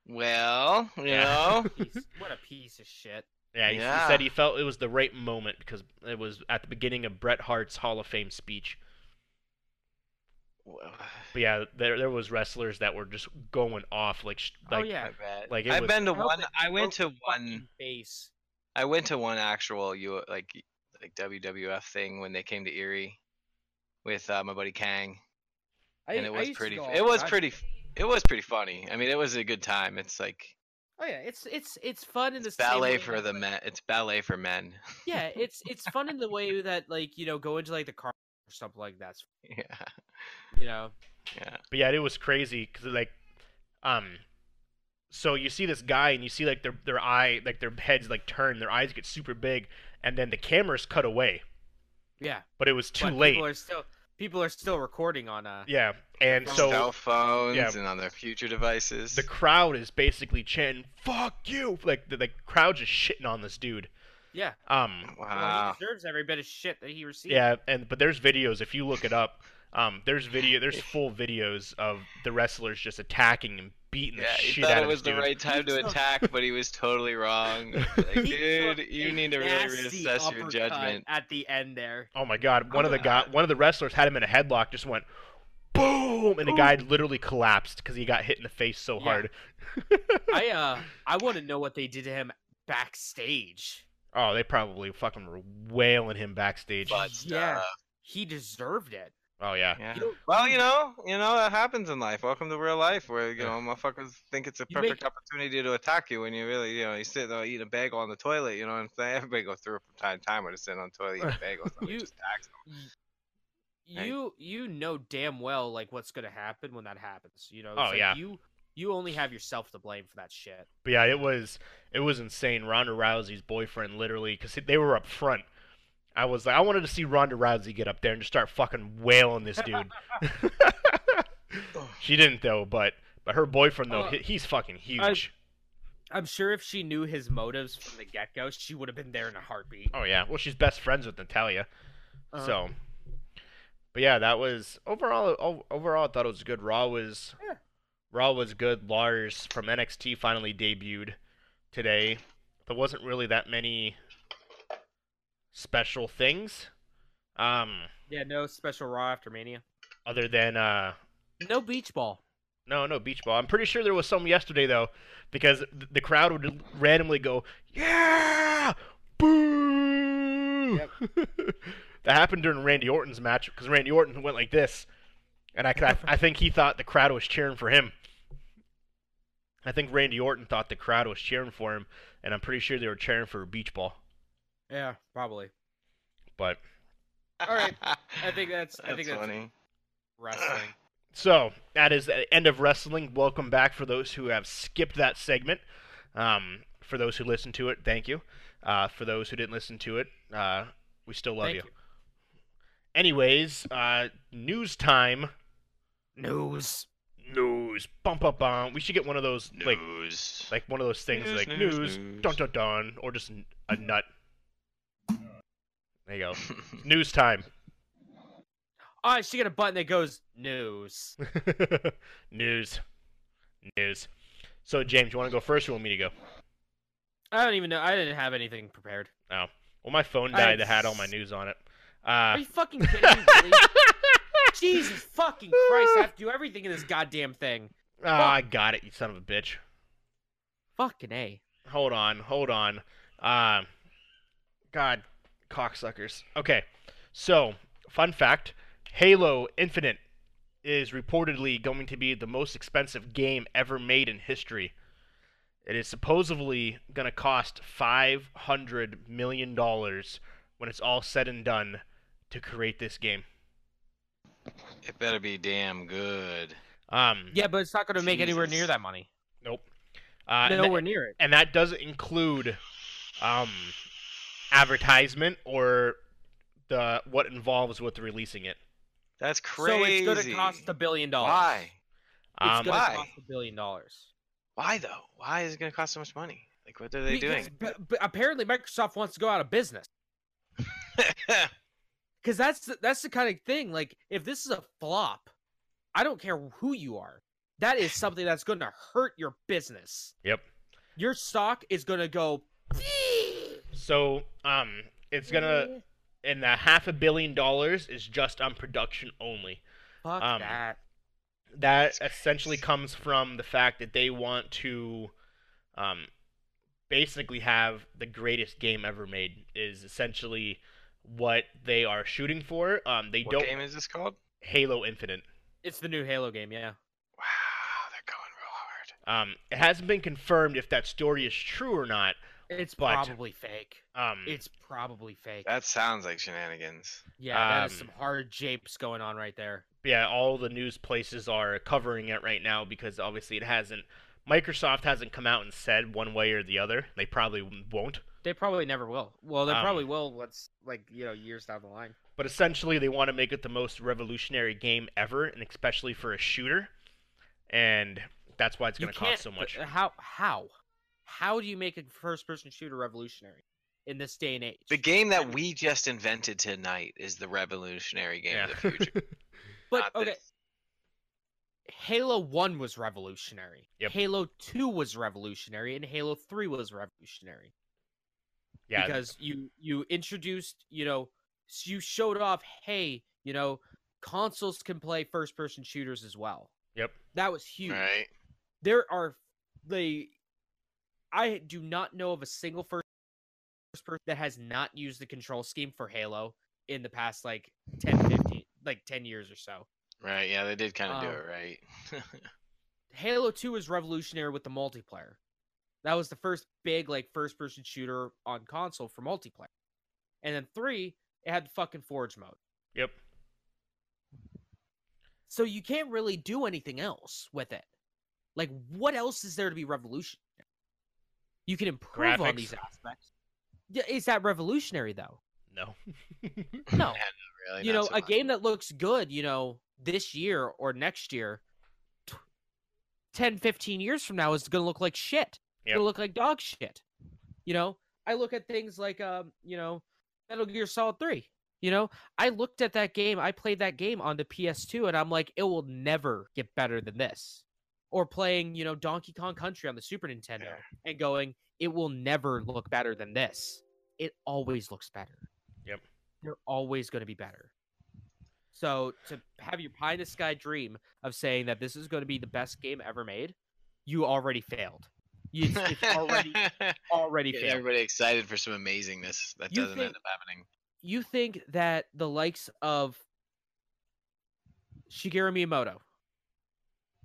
Speaker 3: Well, you
Speaker 2: Yeah.
Speaker 3: know,
Speaker 4: Piece- what a piece of shit.
Speaker 2: Yeah, he, he
Speaker 3: Yeah.
Speaker 2: said he felt it was the right moment because it was at the beginning of Bret Hart's Hall of Fame speech.
Speaker 3: Well,
Speaker 2: But yeah, there there was wrestlers that were just going off like sh-
Speaker 4: oh
Speaker 2: like
Speaker 4: yeah,
Speaker 3: I bet.
Speaker 2: like, it
Speaker 3: I've
Speaker 2: was-
Speaker 3: been to
Speaker 4: Broke
Speaker 3: one.
Speaker 4: it-
Speaker 3: I went
Speaker 4: broke
Speaker 3: to
Speaker 4: the
Speaker 3: one.
Speaker 4: fucking base.
Speaker 3: I went to one actual you like like WWF thing when they came to Erie with uh, my buddy Kang,
Speaker 4: I,
Speaker 3: and
Speaker 4: I
Speaker 3: it was
Speaker 4: used to
Speaker 3: pretty.
Speaker 4: go all
Speaker 3: It
Speaker 4: the
Speaker 3: was
Speaker 4: time.
Speaker 3: pretty. It was pretty funny. I mean, it was a good time. It's like
Speaker 4: Oh yeah, it's it's it's fun in
Speaker 3: it's
Speaker 4: the same
Speaker 3: ballet
Speaker 4: way
Speaker 3: for
Speaker 4: that,
Speaker 3: the
Speaker 4: like-
Speaker 3: men. It's ballet for men.
Speaker 4: Yeah, it's it's fun in the way that like you know go into like the car or something like that.
Speaker 3: yeah,
Speaker 4: You know,
Speaker 3: yeah.
Speaker 2: But yeah, it was crazy because like, um, so you see this guy and you see like their their eye like their heads like turn, their eyes get super big, and then the cameras cut away.
Speaker 4: yeah.
Speaker 2: But it was too
Speaker 4: but
Speaker 2: late.
Speaker 4: People are still people are still recording on uh.
Speaker 2: Yeah, and
Speaker 3: On
Speaker 2: so
Speaker 3: cell phones
Speaker 2: yeah.
Speaker 3: and on their future devices.
Speaker 2: the crowd is basically chanting "fuck you," like the, the crowd just shitting on this dude.
Speaker 4: Yeah,
Speaker 2: Um,
Speaker 4: well,
Speaker 3: wow.
Speaker 4: he deserves every bit of shit that he received.
Speaker 2: yeah, and but there's videos if you look it up. Um, there's video, there's full videos of the wrestlers just attacking and beating
Speaker 3: Yeah,
Speaker 2: the
Speaker 3: he
Speaker 2: shit
Speaker 3: thought
Speaker 2: out
Speaker 3: it
Speaker 2: of
Speaker 3: was
Speaker 2: this
Speaker 3: the
Speaker 2: dude.
Speaker 3: right time to
Speaker 4: took-
Speaker 3: attack, but he was totally wrong. Like,
Speaker 4: He
Speaker 3: dude,
Speaker 4: took
Speaker 3: you
Speaker 4: a
Speaker 3: need to really reassess
Speaker 4: nasty
Speaker 3: your
Speaker 4: uppercut
Speaker 3: judgment.
Speaker 4: at the end there.
Speaker 2: Oh my god, one of the guy, one of the wrestlers had him in a headlock, just went boom, and the guy literally collapsed because he got hit in the face so
Speaker 4: Yeah.
Speaker 2: hard.
Speaker 4: I uh, I want to know what they did to him backstage.
Speaker 2: Oh, they probably fucking were wailing him backstage.
Speaker 3: But
Speaker 4: Yeah.
Speaker 3: uh,
Speaker 4: He deserved it.
Speaker 2: Oh yeah,
Speaker 3: yeah.
Speaker 4: You don't-
Speaker 3: Well, you know, you know that happens in life. Welcome to real life, where you know motherfuckers think it's a
Speaker 4: You
Speaker 3: perfect opportunity to attack you when you really, you know, you sit there eating a bagel on the toilet. You know what I'm saying? Everybody goes through it from time to time when they're sitting on the toilet eating a bagel. Somebody
Speaker 4: You-
Speaker 3: just attacks them.
Speaker 4: y-
Speaker 3: Right.
Speaker 4: you you know damn well like what's gonna happen when that happens. You know, it's
Speaker 2: Oh,
Speaker 4: like
Speaker 2: yeah.
Speaker 4: you you only have yourself to blame for that shit.
Speaker 2: But yeah, it was it was insane. Ronda Rousey's boyfriend, literally, because they were up front. I was like, I wanted to see Ronda Rousey get up there and just start fucking wailing this dude. she didn't though, but but her boyfriend though,
Speaker 4: Uh,
Speaker 2: he, he's fucking
Speaker 4: I-
Speaker 2: huge.
Speaker 4: I'm sure if she knew his motives from the get go, she would have been there in a heartbeat.
Speaker 2: oh yeah, well she's best friends with Natalia,
Speaker 4: Uh-huh.
Speaker 2: so. But yeah, that was overall. o- Overall, I thought it was good. Raw was
Speaker 4: Yeah.
Speaker 2: Raw was good. Lars from NXT finally debuted today. There wasn't really that many special things. Um,
Speaker 4: yeah, no special Raw after Mania.
Speaker 2: other than uh
Speaker 5: No beach ball.
Speaker 2: no no beach ball i'm pretty sure there was some yesterday though because th- the crowd would randomly go yeah boo that happened during randy orton's match because randy orton went like this and I, I, I think he thought the crowd was cheering for him i think randy orton thought the crowd was cheering for him and i'm pretty sure they were cheering for beach ball
Speaker 4: Yeah, probably.
Speaker 2: but
Speaker 3: All
Speaker 4: right. I think that's- I think that's-
Speaker 3: funny.
Speaker 4: Wrestling.
Speaker 2: So that is the end of wrestling. Welcome back for those who have skipped that segment. Um, for those who listened to it, thank you. Uh, for those who didn't listen to it, uh, we still love
Speaker 4: Thank
Speaker 2: you.
Speaker 4: you.
Speaker 2: Anyways, uh, news time.
Speaker 5: News.
Speaker 2: News. Bum bum bum. We should get one of those like
Speaker 3: news.
Speaker 2: like one of those things
Speaker 3: News,
Speaker 2: like
Speaker 3: news,
Speaker 2: news,
Speaker 3: news.
Speaker 2: dun dun dun, or just n- a nut. There you go. news time.
Speaker 4: All right, she got a button that goes news.
Speaker 2: news. News. So James, you want to go first, or you want me to go?
Speaker 4: I don't even know. I didn't have anything prepared.
Speaker 2: Well, my phone
Speaker 4: I
Speaker 2: died
Speaker 4: had
Speaker 2: that had all
Speaker 4: s-
Speaker 2: my news on it.
Speaker 4: Are
Speaker 2: Uh,
Speaker 4: you fucking kidding me? Billy? Jesus fucking Christ! I have to do everything in this goddamn thing.
Speaker 2: ah, I got it, you son of a bitch.
Speaker 4: Fucking a.
Speaker 2: Hold on, hold on. Um, God, cocksuckers. Okay, so fun fact: Halo Infinite is reportedly going to be the most expensive game ever made in history. It is supposedly going to cost five hundred million dollars when it's all said and done to create this game.
Speaker 3: It better be damn good.
Speaker 2: Um,
Speaker 4: Yeah, but it's not going to make anywhere near
Speaker 3: Jesus.
Speaker 4: that money.
Speaker 2: Nope. Uh, and
Speaker 4: Nowhere near it.
Speaker 2: and that doesn't include um, advertisement or the what involves with releasing it.
Speaker 3: That's crazy.
Speaker 4: So it's going to cost a billion dollars.
Speaker 3: Why?
Speaker 2: Um,
Speaker 4: It's going to
Speaker 3: Why?
Speaker 4: cost a billion dollars.
Speaker 3: Why though? Why is it going to cost so much money? Like, what are they
Speaker 4: Because
Speaker 3: doing?
Speaker 4: b- b- apparently Microsoft wants to go out of business. Because that's the, that's the kind of thing. Like if this is a flop, I don't care who you are. That is something that's going to hurt your business.
Speaker 2: Yep.
Speaker 4: Your stock is going to go.
Speaker 2: so um, it's gonna and the half a billion dollars is just on production only.
Speaker 4: Fuck
Speaker 2: Um,
Speaker 4: that.
Speaker 2: that
Speaker 3: That's
Speaker 2: essentially
Speaker 3: crazy.
Speaker 2: comes from the fact that they want to um, basically have the greatest game ever made is essentially what they are shooting for um, they
Speaker 3: what
Speaker 2: don't
Speaker 3: game is this called?
Speaker 2: halo infinite
Speaker 4: It's the new Halo game. Yeah.
Speaker 3: Wow, they're going real hard.
Speaker 2: um, it hasn't been confirmed if that story is true or not
Speaker 4: It's
Speaker 2: But-
Speaker 4: probably fake.
Speaker 2: um,
Speaker 4: It's probably fake.
Speaker 3: That sounds like shenanigans.
Speaker 4: Yeah, that is
Speaker 2: Um,
Speaker 4: some hard japes going on right there.
Speaker 2: yeah, all the news places are covering it right now because obviously it hasn't. Microsoft hasn't come out and said one way or the other. They probably won't.
Speaker 4: They probably never will. Well, they
Speaker 2: Um,
Speaker 4: probably will once, like you know, years down the line.
Speaker 2: But essentially, they want to make it the most revolutionary game ever, and especially for a shooter. And that's why it's
Speaker 4: You
Speaker 2: going to cost so
Speaker 4: can't-
Speaker 2: much.
Speaker 4: but How how how do you make a first-person shooter revolutionary in this day and age?
Speaker 3: The game that we just invented tonight is the revolutionary game
Speaker 2: Yeah.
Speaker 3: of the future.
Speaker 4: but
Speaker 3: not
Speaker 4: okay,
Speaker 3: this.
Speaker 4: Halo One was revolutionary.
Speaker 2: Yep.
Speaker 4: Halo Two was revolutionary, and Halo Three was revolutionary
Speaker 2: yeah,
Speaker 4: because you you introduced you know s- you showed off. Hey, you know, consoles can play first-person shooters as well.
Speaker 2: Yep.
Speaker 4: That was huge.
Speaker 3: right?
Speaker 4: there are they i do not know of a single first person that has not used the control scheme for halo in the past like 10 15 like 10 years or so
Speaker 3: Right. Yeah, they did kind of do
Speaker 4: Um,
Speaker 3: it right.
Speaker 4: halo 2 is revolutionary with the multiplayer that was the first big like first person shooter on console for multiplayer and then 3 it had the fucking forge mode
Speaker 2: Yep.
Speaker 4: So you can't really do anything else with it. Like, what else is there to be revolutionary? You can improve on
Speaker 2: Graphics.
Speaker 4: these aspects. Yeah, Is that revolutionary though?
Speaker 2: No.
Speaker 4: No.
Speaker 3: really.
Speaker 4: you
Speaker 3: not
Speaker 4: know,
Speaker 3: so
Speaker 4: a
Speaker 3: much.
Speaker 4: game that looks good, you know, this year or next year, t- 10, 15 years from now is going to look like shit. It's
Speaker 2: Yep.
Speaker 4: going to look like dog shit. You know, I look at things like, um, you know, Metal Gear Solid 3. You know, I looked at that game, I played that game on the PS2, and I'm like, it will never get better than this. Or playing, you know, Donkey Kong Country on the Super Nintendo
Speaker 3: Yeah.
Speaker 4: and going, it will never look better than this. It always looks better they're always going to be better. So to have your pie in the sky dream of saying that this is going to be the best game ever made, you already failed. You, it's already already
Speaker 3: Getting
Speaker 4: failed.
Speaker 3: everybody excited for some amazingness that
Speaker 4: You
Speaker 3: doesn't
Speaker 4: think-
Speaker 3: end up happening.
Speaker 4: You think that the likes of Shigeru Miyamoto,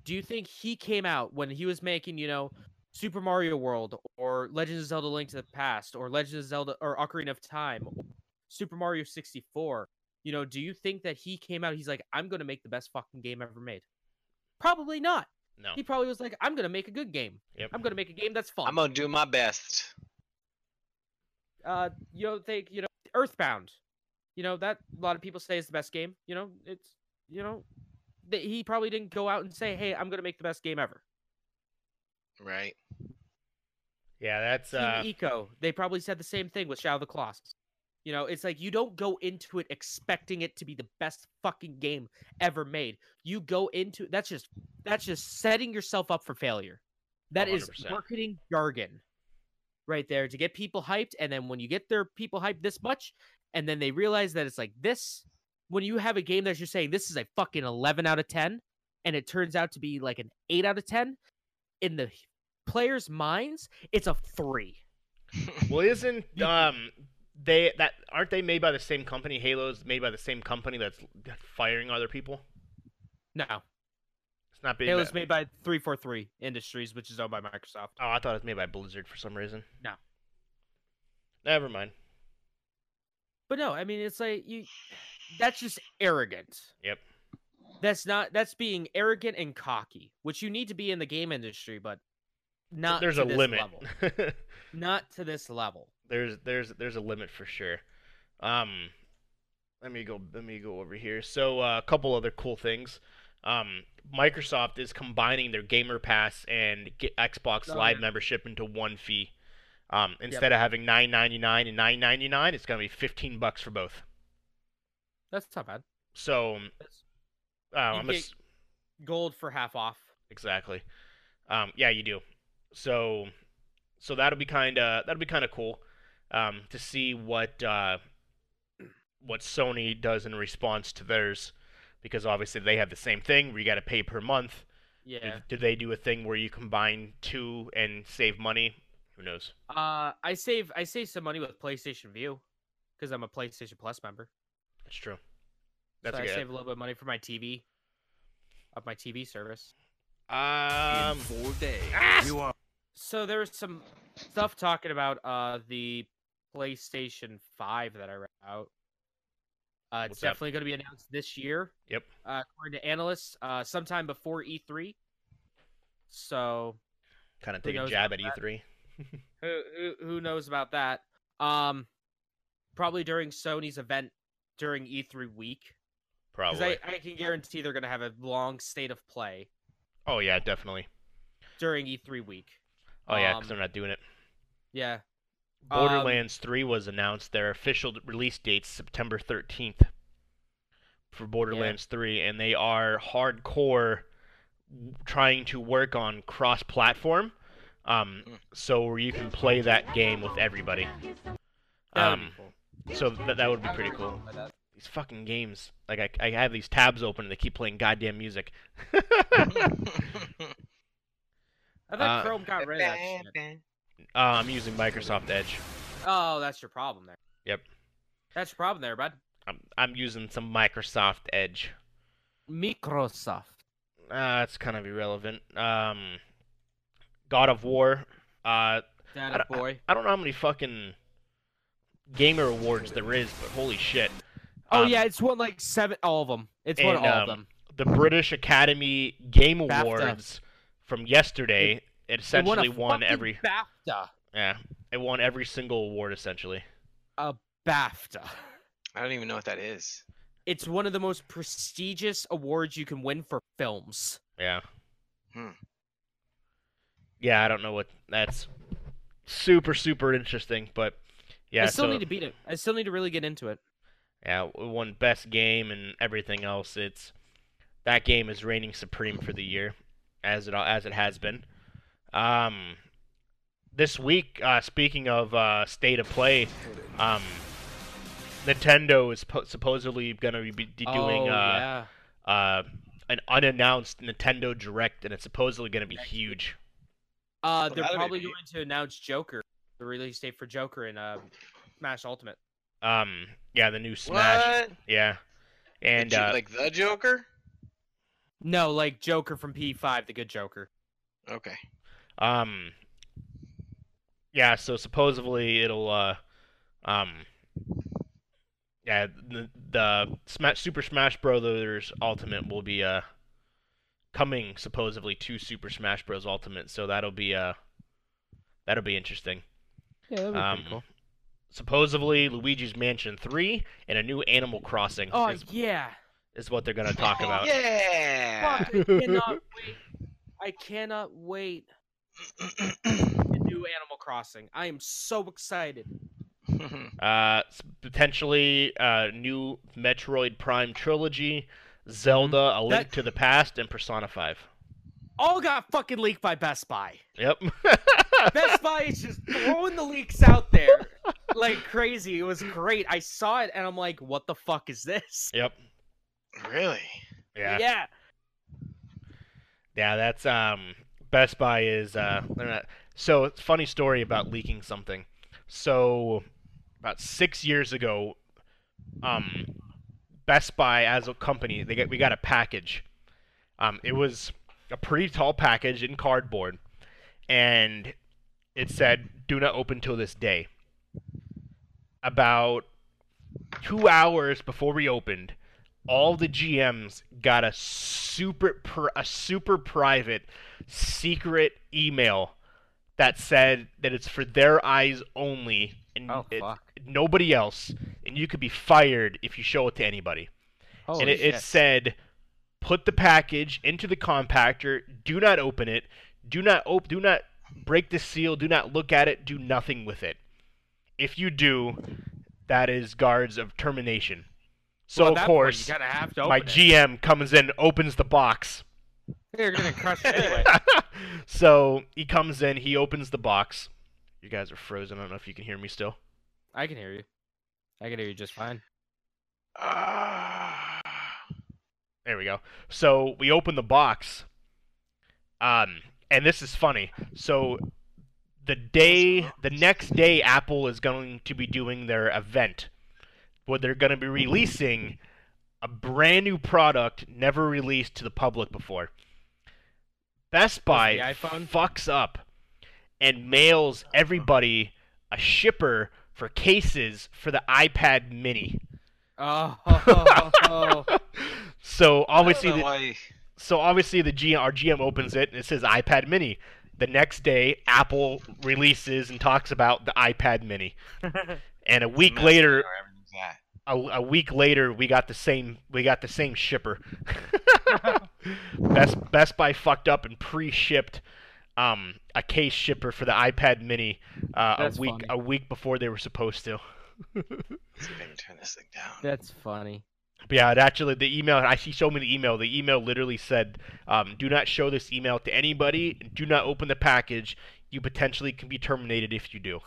Speaker 4: do you think he came out when he was making, you know, Super Mario World or Legend of Zelda Link to the Past or Legend of Zelda or Ocarina of Time or Super Mario 64? You know, do you think that he came out, he's like, I'm going to make the best fucking game ever made? Probably not.
Speaker 2: No.
Speaker 4: He probably was like, I'm going to make a good game.
Speaker 2: Yep.
Speaker 4: I'm going to make a game that's fun.
Speaker 3: I'm gonna do my best.
Speaker 4: uh, you don't think you know Earthbound, you know that a lot of people say is the best game. You know, it's you know that he probably didn't go out and say, "Hey, I'm gonna make the best game ever."
Speaker 3: Right.
Speaker 2: Yeah, that's uh
Speaker 4: Team Eco, they probably said the same thing with Shadow of the Colossus. You know, it's like you don't go into it expecting it to be the best fucking game ever made. You go into that's just that's just setting yourself up for failure. That is
Speaker 2: 100%.
Speaker 4: marketing jargon right there to get people hyped and then when you get their people hyped this much and then they realize that it's like this when you have a game that you're saying this is a fucking 11 out of 10 and it turns out to be like an 8 out of 10 in the players' minds, it's a 3.
Speaker 2: well isn't um they that aren't they made by the same company? Halo's made by the same company that's firing other people.
Speaker 4: No.
Speaker 2: It's not being
Speaker 4: It was made by 343 Industries, which is owned by Microsoft.
Speaker 2: Oh, I thought it was made by Blizzard for some reason.
Speaker 4: No.
Speaker 2: Never mind.
Speaker 4: But no, I mean it's like you that's just arrogant.
Speaker 2: Yep.
Speaker 4: That's not that's being arrogant and cocky, which you need to be in the game industry, but not
Speaker 2: there's
Speaker 4: to
Speaker 2: a
Speaker 4: this
Speaker 2: limit.
Speaker 4: level. Not to this level.
Speaker 2: there's there's there's a limit for sure. Um, let me go let me go over here. So uh, a couple other cool things. Um, Microsoft is combining their Gamer Pass and G- Xbox
Speaker 4: Oh,
Speaker 2: Live
Speaker 4: yeah.
Speaker 2: membership into one fee. Um, instead of having nine ninety nine and nine ninety nine, it's gonna be fifteen bucks for both.
Speaker 4: That's not bad.
Speaker 2: So
Speaker 4: That's
Speaker 2: uh, I'm
Speaker 4: get-
Speaker 2: ass-
Speaker 4: gold for half off.
Speaker 2: exactly. Um, yeah, you do. So, so that'll be kind of that'll be kind of cool um, to see what uh, what Sony does in response to theirs, because obviously they have the same thing where you got to pay per month. Do-
Speaker 4: Yeah.
Speaker 2: Do, they do a thing where you combine two and save money? Who knows?
Speaker 4: Uh I save I save some money with PlayStation View because I'm a PlayStation Plus member.
Speaker 2: That's true. That's
Speaker 4: so I
Speaker 2: good.
Speaker 4: save a little bit of money for my TV, of my TV service.
Speaker 2: Um,
Speaker 6: four days,
Speaker 2: ah!
Speaker 6: you are
Speaker 4: So there was some stuff talking about uh the PlayStation Five that I read out. Uh, it's
Speaker 2: What's that?
Speaker 4: definitely going to be announced this year.
Speaker 2: Yep.
Speaker 4: Uh, according to analysts, uh, sometime before E3. So
Speaker 2: kind of
Speaker 4: Who
Speaker 2: take a
Speaker 4: knows
Speaker 2: jab at E
Speaker 4: about that?
Speaker 2: E3.
Speaker 4: who who, who knows about that? Um, probably during Sony's event during E3 week. Because
Speaker 2: Probably.
Speaker 4: I, I can guarantee they're going to have a long state of play
Speaker 2: Oh yeah, definitely.
Speaker 4: during E3 week.
Speaker 2: Oh yeah, because
Speaker 4: Um,
Speaker 2: they're not doing it.
Speaker 4: Yeah. Um,
Speaker 2: Borderlands 3 was announced. Their official release date's September 13th for Borderlands 3, and they are hardcore w- trying to work on cross platform. Um,
Speaker 3: Mm.
Speaker 2: so where you can play that game with everybody.
Speaker 4: that would be
Speaker 2: Um,
Speaker 4: cool.
Speaker 2: so th- that would be pretty cool. These fucking games, like I, I have these tabs open and they keep playing goddamn music.
Speaker 3: Hmm.
Speaker 4: I thought
Speaker 2: uh,
Speaker 4: Chrome got rid of that shit.
Speaker 2: Uh, I'm using Microsoft Edge.
Speaker 4: Oh, that's your problem there.
Speaker 2: Yep.
Speaker 4: That's your problem there, bud.
Speaker 2: I'm, I'm using some Microsoft Edge.
Speaker 5: Microsoft.
Speaker 2: Uh, that's kind of irrelevant. Um, God of War. Uh,
Speaker 4: Data
Speaker 2: don't-
Speaker 4: boy.
Speaker 2: I don't know how many fucking gamer awards there is, but holy shit.
Speaker 4: Oh
Speaker 2: Um,
Speaker 4: yeah, it's won like seven, all of them. It's won
Speaker 2: and,
Speaker 4: all
Speaker 2: um,
Speaker 4: of them.
Speaker 2: the British Academy Game
Speaker 4: BAFTA.
Speaker 2: Awards from yesterday. It
Speaker 4: They won a
Speaker 2: essentially won
Speaker 4: fucking
Speaker 2: every
Speaker 4: BAFTA.
Speaker 2: yeah, it won every single award essentially.
Speaker 4: BAFTA.
Speaker 3: I don't even know what that is.
Speaker 4: It's one of the most prestigious awards you can win for films.
Speaker 2: Yeah.
Speaker 3: Hmm.
Speaker 2: Yeah, I don't know what that's super super interesting, but yeah,
Speaker 4: I still
Speaker 2: so
Speaker 4: need to beat it. I still need to really get into it.
Speaker 2: yeah, it won best game and everything else. It's that game is reigning supreme for the year, as it as it has been. Um, this week, uh, speaking of uh, state of play, um, Nintendo is po- supposedly gonna be, be doing
Speaker 4: oh,
Speaker 2: uh,
Speaker 4: yeah.
Speaker 2: uh, an unannounced Nintendo Direct, and it's supposedly going to be huge.
Speaker 4: Uh,
Speaker 3: Well,
Speaker 4: they're
Speaker 3: that'd be
Speaker 4: probably
Speaker 3: neat.
Speaker 4: going to announce Joker, the release date for Joker in uh, Smash Ultimate.
Speaker 2: Um, yeah, the new Smash.
Speaker 3: What?
Speaker 2: Yeah, and
Speaker 3: The Jo-
Speaker 2: uh,
Speaker 3: like the Joker?
Speaker 4: No, like Joker from P5, the good Joker.
Speaker 3: Okay.
Speaker 2: um, yeah. So supposedly it'll uh, um, yeah, the the Smash Super Smash Brothers Ultimate will be uh coming supposedly to Super Smash Bros. Ultimate, so that'll be uh that'll be interesting.
Speaker 4: Yeah, that'd
Speaker 2: Um, Supposedly, Luigi's Mansion 3 and a new Animal Crossing
Speaker 4: Oh
Speaker 2: is,
Speaker 4: yeah.
Speaker 2: is what they're going to talk about.
Speaker 3: Yeah.
Speaker 4: Fuck, I cannot wait. I cannot wait for the new Animal Crossing. I am so excited.
Speaker 2: Uh, s- potentially, uh, new Metroid Prime trilogy, Zelda, A Link
Speaker 4: That-
Speaker 2: to the Past, and Persona 5.
Speaker 4: All got fucking leaked by Best Buy.
Speaker 2: Yep.
Speaker 4: Best Buy is just throwing the leaks out there like crazy. It was great. I saw it and I'm like, what the fuck is this?
Speaker 2: yep.
Speaker 3: really?
Speaker 2: Yeah. yeah. that's um Best Buy is uh they're not so it's a funny story about leaking something. So about 6 years ago um Best Buy as a company, they get we got a package. Um it was a pretty tall package in cardboard and it said do not open till this day. About 2 hours before we opened, all the GMs got a super pr- a super private secret email that said that it's for their eyes only and
Speaker 4: Oh,
Speaker 2: it- nobody else and you could be fired if you show it to anybody. and it, it said put the package into the compactor, do not open it, do not op- do not break the seal, do not look at it, do nothing with it. If you do, that is guards of termination. So
Speaker 4: Well, at
Speaker 2: of
Speaker 4: that point,
Speaker 2: course
Speaker 4: you gotta have to open
Speaker 2: my
Speaker 4: it.
Speaker 2: GM comes in, opens the box.
Speaker 4: They're gonna crush it anyway.
Speaker 2: so he comes in, he opens the box. You guys are frozen. I don't know if you can hear me still.
Speaker 4: I can hear you. I can hear you just fine.
Speaker 3: Ah.
Speaker 2: There we go. So we open the box. Um, and this is funny. So the day, the next day, Apple is going to be doing their event where they're going to be releasing a brand new product never released to the public before. Best Buy
Speaker 4: iPhone?
Speaker 2: fucks up and mails everybody a shipper for cases for the iPad mini.
Speaker 4: Oh,
Speaker 2: so
Speaker 3: I
Speaker 2: obviously
Speaker 3: don't
Speaker 2: the,
Speaker 3: know why-
Speaker 2: so obviously the GM, our GM opens it and it says iPad Mini. The next day, Apple releases and talks about the iPad Mini. and a week
Speaker 3: Matt,
Speaker 2: later,
Speaker 3: where everything's at.
Speaker 2: a, a week later, we got the same we got the same shipper. Best Best Buy fucked up and pre-shipped um, a case shipper for the iPad Mini uh,
Speaker 4: That's
Speaker 2: a week
Speaker 4: funny.
Speaker 2: a week before they were supposed to.
Speaker 3: Let's see if I can turn this thing down.
Speaker 4: That's funny.
Speaker 2: But yeah, it actually, the email, I, he showed me the email. The email literally said, um, do not show this email to anybody. Do not open the package. You potentially can be terminated if you do.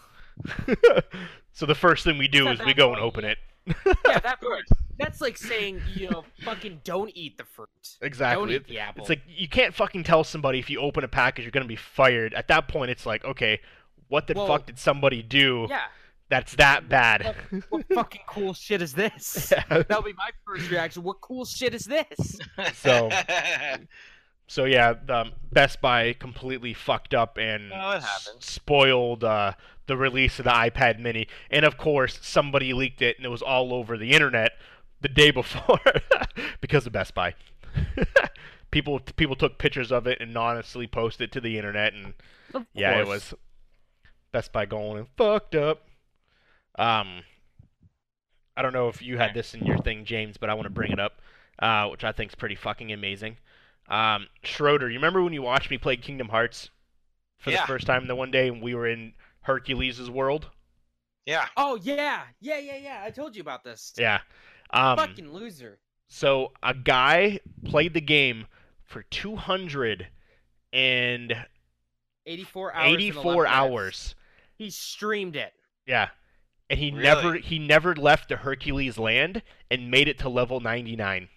Speaker 2: so the first thing we do is we go and open it.
Speaker 4: Yeah, that part. That's like saying, you know, fucking don't eat the fruit. Don't
Speaker 2: Exactly.
Speaker 4: eat the apple.
Speaker 2: It's like, you can't fucking tell somebody if you open a package, you're going to be fired. At that point, it's like, okay, what the
Speaker 4: Well,
Speaker 2: fuck did somebody do
Speaker 4: yeah.
Speaker 2: that's that bad?
Speaker 4: What fucking cool shit is this? That'll be my first reaction. What cool shit is this?
Speaker 2: So- So yeah, um, Best Buy completely fucked up and
Speaker 3: Oh, it
Speaker 2: s-
Speaker 3: happens.
Speaker 2: spoiled uh, the release of the iPad Mini, and of course somebody leaked it, and it was all over the internet the day before because of Best Buy. people people took pictures of it and honestly posted it to the internet, and yeah, it was Best Buy going and fucked up. Um, I don't know if you had this in your thing, James, but I want to bring it up, uh, which I think is pretty fucking amazing. Um, Schroeder, you remember when you watched me play Kingdom Hearts for
Speaker 3: Yeah.
Speaker 2: the first time the one day, and we were in Hercules' world?
Speaker 3: Yeah.
Speaker 4: Oh yeah, yeah, yeah, yeah. I told you about this.
Speaker 2: Yeah. Um,
Speaker 4: Fucking loser.
Speaker 2: So a guy played the game for 284
Speaker 4: Eighty-four hours. and 11 minutes.
Speaker 2: hours.
Speaker 4: He streamed it.
Speaker 2: Yeah. And he
Speaker 3: Really?
Speaker 2: never he never left the Hercules land and made it to level 99.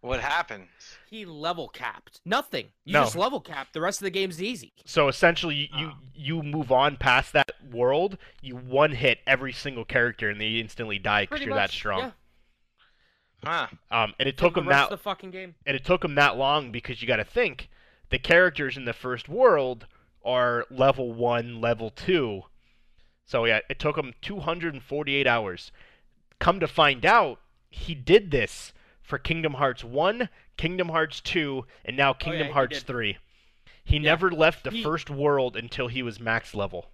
Speaker 3: What happened?
Speaker 4: He level capped. Nothing. You
Speaker 2: No.
Speaker 4: just level capped. The rest of the game's easy.
Speaker 2: So essentially you you move on past that world, you one hit every single character and they instantly die cuz
Speaker 4: Pretty
Speaker 2: you're
Speaker 4: much.
Speaker 2: that strong.
Speaker 4: Yeah.
Speaker 3: Huh.
Speaker 2: Um and it took
Speaker 4: the
Speaker 2: him
Speaker 4: rest
Speaker 2: that
Speaker 4: of the fucking game.
Speaker 2: and it took him that long because you got to think the characters in the first world are level 1, level 2. So yeah, it took him 248 hours. Come to find out, he did this for Kingdom Hearts 1, Kingdom Hearts 2, and now Kingdom
Speaker 4: Oh, he
Speaker 2: Hearts
Speaker 4: did.
Speaker 2: 3. He never left the
Speaker 4: He-
Speaker 2: first world until he was max level.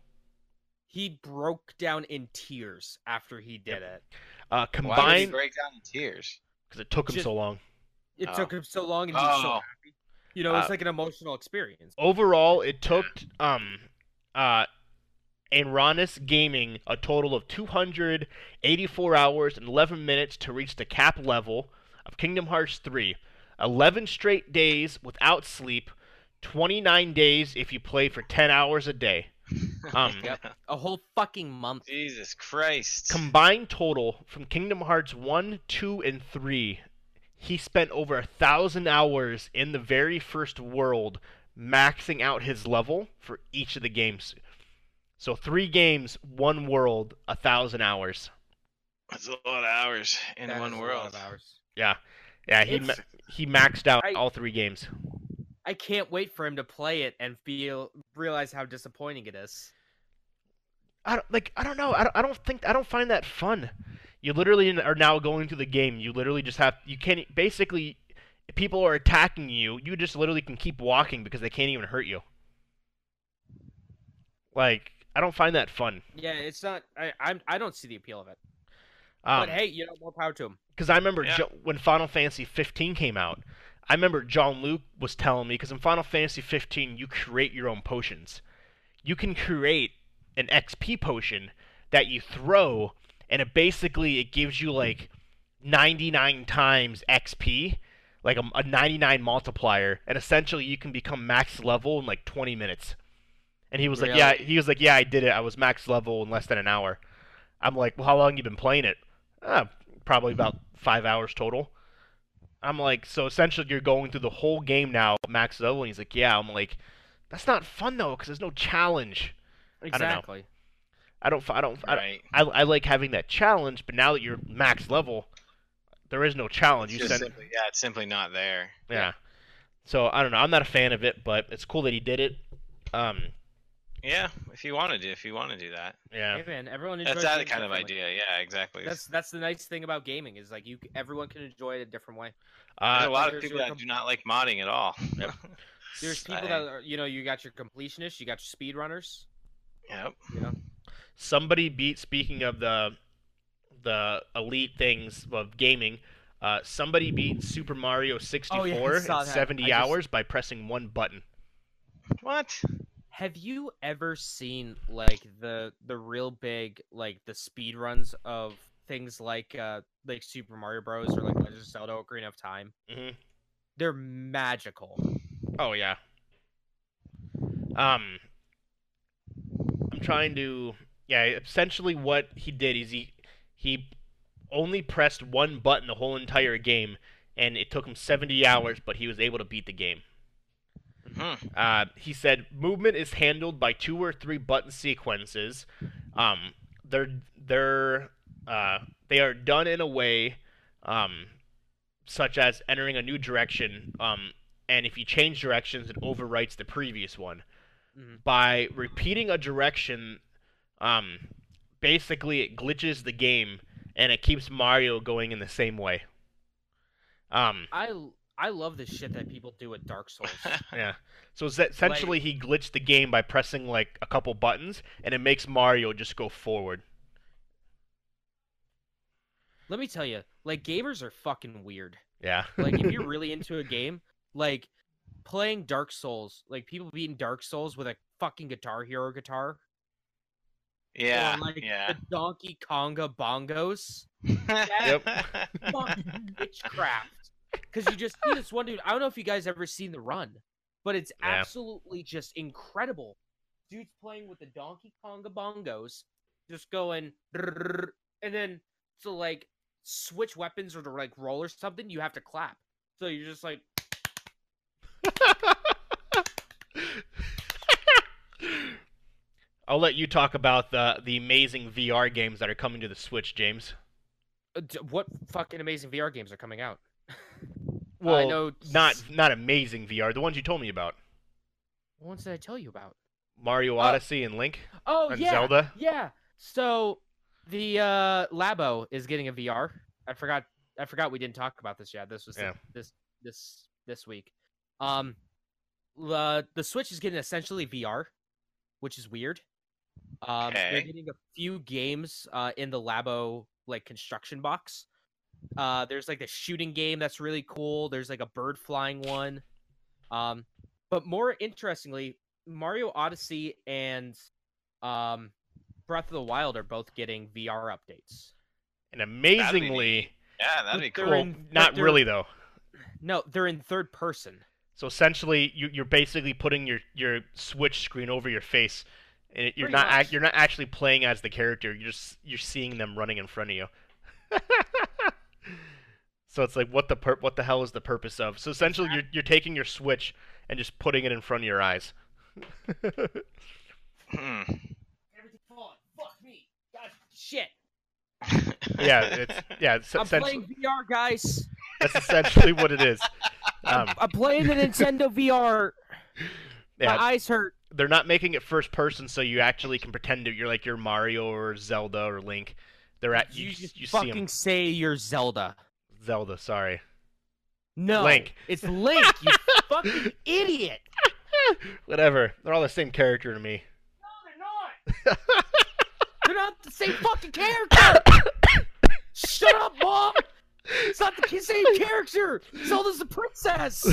Speaker 4: He broke down in tears after he did it.
Speaker 2: Uh
Speaker 3: Why did he
Speaker 2: combined
Speaker 3: break down in tears?
Speaker 2: cuz it took him
Speaker 4: Just-
Speaker 2: so long.
Speaker 4: It
Speaker 3: Oh.
Speaker 4: took him so long, and he was so
Speaker 3: Oh,
Speaker 4: You know, it's
Speaker 2: Uh,
Speaker 4: like an emotional experience.
Speaker 2: overall it took um uh Enronis Gaming a total of 284 hours and 11 minutes to reach the cap level of Kingdom Hearts 3. 11 straight days without sleep, 29 days if you play for 10 hours a day. Um
Speaker 4: A whole fucking month.
Speaker 3: Jesus Christ.
Speaker 2: combined total from Kingdom Hearts 1, 2, and 3, he spent over a thousand hours in the very first world, maxing out his level for each of the games. So three games, one world, a thousand hours.
Speaker 3: That's a lot of hours in
Speaker 4: That
Speaker 3: one
Speaker 4: is a lot
Speaker 3: world.
Speaker 4: of hours.
Speaker 2: Yeah, yeah. He ma-
Speaker 4: It's-
Speaker 2: he maxed out
Speaker 4: I-
Speaker 2: all three games.
Speaker 4: I can't wait for him to play it and feel realize how disappointing it is.
Speaker 2: I don't like. I don't know. I don't, I don't think. I don't find that fun. You literally n- are now going through the game. You literally just have. You can't. e, Basically, if people are attacking you. You just literally can keep walking because they can't even hurt you. Like I don't find that fun.
Speaker 4: Yeah, it's not. I I'm, I don't see the appeal of it.
Speaker 2: Um,
Speaker 4: but hey, you know, more power to him.
Speaker 2: Because I remember
Speaker 3: Yeah.
Speaker 2: Jo- when Final Fantasy 15 came out, I remember John Luke was telling me because in Final Fantasy 15 you create your own potions. You can create an XP potion that you throw, and it basically it gives you like 99 times XP, like a, a 99 multiplier, and essentially you can become max level in like 20 minutes. And he was like, "Yeah," he was like, "Yeah, I did it. I was max level in less than an hour." I'm like, "Well, how long you been playing it?" Ah, probably about five hours total. I'm like, so essentially you're going through the whole game now, max level. And he's like, yeah. I'm like, that's not fun though, because there's no challenge. don't know.
Speaker 4: Exactly.
Speaker 2: I don't, fi- I don't, I, don't-
Speaker 3: Right.
Speaker 2: I, I like having that challenge, but now that you're max level, there is no challenge.
Speaker 3: It's
Speaker 2: You
Speaker 3: just
Speaker 2: send,
Speaker 3: simply, yeah, it's simply not there.
Speaker 2: yeah. So I don't know. I'm not a fan of it, but it's cool that he did it. Um,
Speaker 3: Yeah, if you want to do, if you want to do that,
Speaker 2: yeah,
Speaker 4: Hey, man, everyone enjoys
Speaker 3: that's that
Speaker 4: games
Speaker 3: kind of
Speaker 4: differently.
Speaker 3: idea. Yeah, exactly.
Speaker 4: That's that's the nice thing about gaming is like you c- everyone can enjoy it a different way.
Speaker 3: There's
Speaker 2: uh,
Speaker 3: a lot of
Speaker 4: there's
Speaker 3: people
Speaker 4: your
Speaker 3: that
Speaker 4: com-
Speaker 3: do not like modding at all.
Speaker 2: Yep.
Speaker 4: There's people that are you know you got your completionists, you got your speedrunners.
Speaker 3: Yep.
Speaker 2: somebody beat. Speaking of the the elite things of gaming, uh, somebody beat Super Mario 64
Speaker 4: Oh, saw
Speaker 2: in
Speaker 4: that.
Speaker 2: 70
Speaker 4: I just-
Speaker 2: hours by pressing one button.
Speaker 3: What?
Speaker 4: Have you ever seen like the the real big like the speed runs of things like uh like Super Mario Bros or like Legend of Zelda Ocarina of Time?
Speaker 2: hmm
Speaker 4: They're magical.
Speaker 2: Oh yeah. Um, I'm trying to. Yeah, essentially what he did is he he only pressed one button the whole entire game, and it took him 70 hours, but he was able to beat the game.
Speaker 3: Hmm.
Speaker 2: Uh, he said movement is handled by two or three button sequences. Um, they're they're uh, they are done in a way um, such as entering a new direction. Um, and if you change directions, it overwrites the previous one.
Speaker 4: Mhm.
Speaker 2: By repeating a direction, um, basically it glitches the game and it keeps Mario going in the same way. Um,
Speaker 4: I I love this shit that people do at Dark Souls.
Speaker 2: yeah. So it's that essentially, he glitched the game by pressing like a couple buttons, and it makes Mario just go forward.
Speaker 4: Let me tell you, like gamers are fucking weird.
Speaker 2: Yeah.
Speaker 4: Like if you're really into a game, like playing Dark Souls, like people beating Dark Souls with a fucking Guitar Hero guitar,
Speaker 3: yeah,
Speaker 4: or like
Speaker 3: yeah.
Speaker 4: the Donkey Konga bongos, fucking witchcraft. Because you just see this one dude. I don't know if you guys ever seen the run, but it's
Speaker 2: Yeah.
Speaker 4: absolutely just incredible. Dude's playing with the Donkey Konga bongos, just going, "Drrrr," and then to like switch weapons or to like roll or something, you have to clap. So you're just like,
Speaker 2: I'll let you talk about the the amazing VR games that are coming to the Switch, James.
Speaker 4: "Uh, d- what fucking amazing VR games are coming out?
Speaker 2: Well,
Speaker 4: I know
Speaker 2: not not amazing VR. The ones you told me about,
Speaker 4: What ones did I tell you about?
Speaker 2: Mario Odyssey and Link
Speaker 4: Uh, Oh
Speaker 2: and
Speaker 4: yeah,
Speaker 2: Uh, Zelda.
Speaker 4: yeah. So the uh Labo is getting a VR. I forgot. I forgot we didn't talk about this yet. This was the-
Speaker 2: Yeah.
Speaker 4: this this this week. Um, the the Switch is getting essentially VR, which is weird. Um, they're
Speaker 3: Okay.
Speaker 4: getting a few games uh in the Labo like construction box. Uh, there's like the shooting game that's really cool. There's like a bird flying one. Um, but more interestingly, Mario Odyssey and um, Breath of the Wild are both getting VR updates.
Speaker 2: And amazingly,
Speaker 3: yeah, that'd be
Speaker 4: But they're
Speaker 3: cool.
Speaker 2: well,
Speaker 4: in- but
Speaker 2: not
Speaker 4: they're-
Speaker 2: really though.
Speaker 4: No, they're in third person.
Speaker 2: So essentially, you, you're basically putting your, your Switch screen over your face, and it- you're
Speaker 4: Pretty
Speaker 2: not
Speaker 4: much.
Speaker 2: act, you're not actually playing as the character. You're just you're seeing them running in front of you. so it's like, what the pur- what the hell is the purpose of? So essentially, you're you're taking your Switch and just putting it in front of your eyes.
Speaker 3: Hmm.
Speaker 4: Everything falling. Fuck me. God, shit.
Speaker 2: yeah, it's yeah, it's
Speaker 4: I'm
Speaker 2: essentially,
Speaker 4: playing VR, guys.
Speaker 2: that's essentially what it is. Um,
Speaker 4: I'm playing the Nintendo VR.
Speaker 2: yeah,
Speaker 4: My eyes hurt.
Speaker 2: they're not making it first person, so you actually can pretend that you're like you're Mario or Zelda or Link. They're at you.
Speaker 4: You
Speaker 2: You,
Speaker 4: just
Speaker 2: see
Speaker 4: fucking
Speaker 2: them.
Speaker 4: say you're Zelda.
Speaker 2: Zelda, sorry.
Speaker 4: No,
Speaker 2: Link.
Speaker 4: It's Link. You fucking idiot.
Speaker 2: Whatever. They're all the same character to me.
Speaker 4: They're not the same fucking character. Shut up, mom. It's not the same character. Zelda's the princess.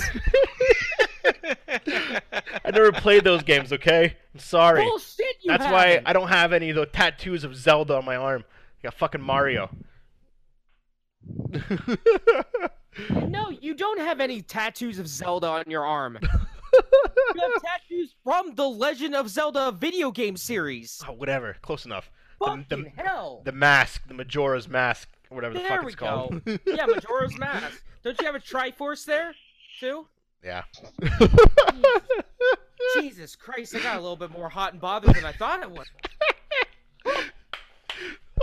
Speaker 2: I never played those games, okay? I'm sorry.
Speaker 4: Bullshit. You
Speaker 2: That's why
Speaker 4: haven't.
Speaker 2: I don't have any of the tattoos of Zelda on my arm. I got fucking Mario.
Speaker 4: No, you don't have any tattoos of Zelda on your arm. you have tattoos from the Legend of Zelda video game series.
Speaker 2: oh, whatever. Close enough.
Speaker 4: Fucking
Speaker 2: the-
Speaker 4: hell.
Speaker 2: The mask, the Majora's mask, or whatever the
Speaker 4: There
Speaker 2: fuck
Speaker 4: we
Speaker 2: it's called.
Speaker 4: yeah, Majora's Mask. Don't you have a Triforce there, too?
Speaker 2: yeah.
Speaker 4: Jesus Christ, I got a little bit more hot and bothered than I thought it was.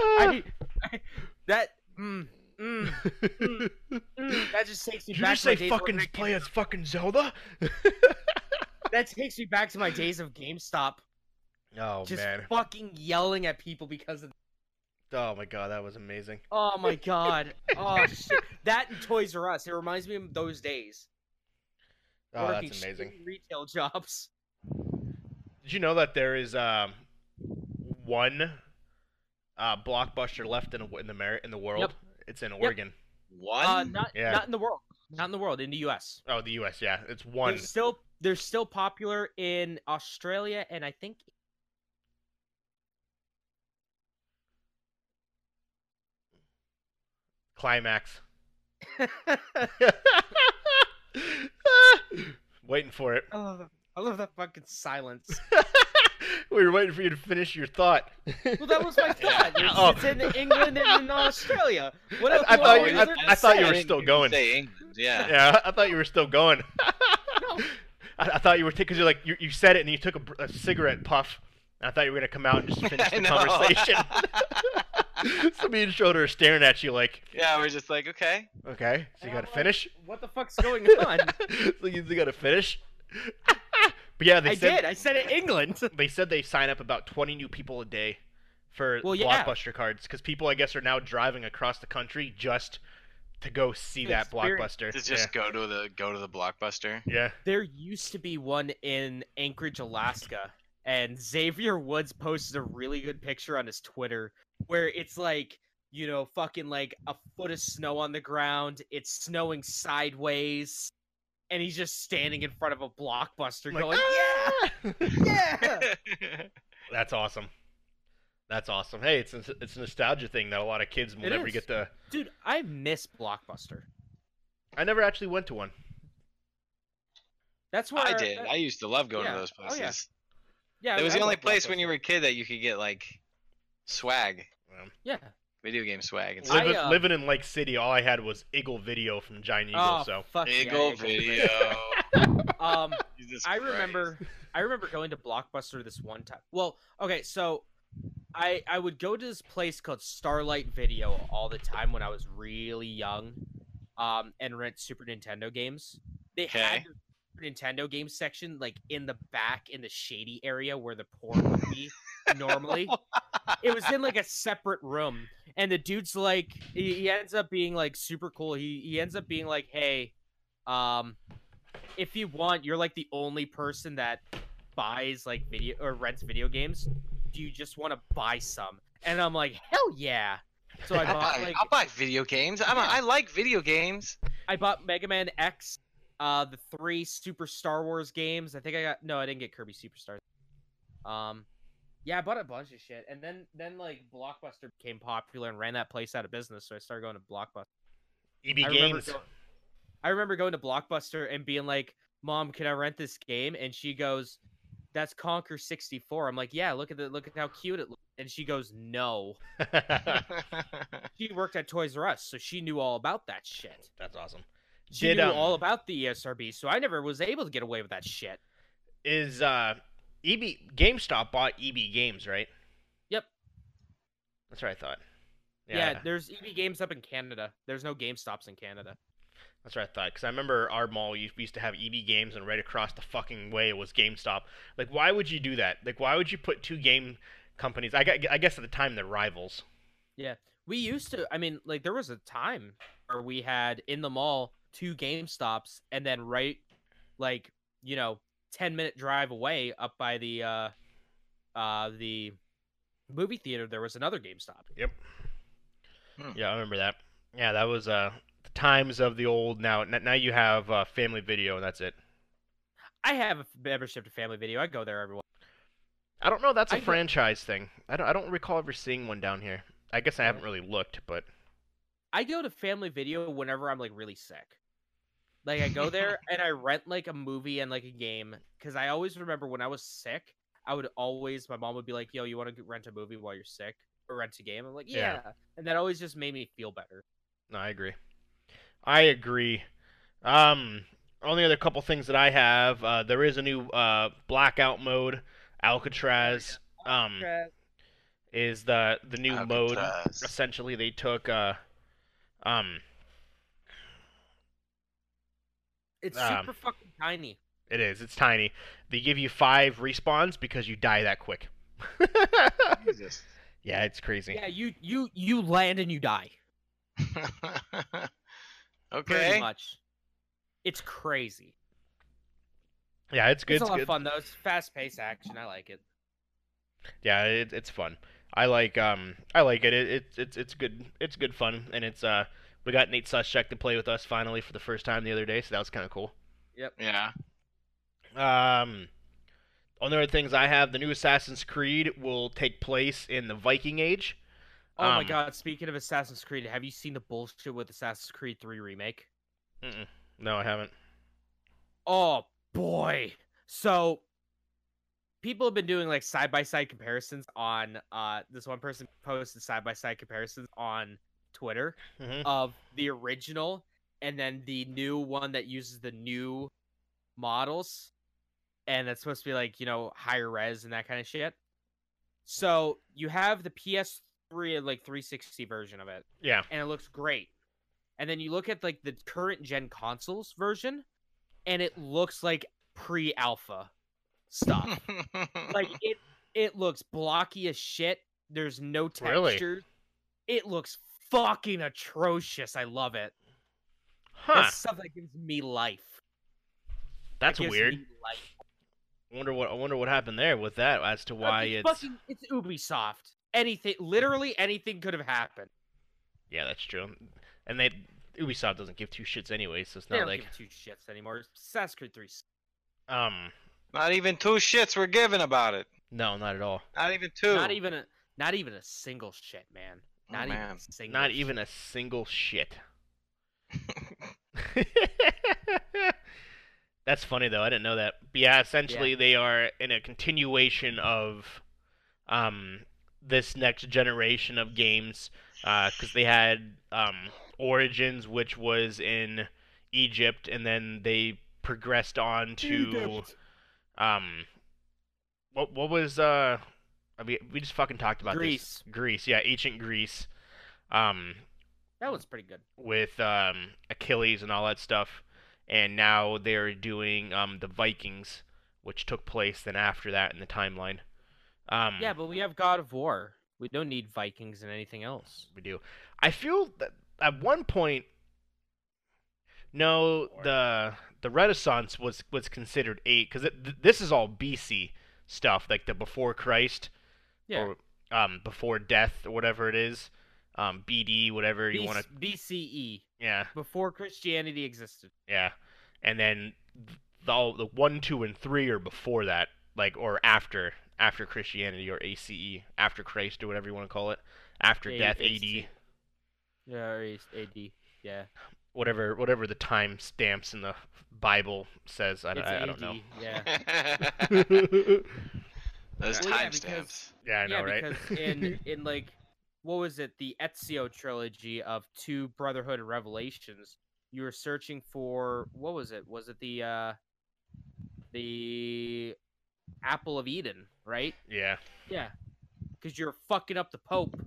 Speaker 4: I, I- that. Mm, mm, mm, that just takes me
Speaker 2: Did you
Speaker 4: back
Speaker 2: just
Speaker 4: to
Speaker 2: say
Speaker 4: my days when
Speaker 2: fucking
Speaker 4: I-
Speaker 2: play as fucking Zelda?
Speaker 4: that takes me back to my days of GameStop.
Speaker 2: Oh
Speaker 4: just
Speaker 2: man.
Speaker 4: fucking yelling at people because of
Speaker 2: Oh my god, that was amazing.
Speaker 4: Oh my god. Oh shit. That and Toys R Us. It reminds me of those days.
Speaker 2: Oh,
Speaker 4: working
Speaker 2: that's amazing.
Speaker 4: shitty Retail jobs.
Speaker 2: Did you know that there is um one uh blockbuster left in in the Mer- in the world?
Speaker 4: Yep.
Speaker 2: It's in
Speaker 4: Yep.
Speaker 2: Oregon.
Speaker 3: One.
Speaker 4: Uh, not
Speaker 2: Yeah.
Speaker 4: not in the world. Not in the world. In the U.S.
Speaker 2: Oh, the U.S. Yeah, it's one.
Speaker 4: They're still they're still popular in Australia and I think.
Speaker 2: Climax. waiting for it.
Speaker 4: I love that, Oh, I love that fucking silence.
Speaker 2: we were waiting for you to finish your thought.
Speaker 4: Well, that was my thought. It's,
Speaker 2: Oh.
Speaker 4: it's in England and in Australia. What else?
Speaker 2: I
Speaker 4: do
Speaker 2: thought
Speaker 4: want?
Speaker 2: you-
Speaker 4: Is
Speaker 2: I-
Speaker 4: there-
Speaker 2: I thought you were
Speaker 3: Say
Speaker 2: still
Speaker 3: England.
Speaker 2: going.
Speaker 3: Say England, yeah.
Speaker 2: yeah, I thought you were still going.
Speaker 4: No.
Speaker 2: I, I thought you were because you're like you, you said it and you took a, br- a cigarette puff. And I thought you were gonna come out and just finish
Speaker 3: I
Speaker 2: the
Speaker 3: know.
Speaker 2: conversation. so me and Schroeder are staring at you like,
Speaker 3: Yeah, we're just like, okay.
Speaker 2: okay, so you
Speaker 4: And I'm
Speaker 2: gotta
Speaker 4: like,
Speaker 2: finish.
Speaker 4: What the fuck's going on?
Speaker 2: so you, you gotta finish. but yeah, they
Speaker 4: I
Speaker 2: said
Speaker 4: did. I said it England.
Speaker 2: they said they sign up about 20 new people a day for
Speaker 4: Well, yeah.
Speaker 2: blockbuster cards because people, I guess, are now driving across the country just to go see that
Speaker 4: Experience.
Speaker 2: blockbuster.
Speaker 3: To just go to the go to the blockbuster.
Speaker 2: yeah. yeah.
Speaker 4: There used to be one in Anchorage, Alaska, and Xavier Woods posted a really good picture on his Twitter where it's like, you know, fucking like a foot of snow on the ground, it's snowing sideways, and he's just standing in front of a blockbuster
Speaker 2: Like,
Speaker 4: going,
Speaker 2: "Ah!"
Speaker 4: Yeah, yeah.
Speaker 2: That's awesome. That's awesome. Hey, it's a- it's a nostalgia thing that a lot of kids will
Speaker 4: It
Speaker 2: never
Speaker 4: is.
Speaker 2: get to.
Speaker 4: Dude, I miss Blockbuster.
Speaker 2: I never actually went to one.
Speaker 4: That's where
Speaker 3: I did. I used to love going
Speaker 4: yeah.
Speaker 3: to those
Speaker 4: Oh, yeah.
Speaker 3: places.
Speaker 4: yeah,
Speaker 3: It was
Speaker 4: I
Speaker 3: the only
Speaker 4: love
Speaker 3: place when
Speaker 4: Blockbuster.
Speaker 3: you were a kid that you could get like swag,
Speaker 2: Um,
Speaker 4: Yeah.
Speaker 3: video game swag. And
Speaker 4: I,
Speaker 2: living,
Speaker 4: uh,
Speaker 2: living in Lake City, all I had was Eagle Video from Giant Eagle.
Speaker 4: oh,
Speaker 2: so
Speaker 4: fuck yeah,
Speaker 3: Eagle
Speaker 4: Eagle.
Speaker 3: video.
Speaker 4: Um,
Speaker 3: Jesus
Speaker 4: I
Speaker 3: Christ.
Speaker 4: remember I remember going to Blockbuster this one time. Well, okay, so I I would go to this place called Starlight Video all the time when I was really young. Um and rent Super Nintendo games. They had
Speaker 3: Okay.
Speaker 4: their Super Nintendo game section like in the back in the shady area where the porn would be normally. It was in like a separate room and the dude's like he, he ends up being like super cool. He he ends up being like, "Hey, um if you want, you're like the only person that buys like video or rents video games. Do you just want to buy some? And I'm like, hell yeah! So I
Speaker 3: I'll
Speaker 4: bought
Speaker 3: buy,
Speaker 4: like
Speaker 3: I'll buy video games. I'm a,
Speaker 4: Yeah.
Speaker 3: I like video games.
Speaker 4: I bought Mega Man X, uh, the three Super Star Wars games. I think I got no, I didn't get Kirby Superstars. Um, yeah, I bought a bunch of shit, and then then like Blockbuster became popular and ran that place out of business, so I started going to Blockbuster.
Speaker 2: EB
Speaker 4: I remember,
Speaker 2: E Games.
Speaker 4: go- I remember going to Blockbuster and being like, "Mom, can I rent this game?" And she goes, "That's Conquer 64." I'm like, "Yeah, look at the look at how cute it looks." And she goes, "No."
Speaker 3: That's
Speaker 4: She worked at Toys R Us, so she knew all about that shit.
Speaker 2: That's awesome.
Speaker 4: She
Speaker 2: Did,
Speaker 4: knew
Speaker 2: um,
Speaker 4: all about the E ESRB, so I never was able to get away with that shit.
Speaker 2: Is uh, EB GameStop bought EB Games, right?
Speaker 4: Yep.
Speaker 2: That's what I thought.
Speaker 4: Yeah, there's EB Games up in Canada. There's no GameStops in Canada.
Speaker 2: That's what I thought, because I remember our mall used- we used to have EB Games, and right across the fucking way was GameStop. Like, why would you do that? Like, why would you put two game companies? I, gu- I guess at the time they're rivals.
Speaker 4: We used to, I mean, like there was a time where we had in the mall two GameStops and then right like, you know, 10 minute drive away up by the uh uh the movie theater there was another GameStop.
Speaker 2: Yeah, I remember that. Yeah, that was uh the times of the old. Now, n- now you have uh, Family Video, and that's it.
Speaker 4: I have a f- membership to Family Video. I go there every once.
Speaker 2: I don't know. That's a
Speaker 4: I don't-
Speaker 2: franchise thing. I don't. I don't recall ever seeing one down here. I guess I haven't really looked, but
Speaker 4: I go to Family Video whenever I'm like really sick. Like I go there and I rent like a movie and like a game because I always remember when I was sick, I would always my mom would be like, "Yo, you want to rent a movie while you're sick or rent a game?" I'm like, "Yeah,"
Speaker 2: Yeah.
Speaker 4: and that always just made me feel better.
Speaker 2: no, I agree. I agree. Um, only other couple things that I have. Uh, there is a new uh blackout mode. Alcatraz. Um, is the the new mode. Essentially, they took uh, um,
Speaker 4: It's
Speaker 2: um,
Speaker 4: super fucking tiny.
Speaker 2: It is. It's tiny. They give you five respawns because you die that quick.
Speaker 3: Jesus.
Speaker 2: yeah, it's crazy.
Speaker 4: Yeah, you you you land and you die. Pretty
Speaker 3: okay.
Speaker 4: much. It's crazy.
Speaker 2: Yeah, it's good.
Speaker 4: it's a
Speaker 2: it's
Speaker 4: lot
Speaker 2: good.
Speaker 4: of fun though. It's fast paced action. I like it.
Speaker 2: Yeah, it, it's fun. I like um I like it. It, it. It's it's good. It's good fun, and it's uh we got Nate Sushek to play with us finally for the first time the other day, so that was kind of cool.
Speaker 3: Yeah.
Speaker 2: Um, one of the things I have, the new Assassin's Creed will take place in the Viking Age.
Speaker 4: Oh my
Speaker 2: Um,
Speaker 4: god! Speaking of Assassin's Creed, have you seen the bullshit with Assassin's Creed Three remake?
Speaker 2: Mm-mm. No, I haven't.
Speaker 4: Oh boy. So people have been doing like side by side comparisons on uh this one person posted side by side comparisons on Twitter
Speaker 2: hmm
Speaker 4: of the original and then the new one that uses the new models and that's supposed to be like, you know, higher res and that kind of shit. So you have the PS3 like 360 version of it
Speaker 2: Yeah.
Speaker 4: and it looks great. And then you look at like the current gen consoles version, and it looks like pre alpha stuff. like it it looks blocky as shit. There's no
Speaker 2: Really?
Speaker 4: texture. It looks fucking atrocious. I love it.
Speaker 2: Huh.
Speaker 4: That's stuff that gives me life. That
Speaker 2: That's
Speaker 4: gives
Speaker 2: weird.
Speaker 4: me life.
Speaker 2: Wonder what I wonder what happened there with that as to why
Speaker 4: it's,
Speaker 2: it's
Speaker 4: fucking it's Ubisoft. Anything, literally anything could have happened.
Speaker 2: Yeah, that's true. And they Ubisoft doesn't give two shits anyway, so it's
Speaker 4: They
Speaker 2: not
Speaker 4: don't
Speaker 2: like
Speaker 4: give two shits anymore. Assassin's Creed Three.
Speaker 2: um
Speaker 3: Not even two shits were given about it.
Speaker 2: no, not at all.
Speaker 3: Not even two.
Speaker 4: Not even a not even a single shit, man.
Speaker 3: Oh,
Speaker 4: Not even
Speaker 3: man.
Speaker 4: a single
Speaker 2: Not
Speaker 4: shit.
Speaker 2: even a single shit. That's funny though. I didn't know that. But yeah, essentially they are in a continuation of um this next generation of games because they had um Origins, which was in Egypt, and then they progressed on to um what what was uh I mean, we just fucking talked about
Speaker 4: Greece.
Speaker 2: this Greece, yeah, ancient Greece. Um,
Speaker 4: That one's pretty good.
Speaker 2: with um, Achilles and all that stuff, and now they're doing um, the Vikings, which took place then after that in the timeline. Um,
Speaker 4: Yeah, but we have God of War. We don't need Vikings and anything else.
Speaker 2: we do. I feel that at one point, no, the the Renaissance was was considered eight because th- this is all BC stuff, like the before Christ,
Speaker 4: Yeah.
Speaker 2: or um, before death or whatever it is, um, BD, whatever you
Speaker 4: B-
Speaker 2: want to,
Speaker 4: BCE
Speaker 2: yeah.
Speaker 4: before Christianity existed.
Speaker 2: Yeah, and then th- the all- the one, two, and three are before that, like or after after Christianity or ACE after Christ or whatever you want to call it, after
Speaker 4: A- E.
Speaker 2: death,
Speaker 4: AC.
Speaker 2: AD,
Speaker 4: Yeah, or is- AD. Yeah.
Speaker 2: whatever whatever the time stamps in the Bible says. I, I, I don't know.
Speaker 4: Yeah.
Speaker 3: Those
Speaker 4: Well, yeah,
Speaker 3: timestamps.
Speaker 4: because-
Speaker 2: yeah, I know,
Speaker 4: yeah,
Speaker 2: right?
Speaker 4: because in in like what was it, the Ezio trilogy of two Brotherhood and Revelations, you were searching for what was it? Was it the uh the Apple of Eden, right?
Speaker 2: yeah,
Speaker 4: Yeah. Because you're fucking up the Pope.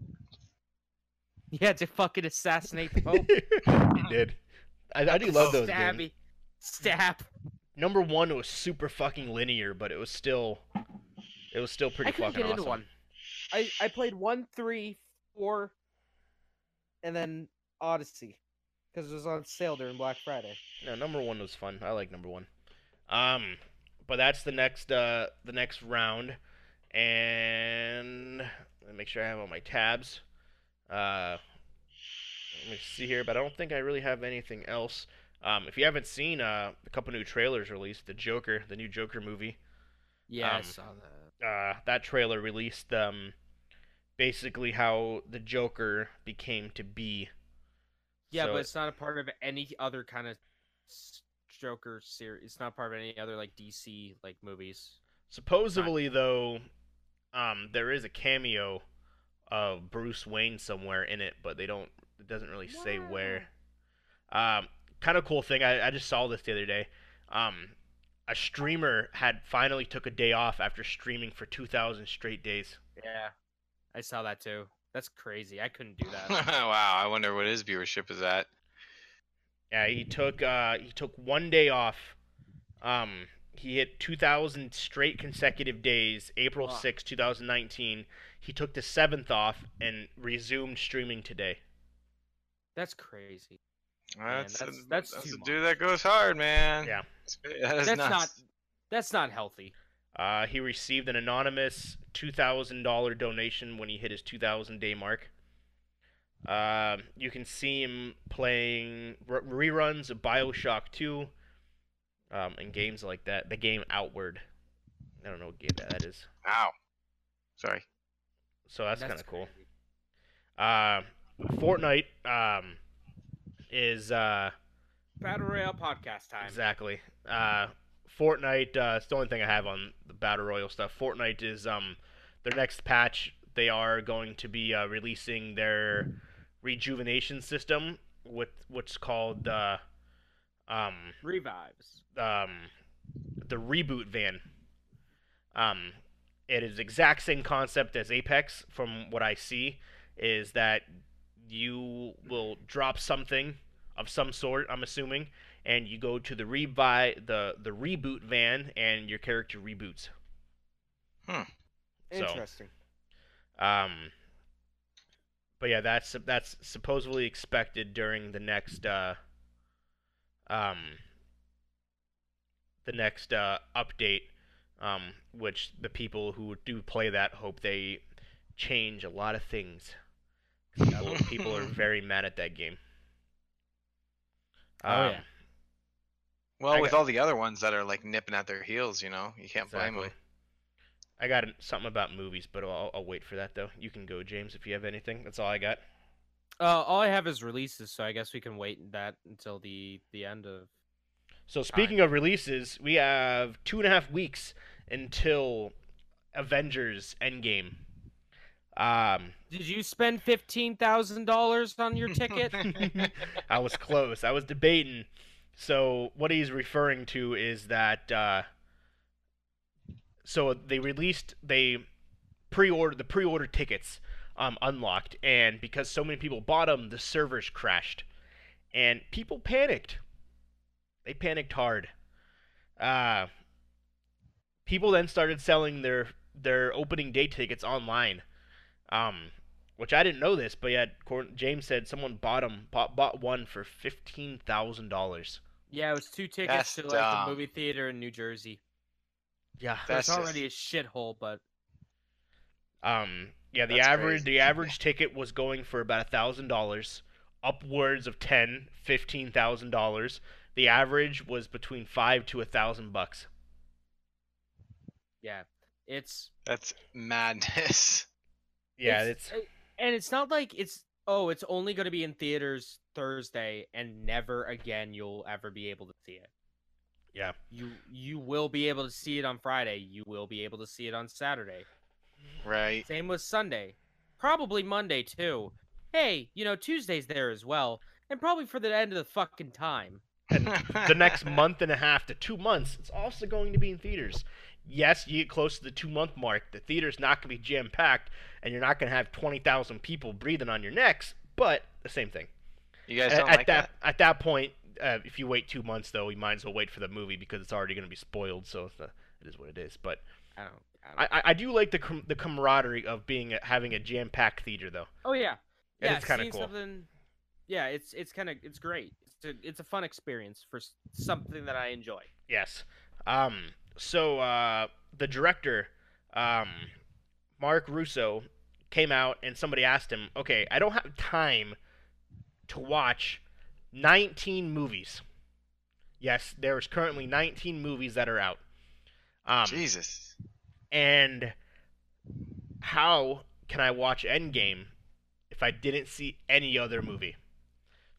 Speaker 4: You had to fucking assassinate the Pope.
Speaker 2: you did. I, I do love those games.
Speaker 4: Stabby. Stab.
Speaker 2: Number one was super fucking linear, but it was still it was still pretty
Speaker 4: I couldn't
Speaker 2: fucking
Speaker 4: get
Speaker 2: awesome.
Speaker 4: into one. I, I played one, three, four, and then Odyssey because it was on sale during Black Friday.
Speaker 2: No, number one was fun. I like number one. Um, but that's the next uh the next round, and let me make sure I have all my tabs. Uh, let me see here, but I don't think I really have anything else. Um, if you haven't seen uh, a couple new trailers released, the Joker, the new Joker movie,
Speaker 4: Yeah,
Speaker 2: Um,
Speaker 4: I saw that.
Speaker 2: uh, that trailer released um, basically how the Joker became to be.
Speaker 4: Yeah,
Speaker 2: So
Speaker 4: but
Speaker 2: it-
Speaker 4: it's not a part of any other kind of Joker series. It's not part of any other like DC like movies.
Speaker 2: Supposedly, though, um, there is a cameo of Bruce Wayne somewhere in it, but they don't. It doesn't really say where. Um, kind of cool thing. I, I just saw this the other day. Um, a streamer had finally took a day off after streaming for two thousand straight days.
Speaker 4: Yeah, I saw that too. That's crazy. I couldn't do that.
Speaker 3: wow, I wonder what his viewership is at.
Speaker 2: Yeah, he took uh, he took one day off. Um, he hit 2,000 straight consecutive days. April
Speaker 4: Fuck.
Speaker 2: 6, 2019. He took the seventh off and resumed streaming today.
Speaker 4: That's crazy.
Speaker 3: That's,
Speaker 4: that's-
Speaker 3: a,
Speaker 4: that's
Speaker 3: that's
Speaker 4: too
Speaker 3: a dude that goes hard, man.
Speaker 2: Yeah.
Speaker 3: That's, that is
Speaker 4: That's
Speaker 3: nuts.
Speaker 4: not. That's not healthy.
Speaker 2: Uh, he received an anonymous $2,000 donation when he hit his 2,000 day mark. Uh, you can see him playing r- reruns of Bioshock 2 um, and games like that. The game Outward. I don't know what game that is.
Speaker 3: Ow. Sorry.
Speaker 2: So that's, kind of cool.
Speaker 4: crazy.
Speaker 2: Uh, Fortnite um, is uh,
Speaker 4: Battle Royale podcast time.
Speaker 2: exactly uh, Fortnite. Uh, it's the only thing I have on the battle royal stuff. Fortnite is um, their next patch. They are going to be uh, releasing their rejuvenation system, with what's called uh, um,
Speaker 4: Revives.
Speaker 2: um, the reboot van. Um, it is the exact same concept as Apex, from what I see, is that you will drop something of some sort. I'm assuming, and you go to the revi the the reboot van, and your character reboots. So-
Speaker 5: Interesting.
Speaker 2: Um, but yeah, that's that's supposedly expected during the next uh, um, the next uh, update, um, which the people who do play that hope they change a lot of things. A lot of people are very mad at that game. Um,
Speaker 4: Oh, yeah.
Speaker 3: Well,
Speaker 2: I
Speaker 3: with
Speaker 2: got-
Speaker 3: all the other ones that are like nipping at their heels, you know, you can't blame them.
Speaker 2: Exactly. I got something about movies, but I'll, I'll wait for that though. You can go, James, if you have anything. That's all I got.
Speaker 4: Uh, all I have is releases, so I guess we can wait that until the the end of.
Speaker 2: So speaking of releases, we have two and a half weeks until Avengers Endgame. Um,
Speaker 4: Did you spend fifteen thousand dollars on your ticket?
Speaker 2: I was close. I was debating. So what he's referring to is that uh, so they released they pre-ordered the pre-order tickets um, unlocked, and because so many people bought them, the servers crashed, and people panicked. They panicked hard. Uh, people then started selling their their opening day tickets online. Um, which I didn't know this, but yeah, Cor- James said someone bought 'em- bought, bought one for fifteen thousand dollars.
Speaker 4: yeah, it was two tickets
Speaker 3: That's
Speaker 4: to like
Speaker 3: dumb.
Speaker 4: the movie theater in New Jersey.
Speaker 2: Yeah.
Speaker 3: That's
Speaker 4: That's
Speaker 3: just-
Speaker 4: already a shithole, but
Speaker 2: Um. Yeah. The
Speaker 3: That's
Speaker 2: average
Speaker 3: crazy.
Speaker 2: the average ticket was going for about thousand dollars, upwards of ten, fifteen thousand dollars. The average was between five to a thousand bucks.
Speaker 4: yeah, it's
Speaker 3: That's madness.
Speaker 2: Yeah, it's,
Speaker 4: and it's not like it's oh, it's only going to be in theaters Thursday and never again you'll ever be able to see it.
Speaker 2: Yeah.
Speaker 4: You you will be able to see it on Friday, you will be able to see it on Saturday.
Speaker 3: Right.
Speaker 4: Same with Sunday. Probably Monday too. Hey, you know, Tuesday's there as well. And probably for the end of the fucking time.
Speaker 2: the next month and a half to two months. It's also going to be in theaters. Yes, you get close to the two month mark. The theater's not going to be jam packed, and you're not going to have twenty thousand people breathing on your necks. But the same thing.
Speaker 3: You guys
Speaker 2: at,
Speaker 3: don't
Speaker 2: at
Speaker 3: like
Speaker 2: that, at that point, uh, if you wait two months though, you might as well wait for the movie because it's already going to be spoiled. So it's not, it is what it is. But
Speaker 4: I don't, I don't
Speaker 2: I, I, I do like the com- the camaraderie of being having a jam packed theater though.
Speaker 4: Oh yeah.
Speaker 2: It
Speaker 4: Yeah,
Speaker 2: is kinda
Speaker 4: seeing
Speaker 2: cool.
Speaker 4: Something, yeah, it's it's kind of it's great. It's a, it's a fun experience for s- something that I enjoy.
Speaker 2: Yes. Um. So uh, the director, um, Mark Russo, came out and somebody asked him, "Okay, I don't have time to watch 19 movies. Yes, there is currently 19 movies that are out. Um,
Speaker 3: Jesus.
Speaker 2: and how can I watch Endgame if I didn't see any other movie?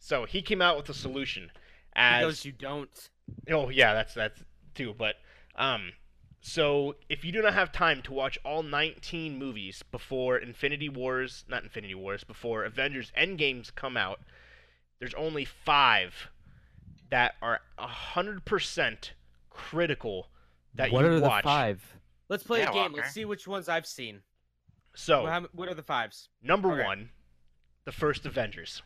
Speaker 2: So he came out with a solution. As
Speaker 4: Because you don't.
Speaker 2: Oh yeah, that's that's too. But um, so if you do not have time to watch all 19 movies before Infinity Wars, not Infinity Wars, before Avengers Endgames come out, there's only five that are hundred percent critical that
Speaker 5: what
Speaker 2: you
Speaker 5: are
Speaker 2: watch.
Speaker 5: the five?
Speaker 4: Let's play
Speaker 3: Yeah,
Speaker 4: a game.
Speaker 3: Walker.
Speaker 4: Let's see which ones I've seen.
Speaker 2: So Oh.
Speaker 4: Well, how m- What are the fives?
Speaker 2: number
Speaker 4: okay.
Speaker 2: one, the first Avengers.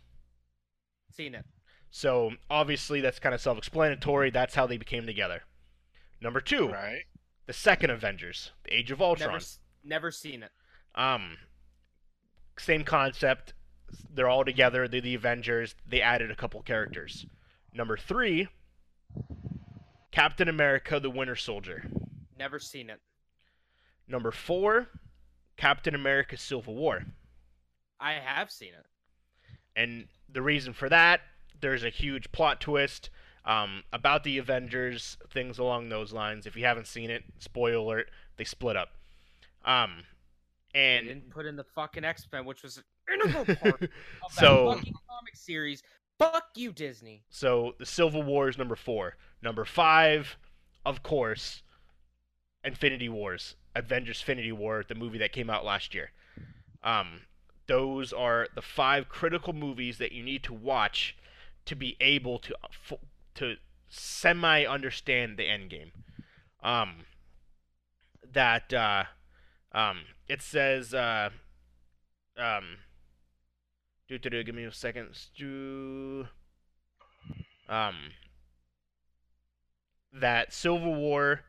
Speaker 4: Seen it.
Speaker 2: So obviously that's kind of self-explanatory. That's how they became together. Number two,
Speaker 3: Right.
Speaker 2: the second Avengers, the Age of Ultron.
Speaker 4: Never, s- never seen it.
Speaker 2: Um, same concept. They're all together. They're the Avengers. They added a couple characters. Number three, Captain America: The Winter Soldier.
Speaker 4: Never seen it.
Speaker 2: Number four, Captain America: Civil War.
Speaker 4: I have seen it.
Speaker 2: And the reason for that, there's a huge plot twist um, about the Avengers, things along those lines. If you haven't seen it, spoiler alert, they split up. Um,
Speaker 4: They
Speaker 2: and
Speaker 4: didn't put in the fucking X Men, which was an integral part of
Speaker 2: So-
Speaker 4: that fucking comic series. Fuck you, Disney.
Speaker 2: So the Civil War is number four. Number five, of course, Infinity Wars, Avengers: Infinity War, the movie that came out last year. Um, those are the five critical movies that you need to watch to be able to uh, fu- to semi understand the endgame. Um, that uh, um, it says uh, um, do do do. Give me a second. Do um, that Civil War,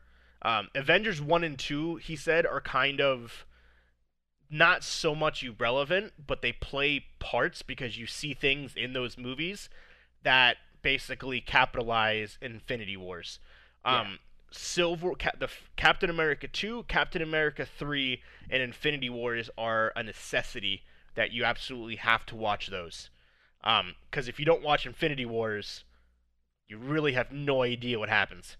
Speaker 2: um, Avengers one and two, he said, are kind of not so much irrelevant, but they play parts because you see things in those movies that basically capitalize Infinity Wars. Um, Silver, Ca- the f- Captain America two, Captain America three, and Infinity Wars are a necessity that you absolutely have to watch those. Um, because if you don't watch Infinity Wars, you really have no idea what happens.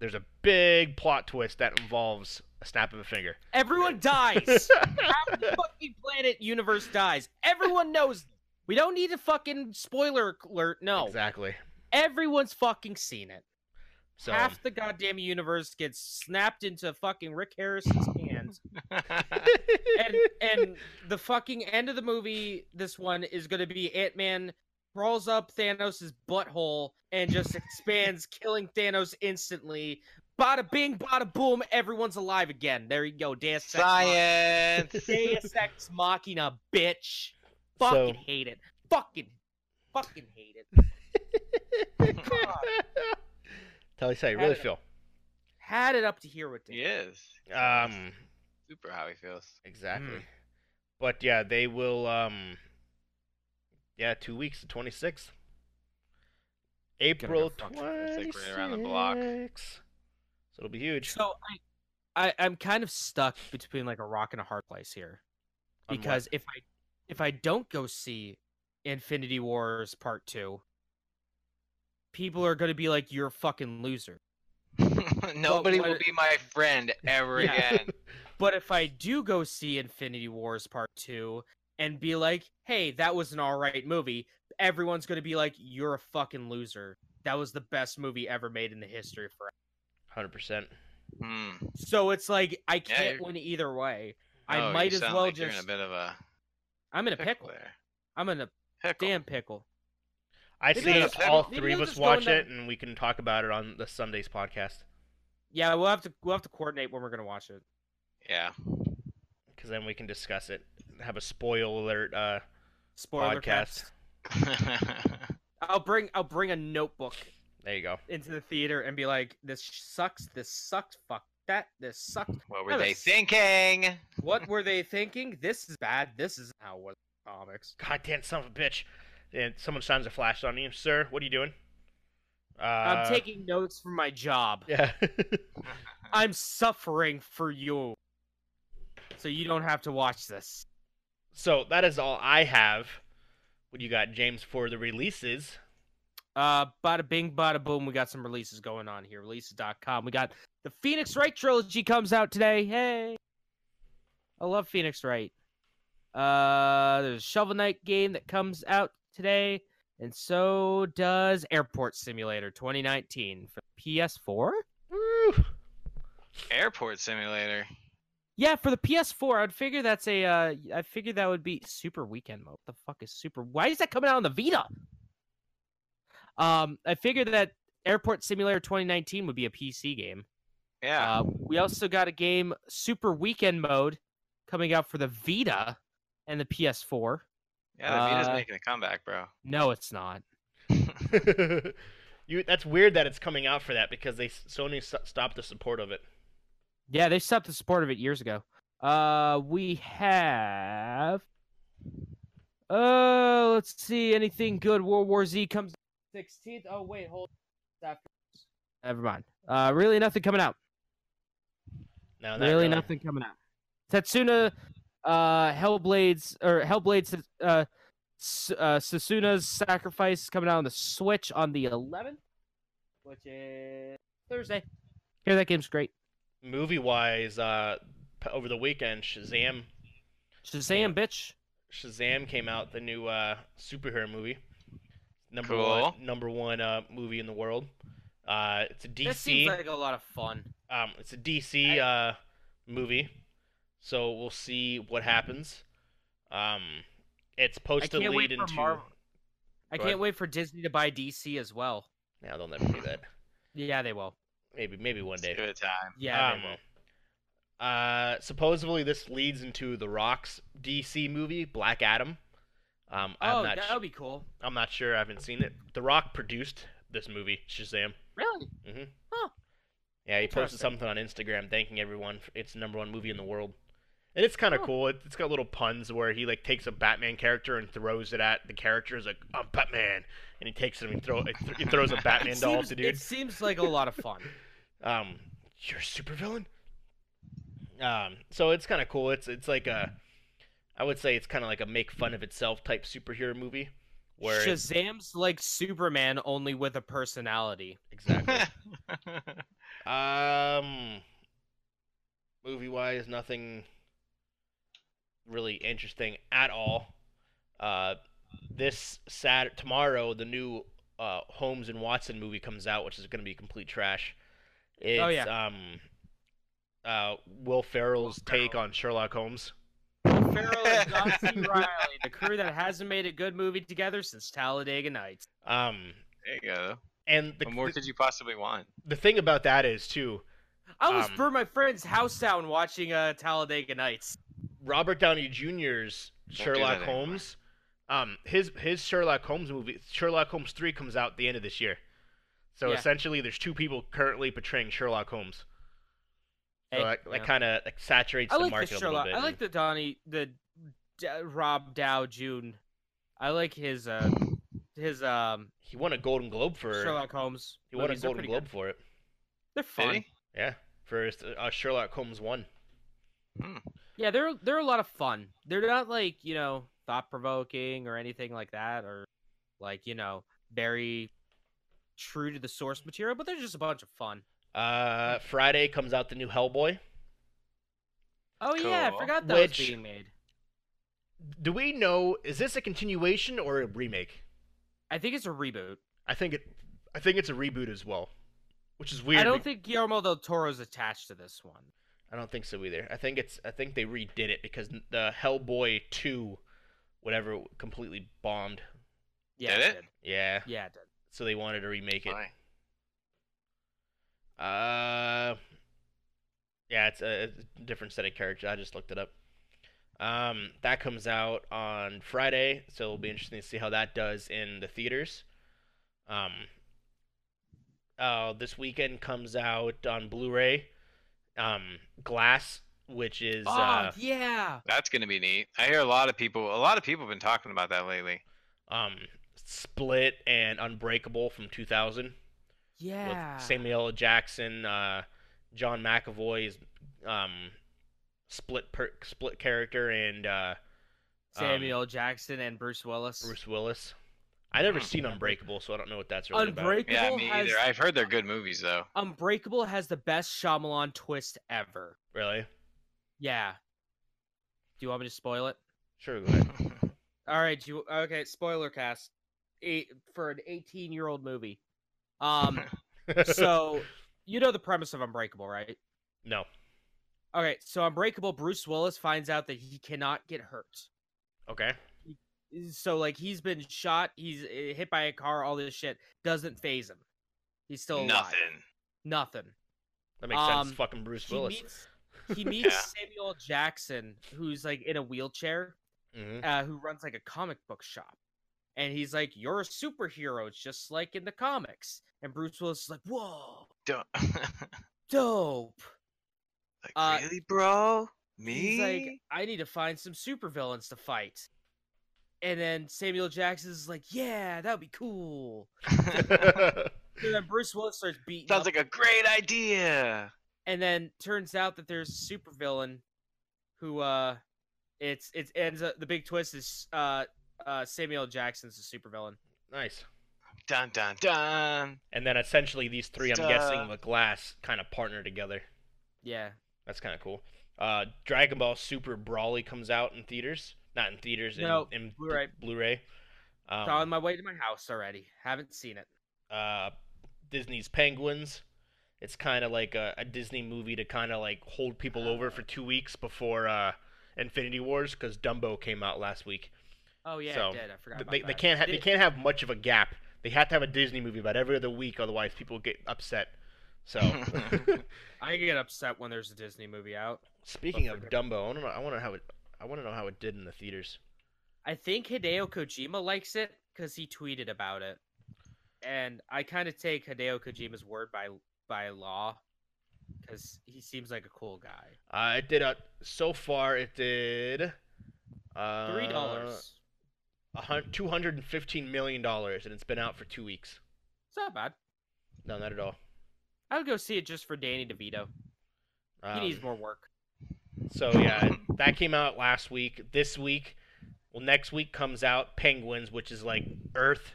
Speaker 2: There's a big plot twist that involves a snap of a finger.
Speaker 4: Everyone dies. Half the fucking planet universe dies. Everyone knows. this. We don't need a fucking spoiler alert. No,
Speaker 2: Exactly.
Speaker 4: everyone's fucking seen it.
Speaker 2: So
Speaker 4: Half the goddamn universe gets snapped into fucking Rick Harrison's hands. and and the fucking end of the movie, this one is gonna be Ant Man crawls up Thanos' butthole and just expands, killing Thanos instantly. Bada bing, bada boom, everyone's alive again. There you go, Deus Ex Machina.
Speaker 3: Science.
Speaker 4: Deus Ex Machina, bitch. Fucking
Speaker 2: So-
Speaker 4: hate it. Fucking, fucking hate it.
Speaker 2: Tell us how you really
Speaker 4: Had it.
Speaker 2: feel.
Speaker 4: Had it up to here with it.
Speaker 3: Yes. Hmm.
Speaker 2: Um,
Speaker 3: Super how he feels.
Speaker 2: exactly. But yeah, they will. Um, yeah, two weeks, the twenty sixth. April
Speaker 3: fucked.
Speaker 2: twenty
Speaker 3: That's like
Speaker 2: sixth.
Speaker 3: right around the block.
Speaker 2: So it'll be huge.
Speaker 4: So I, I I'm kind of stuck between like a rock and a hard place here,
Speaker 2: On what?
Speaker 4: because if I if I don't go see Infinity Wars Part Two, people are gonna be like, "You're a fucking loser."
Speaker 3: Nobody will
Speaker 4: what-
Speaker 3: be my friend ever
Speaker 4: Yeah.
Speaker 3: again.
Speaker 4: But if I do go see Infinity Wars Part Two and be like, "Hey, that was an all right movie," everyone's gonna be like, "You're a fucking loser." That was the best movie ever made in the history for
Speaker 2: Hundred percent.
Speaker 3: Hmm.
Speaker 4: So it's like I can't
Speaker 3: you're-
Speaker 4: win either way.
Speaker 3: Oh,
Speaker 4: I
Speaker 3: you
Speaker 4: might as
Speaker 3: sound
Speaker 4: well
Speaker 3: like You're in
Speaker 4: just
Speaker 3: a bit of a
Speaker 4: I'm in a
Speaker 3: pickle
Speaker 4: pickle.
Speaker 3: there.
Speaker 4: I'm in a
Speaker 3: Pickle.
Speaker 4: damn pickle.
Speaker 2: I
Speaker 3: Maybe
Speaker 2: say
Speaker 3: they'll
Speaker 2: if
Speaker 3: just-
Speaker 2: all
Speaker 4: maybe
Speaker 2: three of
Speaker 4: they'll
Speaker 2: us
Speaker 4: just go
Speaker 2: watch
Speaker 4: into-
Speaker 2: it, and we can talk about it on the Sunday's podcast
Speaker 4: Yeah, we'll have to we'll have to coordinate when we're gonna watch it.
Speaker 3: Yeah.
Speaker 2: because then we can discuss it. Have a spoil alert uh,
Speaker 4: Spoiler
Speaker 2: podcast.
Speaker 4: cast. I'll bring I'll bring a notebook
Speaker 2: There you go.
Speaker 4: into the theater and be like, "This sucks. This sucks. Fuck that. This sucks.
Speaker 3: what were
Speaker 4: That
Speaker 3: they
Speaker 4: was-
Speaker 3: thinking?
Speaker 4: What were they thinking? This is bad. This is how it was in comics."
Speaker 2: Goddamn son of a bitch! And someone shines a flash on you, sir. What are you doing? Uh,
Speaker 4: I'm taking notes from my job.
Speaker 2: Yeah.
Speaker 4: I'm suffering for you, so you don't have to watch this.
Speaker 2: so that is all I have. What do you got, James, for the releases?
Speaker 4: Uh, bada bing, bada boom. We got some releases going on here. Releases.com. We got the Phoenix Wright trilogy comes out today. Hey, I love Phoenix Wright. Uh, there's a Shovel Knight game that comes out today, and so does Airport Simulator 2019 for PS4.
Speaker 2: Woo!
Speaker 3: Airport simulator.
Speaker 4: Yeah, for the PS4, I'd figure that's a. Uh, I figure that would be Super Weekend mode. What the fuck is Super? Why is that coming out on the Vita? Um, I figured that Airport Simulator 2019 would be a PC game.
Speaker 3: Yeah.
Speaker 4: Uh, we also got a game Super Weekend mode coming out for the Vita and the PS4.
Speaker 3: yeah, the Vita's
Speaker 4: uh,
Speaker 3: making a comeback, bro.
Speaker 4: No, it's not.
Speaker 2: you. That's weird that it's coming out for that because they Sony s stopped the support of it.
Speaker 4: Yeah, they stopped the support of it years ago. Uh, we have. Uh, let's see. Anything good? World War Z comes 16th. Oh, wait, hold. it's after- Never mind. Uh, really nothing coming out.
Speaker 2: No, not
Speaker 4: Really, nothing coming out. Tetsuna, uh, Hellblades or Hellblades, uh, S- uh, Susuna's Sacrifice is coming out on the Switch on the 11th, which is Thursday. Here, that game's great.
Speaker 2: Movie wise, uh, p- over the weekend, Shazam,
Speaker 4: Shazam, bitch.
Speaker 2: Shazam came out, the new uh, superhero movie. Number
Speaker 3: Cool.
Speaker 2: one, number one uh, movie in the world. Uh, it's a DC.
Speaker 4: That seems like a lot of fun.
Speaker 2: Um, it's a DC uh, movie, so we'll see what happens. Um, it's supposed to
Speaker 4: can't wait
Speaker 2: lead
Speaker 4: for
Speaker 2: into.
Speaker 4: Marvel. I
Speaker 2: Go
Speaker 4: can't
Speaker 2: ahead.
Speaker 4: wait for Disney to buy DC as well.
Speaker 2: Now they'll never do that.
Speaker 4: Yeah, they will.
Speaker 2: Maybe, maybe one
Speaker 3: Let's give
Speaker 2: day.
Speaker 3: it time.
Speaker 4: Yeah,
Speaker 2: Um, uh, supposedly this leads into the Rock's DC movie, Black Adam. Um,
Speaker 4: they will.
Speaker 2: I'm
Speaker 4: Oh,
Speaker 2: not.
Speaker 4: that
Speaker 2: su-
Speaker 4: would be cool.
Speaker 2: I'm not sure. I haven't seen it. The Rock produced this movie, Shazam.
Speaker 4: Really?
Speaker 2: Mm-hmm.
Speaker 4: Huh.
Speaker 2: Yeah, he posted
Speaker 4: Interesting.
Speaker 2: something on Instagram thanking everyone. For, it's the number one movie in the world. And it's kind of cool. It, it's got little puns where he like takes a Batman character and throws it at the character. Is like, I'm Batman, and he takes it and throw, it th- he throws a Batman
Speaker 4: It
Speaker 2: doll
Speaker 4: seems,
Speaker 2: to dude.
Speaker 4: it seems like a lot of fun.
Speaker 2: Um, you're a supervillain. Um, so it's kind of cool. It's it's like a, I would say it's kind of like a make fun of itself type superhero movie, where it's-
Speaker 4: Shazam's like Superman only with a personality.
Speaker 2: exactly. Um, movie wise, nothing really interesting at all. Uh, this Sat tomorrow, the new uh, Holmes and Watson movie comes out, which is going to be complete trash. It's,
Speaker 4: Oh,
Speaker 2: Um, uh, Will Ferrell's take on Sherlock Holmes.
Speaker 4: Farrell and John C. Riley, the crew that hasn't made a good movie together since Talladega Nights.
Speaker 2: Um,
Speaker 3: there you go.
Speaker 2: and the,
Speaker 3: What more
Speaker 2: the,
Speaker 3: could you possibly want?
Speaker 2: the thing about that is too,
Speaker 4: I was
Speaker 2: Um,
Speaker 4: for my friend's house down watching uh, Talladega Nights.
Speaker 2: Robert Downey Jr.'s
Speaker 3: do
Speaker 2: Sherlock
Speaker 3: that anymore.
Speaker 2: Holmes. Um, his his Sherlock Holmes movie, Sherlock Holmes three, comes out the end of this year. So
Speaker 4: Yeah.
Speaker 2: essentially, there's two people currently portraying Sherlock Holmes. So
Speaker 4: Hey,
Speaker 2: that,
Speaker 4: yeah.
Speaker 2: kind of like saturates
Speaker 4: I
Speaker 2: the
Speaker 4: like the
Speaker 2: market a little
Speaker 4: Sherlock.
Speaker 2: bit.
Speaker 4: I like the Donnie, the D- Rob Dow Jr. I like his uh his um
Speaker 2: he won a Golden Globe for
Speaker 4: Sherlock Holmes.
Speaker 2: he won a
Speaker 4: movies. They're
Speaker 2: Golden
Speaker 4: pretty
Speaker 2: Globe
Speaker 4: good.
Speaker 2: for it.
Speaker 4: They're
Speaker 3: Did
Speaker 4: fun.
Speaker 3: he?
Speaker 2: Yeah, for his, uh, Sherlock Holmes one.
Speaker 4: Yeah, they're they're a lot of fun. They're not like you know thought provoking or anything like that, or like you know very true to the source material. But they're just a bunch of fun.
Speaker 2: Uh, Friday comes out the new Hellboy.
Speaker 4: Oh yeah, I
Speaker 3: Cool.
Speaker 4: forgot that
Speaker 2: Which-
Speaker 4: was being made.
Speaker 2: Do we know is this a continuation or a remake?
Speaker 4: I think it's a reboot.
Speaker 2: I think it. I think it's a reboot as well, which is weird.
Speaker 4: I
Speaker 2: be-
Speaker 4: don't think Guillermo del Toro's attached to this one.
Speaker 2: I don't think so either. I think it's I think they redid it because n- the Hellboy 2 whatever completely bombed.
Speaker 4: Yeah,
Speaker 3: Did it?
Speaker 2: Yeah.
Speaker 4: did. Yeah, it did.
Speaker 2: So they wanted to remake it.
Speaker 3: Why?
Speaker 2: Uh Yeah, it's a, it's a different set of characters. I just looked it up. Um that comes out on Friday, so it'll be interesting to see how that does in the theaters. Um uh, this weekend comes out on Blu-ray um Glass, which is
Speaker 4: oh
Speaker 2: uh
Speaker 4: yeah.
Speaker 3: That's gonna be neat. I hear a lot of people. A lot of people have been talking about that lately.
Speaker 2: um, Split and Unbreakable from 2000
Speaker 4: Yeah.
Speaker 2: with Samuel L. Jackson, uh, John McAvoy's um, Split per- Split character, and uh, um,
Speaker 4: Samuel Jackson and Bruce Willis.
Speaker 2: Bruce Willis. I never
Speaker 3: Mhm.
Speaker 2: seen Unbreakable, so I don't know what that's really about.
Speaker 4: Unbreakable
Speaker 3: Yeah, me
Speaker 4: has
Speaker 3: either. I've heard they're good movies though.
Speaker 4: Unbreakable has the best Shyamalan twist ever.
Speaker 2: Really?
Speaker 4: Yeah. Do you want me to spoil it?
Speaker 2: Sure. Go ahead.
Speaker 4: All right, you okay? Spoiler cast eight, for an eighteen-year-old movie. Um, so you know the premise of Unbreakable, right?
Speaker 2: no.
Speaker 4: Okay, so Unbreakable, Bruce Willis finds out that he cannot get hurt.
Speaker 2: Okay.
Speaker 4: So like he's been shot, he's uh, hit by a car, all this shit doesn't phase him. He's still alive.
Speaker 3: Nothing.
Speaker 4: Nothing.
Speaker 2: That makes
Speaker 4: Um,
Speaker 2: sense. Fucking Bruce
Speaker 4: He
Speaker 2: Willis.
Speaker 4: meets, he meets
Speaker 3: Yeah.
Speaker 4: Samuel Jackson, who's like in a wheelchair,
Speaker 2: hmm
Speaker 4: uh, who runs like a comic book shop. And he's like, You're a superhero, it's just like in the comics. And Bruce Willis is like, Whoa,
Speaker 3: Don't. like
Speaker 4: dope. Uh,
Speaker 3: really, bro? Me?
Speaker 4: He's like, I need to find some supervillains to fight. And then Samuel Jackson is like, Yeah, that would be cool.
Speaker 2: Mm-hmm.
Speaker 4: And then Bruce Willis starts beating
Speaker 3: Sounds
Speaker 4: up
Speaker 3: like a great idea.
Speaker 4: and then turns out that there's a supervillain who uh it's it ends up the big twist is uh uh Samuel L. Jackson's a supervillain.
Speaker 2: nice.
Speaker 3: Dun dun dun.
Speaker 2: And then essentially these three, I'm
Speaker 4: uh,
Speaker 3: Stuff.
Speaker 2: guessing, with Glass kind of partner together.
Speaker 4: Yeah.
Speaker 2: That's kind of cool. Uh, Dragon Ball Super Brawly comes out in theaters. Not in theaters. In,
Speaker 4: No,
Speaker 2: in
Speaker 4: Blu-ray.
Speaker 2: Blu-ray.
Speaker 3: Oh.
Speaker 4: It's on
Speaker 2: Um,
Speaker 4: my way to my house already. Haven't seen it.
Speaker 2: uh, Disney's Penguins. It's kind of like a, a Disney movie to kind of like hold people over for two weeks before uh, Infinity Wars because Dumbo came out last week.
Speaker 4: Oh yeah,
Speaker 2: So,
Speaker 4: it did. I forgot
Speaker 2: Th-
Speaker 4: about
Speaker 2: They,
Speaker 4: that.
Speaker 2: they can't ha- they
Speaker 4: Did-
Speaker 2: can't have much of a gap. They have to have a Disney movie about every other week, otherwise people get upset. So,
Speaker 4: I get upset when there's a Disney movie out.
Speaker 2: speaking of
Speaker 4: But for-
Speaker 2: Dumbo, I don't know. I want to know how it. I want to know how it did in the theaters.
Speaker 4: I think Hideo
Speaker 2: Mm-hmm.
Speaker 4: Kojima likes it because he tweeted about it, and I kind of take Hideo Kojima's word by by law. because he seems like a cool guy.
Speaker 2: Uh, it did uh, so far. It did uh,
Speaker 4: Three dollars.
Speaker 2: a hun- $215 million, and it's been out for two weeks.
Speaker 4: it's not bad.
Speaker 2: No, not at all.
Speaker 4: I would go see it just for Danny DeVito. He
Speaker 2: Um,
Speaker 4: needs more work.
Speaker 3: Oh,
Speaker 2: So yeah, it- that came out last week. This week, well, next week comes out Penguins, which is like Earth,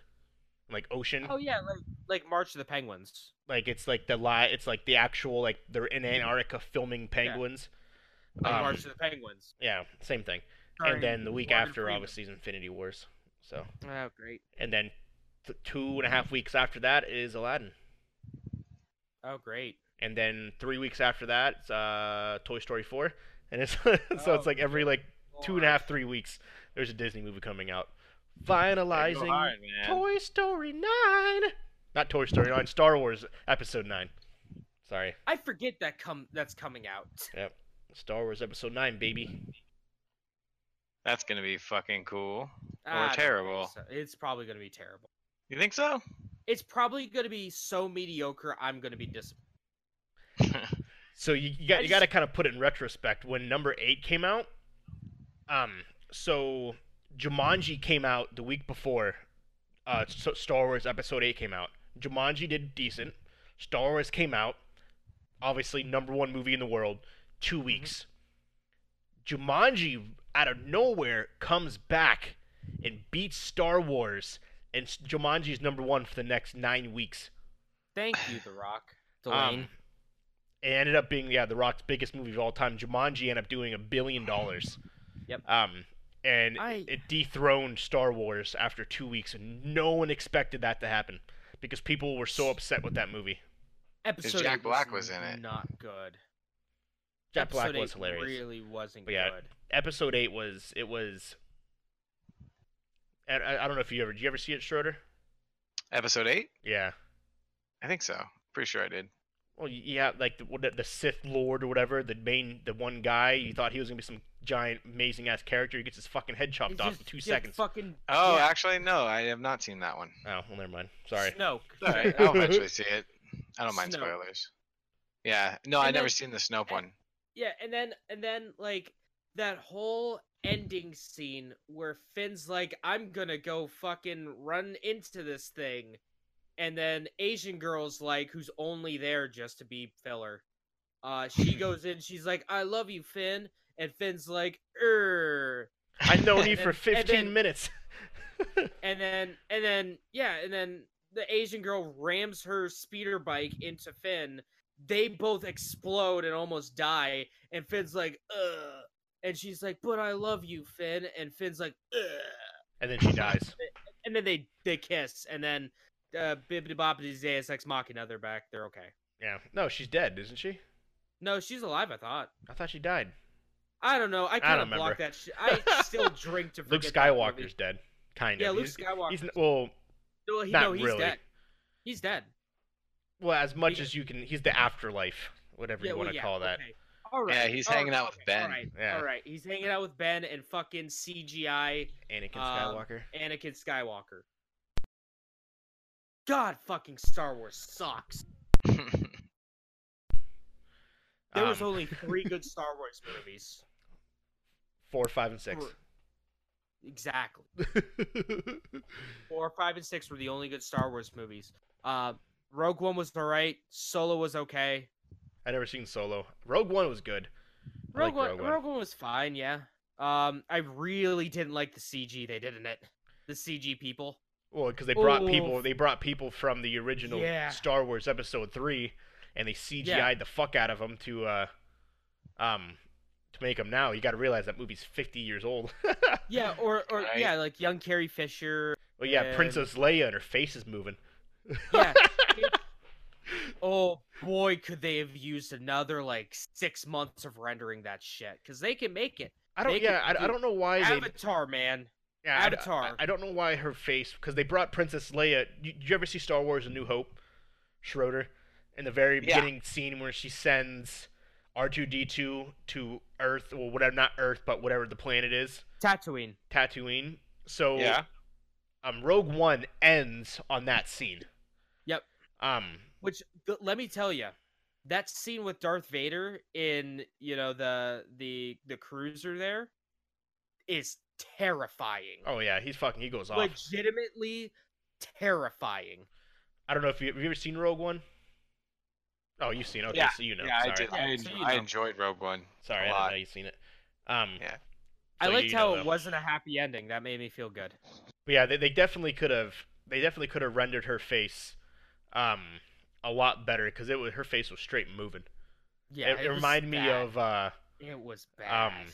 Speaker 2: like ocean,
Speaker 4: Oh yeah, like like March of the Penguins.
Speaker 2: like it's like the li- it's like the actual like they're in Antarctica filming penguins.
Speaker 4: Like
Speaker 2: Um,
Speaker 4: March of the Penguins.
Speaker 2: Yeah, same thing.
Speaker 4: Starring
Speaker 2: and then the week
Speaker 4: Morgan
Speaker 2: after,
Speaker 4: Freeman.
Speaker 2: obviously, is Infinity Wars. So
Speaker 4: Oh great.
Speaker 2: and then th- two and a half weeks after that is Aladdin,
Speaker 4: Oh great.
Speaker 2: and then three weeks after that, it's, uh, Toy Story four, and it's so
Speaker 4: Oh,
Speaker 2: it's like every like two and a half, three weeks, there's a Disney movie coming out. Finalizing
Speaker 3: hard, man.
Speaker 2: Toy Story 9. Not Toy Story 9, Star Wars Episode 9. Sorry.
Speaker 4: I forget that come that's coming out.
Speaker 2: Yep. Star Wars Episode 9, baby.
Speaker 3: That's gonna be fucking cool.
Speaker 4: I don't think
Speaker 3: terrible.
Speaker 4: so. It's probably gonna be terrible.
Speaker 3: You think so?
Speaker 4: It's probably gonna be so mediocre. I'm gonna be disappointed.
Speaker 2: So you, you
Speaker 4: I
Speaker 2: got you got
Speaker 4: just-
Speaker 2: to kind of put it in retrospect when number 8 came out. Um so Jumanji came out the week before uh so Star Wars Episode 8 came out. Jumanji did decent. Star Wars came out. Obviously number 1 movie in the world. 2
Speaker 4: Mm-hmm.
Speaker 2: weeks. Jumanji out of nowhere comes back and beats Star Wars and s- Jumanji's number 1 for the next 9 weeks.
Speaker 4: Thank you, The Rock. Dwayne.
Speaker 2: Um, it ended up being yeah, The Rock's biggest movie of all time. Jumanji ended up doing a billion dollars.
Speaker 4: Yep.
Speaker 2: Um, and
Speaker 4: I-
Speaker 2: it dethroned Star Wars after two weeks, and no one expected that to happen because people were so upset with that movie.
Speaker 4: episode
Speaker 3: Jack
Speaker 4: eight
Speaker 3: Black was in it.
Speaker 4: Not good.
Speaker 2: Jack Black
Speaker 4: Episode
Speaker 2: was
Speaker 4: eight
Speaker 2: hilarious.
Speaker 4: Really wasn't
Speaker 2: But yeah,
Speaker 4: good.
Speaker 2: Episode eight was it was. And I, I don't know if you ever did you ever see it, Schroeder?
Speaker 3: Episode eight?
Speaker 2: Yeah.
Speaker 3: I think so. Pretty sure I did.
Speaker 2: Well, y- yeah, like the, what the- the Sith Lord or whatever, the main, the one guy. You thought he was gonna be some giant, amazing ass character. He gets his fucking head chopped
Speaker 4: It's
Speaker 2: off
Speaker 4: just-
Speaker 2: in two
Speaker 4: yeah,
Speaker 2: seconds.
Speaker 4: Fucking
Speaker 3: Oh,
Speaker 4: yeah.
Speaker 3: actually, no, I have not seen that one.
Speaker 2: Oh, well, never mind. Sorry.
Speaker 4: Snoke.
Speaker 3: All right, I'll eventually see it. I don't mind
Speaker 4: Snow.
Speaker 3: spoilers. Yeah, no, I
Speaker 4: And
Speaker 3: never
Speaker 4: then-
Speaker 3: seen the Snope one.
Speaker 4: Yeah, and then and then like that whole ending scene where Finn's like, "I'm gonna go fucking run into this thing," and then Asian girl's like, who's only there just to be filler. Uh, she goes in. She's like, "I love you, Finn," and Finn's like, "Er."
Speaker 2: I've known you for
Speaker 4: And- and
Speaker 2: 15
Speaker 4: then-
Speaker 2: minutes.
Speaker 4: And then and then yeah, and then the Asian girl rams her speeder bike into Finn. They both explode and almost die, and Finn's like, ugh. And she's like, but I love you, Finn. And Finn's like, ugh.
Speaker 2: And then she dies.
Speaker 4: And then they they kiss, and then uh, Bibbidi Bobbidi Deus Ex Machina, they're back. They're okay.
Speaker 2: Yeah. No, she's dead, isn't she?
Speaker 4: No, she's alive, I thought.
Speaker 2: I thought she died.
Speaker 4: I don't know. I kind of
Speaker 2: don't
Speaker 4: blocked
Speaker 2: remember.
Speaker 4: that shit. I still drink to
Speaker 2: Luke
Speaker 4: forget that movie.
Speaker 2: Skywalker's dead. Kind of.
Speaker 4: Yeah, Luke
Speaker 2: He's-
Speaker 4: Skywalker.
Speaker 2: He's, n- well,
Speaker 4: no, he,
Speaker 2: not
Speaker 4: no, he's
Speaker 2: really.
Speaker 4: dead. He's dead.
Speaker 2: well, as much
Speaker 4: He-
Speaker 2: as you can. He's the afterlife, whatever you
Speaker 4: well,
Speaker 2: want to call that.
Speaker 4: okay. All right.
Speaker 3: Yeah, he's
Speaker 4: all
Speaker 3: hanging
Speaker 4: right,
Speaker 3: out with
Speaker 4: okay, All
Speaker 3: Ben.
Speaker 4: right.
Speaker 2: Yeah.
Speaker 4: All right. He's hanging out with Ben and fucking CGI
Speaker 2: Anakin
Speaker 4: Um,
Speaker 2: Skywalker.
Speaker 4: Anakin Skywalker. God fucking Star Wars sucks. There was
Speaker 2: Um,
Speaker 4: only three good Star Wars movies.
Speaker 2: four, five, and six.
Speaker 4: Exactly. Four, five, and six were the only good Star Wars movies. Uh, Rogue One was alright. Solo was okay.
Speaker 2: I never seen Solo. Rogue One was good. I liked
Speaker 4: Rogue, One,
Speaker 2: Rogue
Speaker 4: Rogue
Speaker 2: One.
Speaker 4: One was fine, yeah. Um, I really didn't like the CG they did in it. The CG people.
Speaker 2: Well, because they brought people,
Speaker 4: Oof.
Speaker 2: they brought people from the original
Speaker 4: Yeah.
Speaker 2: Star Wars Episode Three, and they CGI'd the fuck out of them to, uh, um, to make them now. You got to realize that movie's fifty years old.
Speaker 4: Yeah, or or
Speaker 3: Right.
Speaker 4: yeah, like young Carrie Fisher.
Speaker 2: well, yeah,
Speaker 4: And-
Speaker 2: Princess Leia and her face is moving.
Speaker 4: Yeah. oh boy, could they have used another like six months of rendering that shit? Because they can make it.
Speaker 2: I don't.
Speaker 4: They
Speaker 2: Yeah,
Speaker 4: could
Speaker 2: I, I
Speaker 4: do
Speaker 2: don't know why they.
Speaker 4: Avatar, man.
Speaker 2: Yeah, I- I-
Speaker 4: Avatar.
Speaker 2: I, don't know why her face because they brought Princess Leia. You, did you ever see Star Wars: A New Hope, Schroeder? In the very
Speaker 3: Yeah.
Speaker 2: beginning scene where she sends R two D two to Earth or whatever, not Earth, but whatever the planet is.
Speaker 4: Tatooine.
Speaker 2: Tatooine. So
Speaker 3: yeah,
Speaker 2: um Rogue One ends on that scene.
Speaker 4: Yep.
Speaker 2: Um
Speaker 4: Which th- let me tell you, that scene with Darth Vader in you know the the the cruiser there is terrifying.
Speaker 2: Oh yeah, he's fucking. He goes off.
Speaker 4: Legitimately terrifying.
Speaker 2: I don't know if you have you ever seen Rogue One. Oh, you've seen. it. Okay,
Speaker 3: Yeah,
Speaker 2: so you know.
Speaker 3: yeah, I,
Speaker 2: Sorry.
Speaker 3: did. I,
Speaker 4: Yeah, so you
Speaker 3: I
Speaker 4: know.
Speaker 3: enjoyed Rogue One.
Speaker 2: Sorry, I
Speaker 3: a lot.
Speaker 2: didn't know you've seen it. Um,
Speaker 3: Yeah.
Speaker 4: I
Speaker 2: so
Speaker 4: liked
Speaker 2: you know
Speaker 4: how
Speaker 2: that.
Speaker 4: it wasn't a happy ending. That made me feel good.
Speaker 2: But yeah, they, they definitely could have they definitely could have rendered her face um a lot better because it was her face was straight moving.
Speaker 4: Yeah,
Speaker 2: it,
Speaker 4: was
Speaker 2: reminded me
Speaker 4: bad.
Speaker 2: of uh
Speaker 4: it was bad.
Speaker 2: um,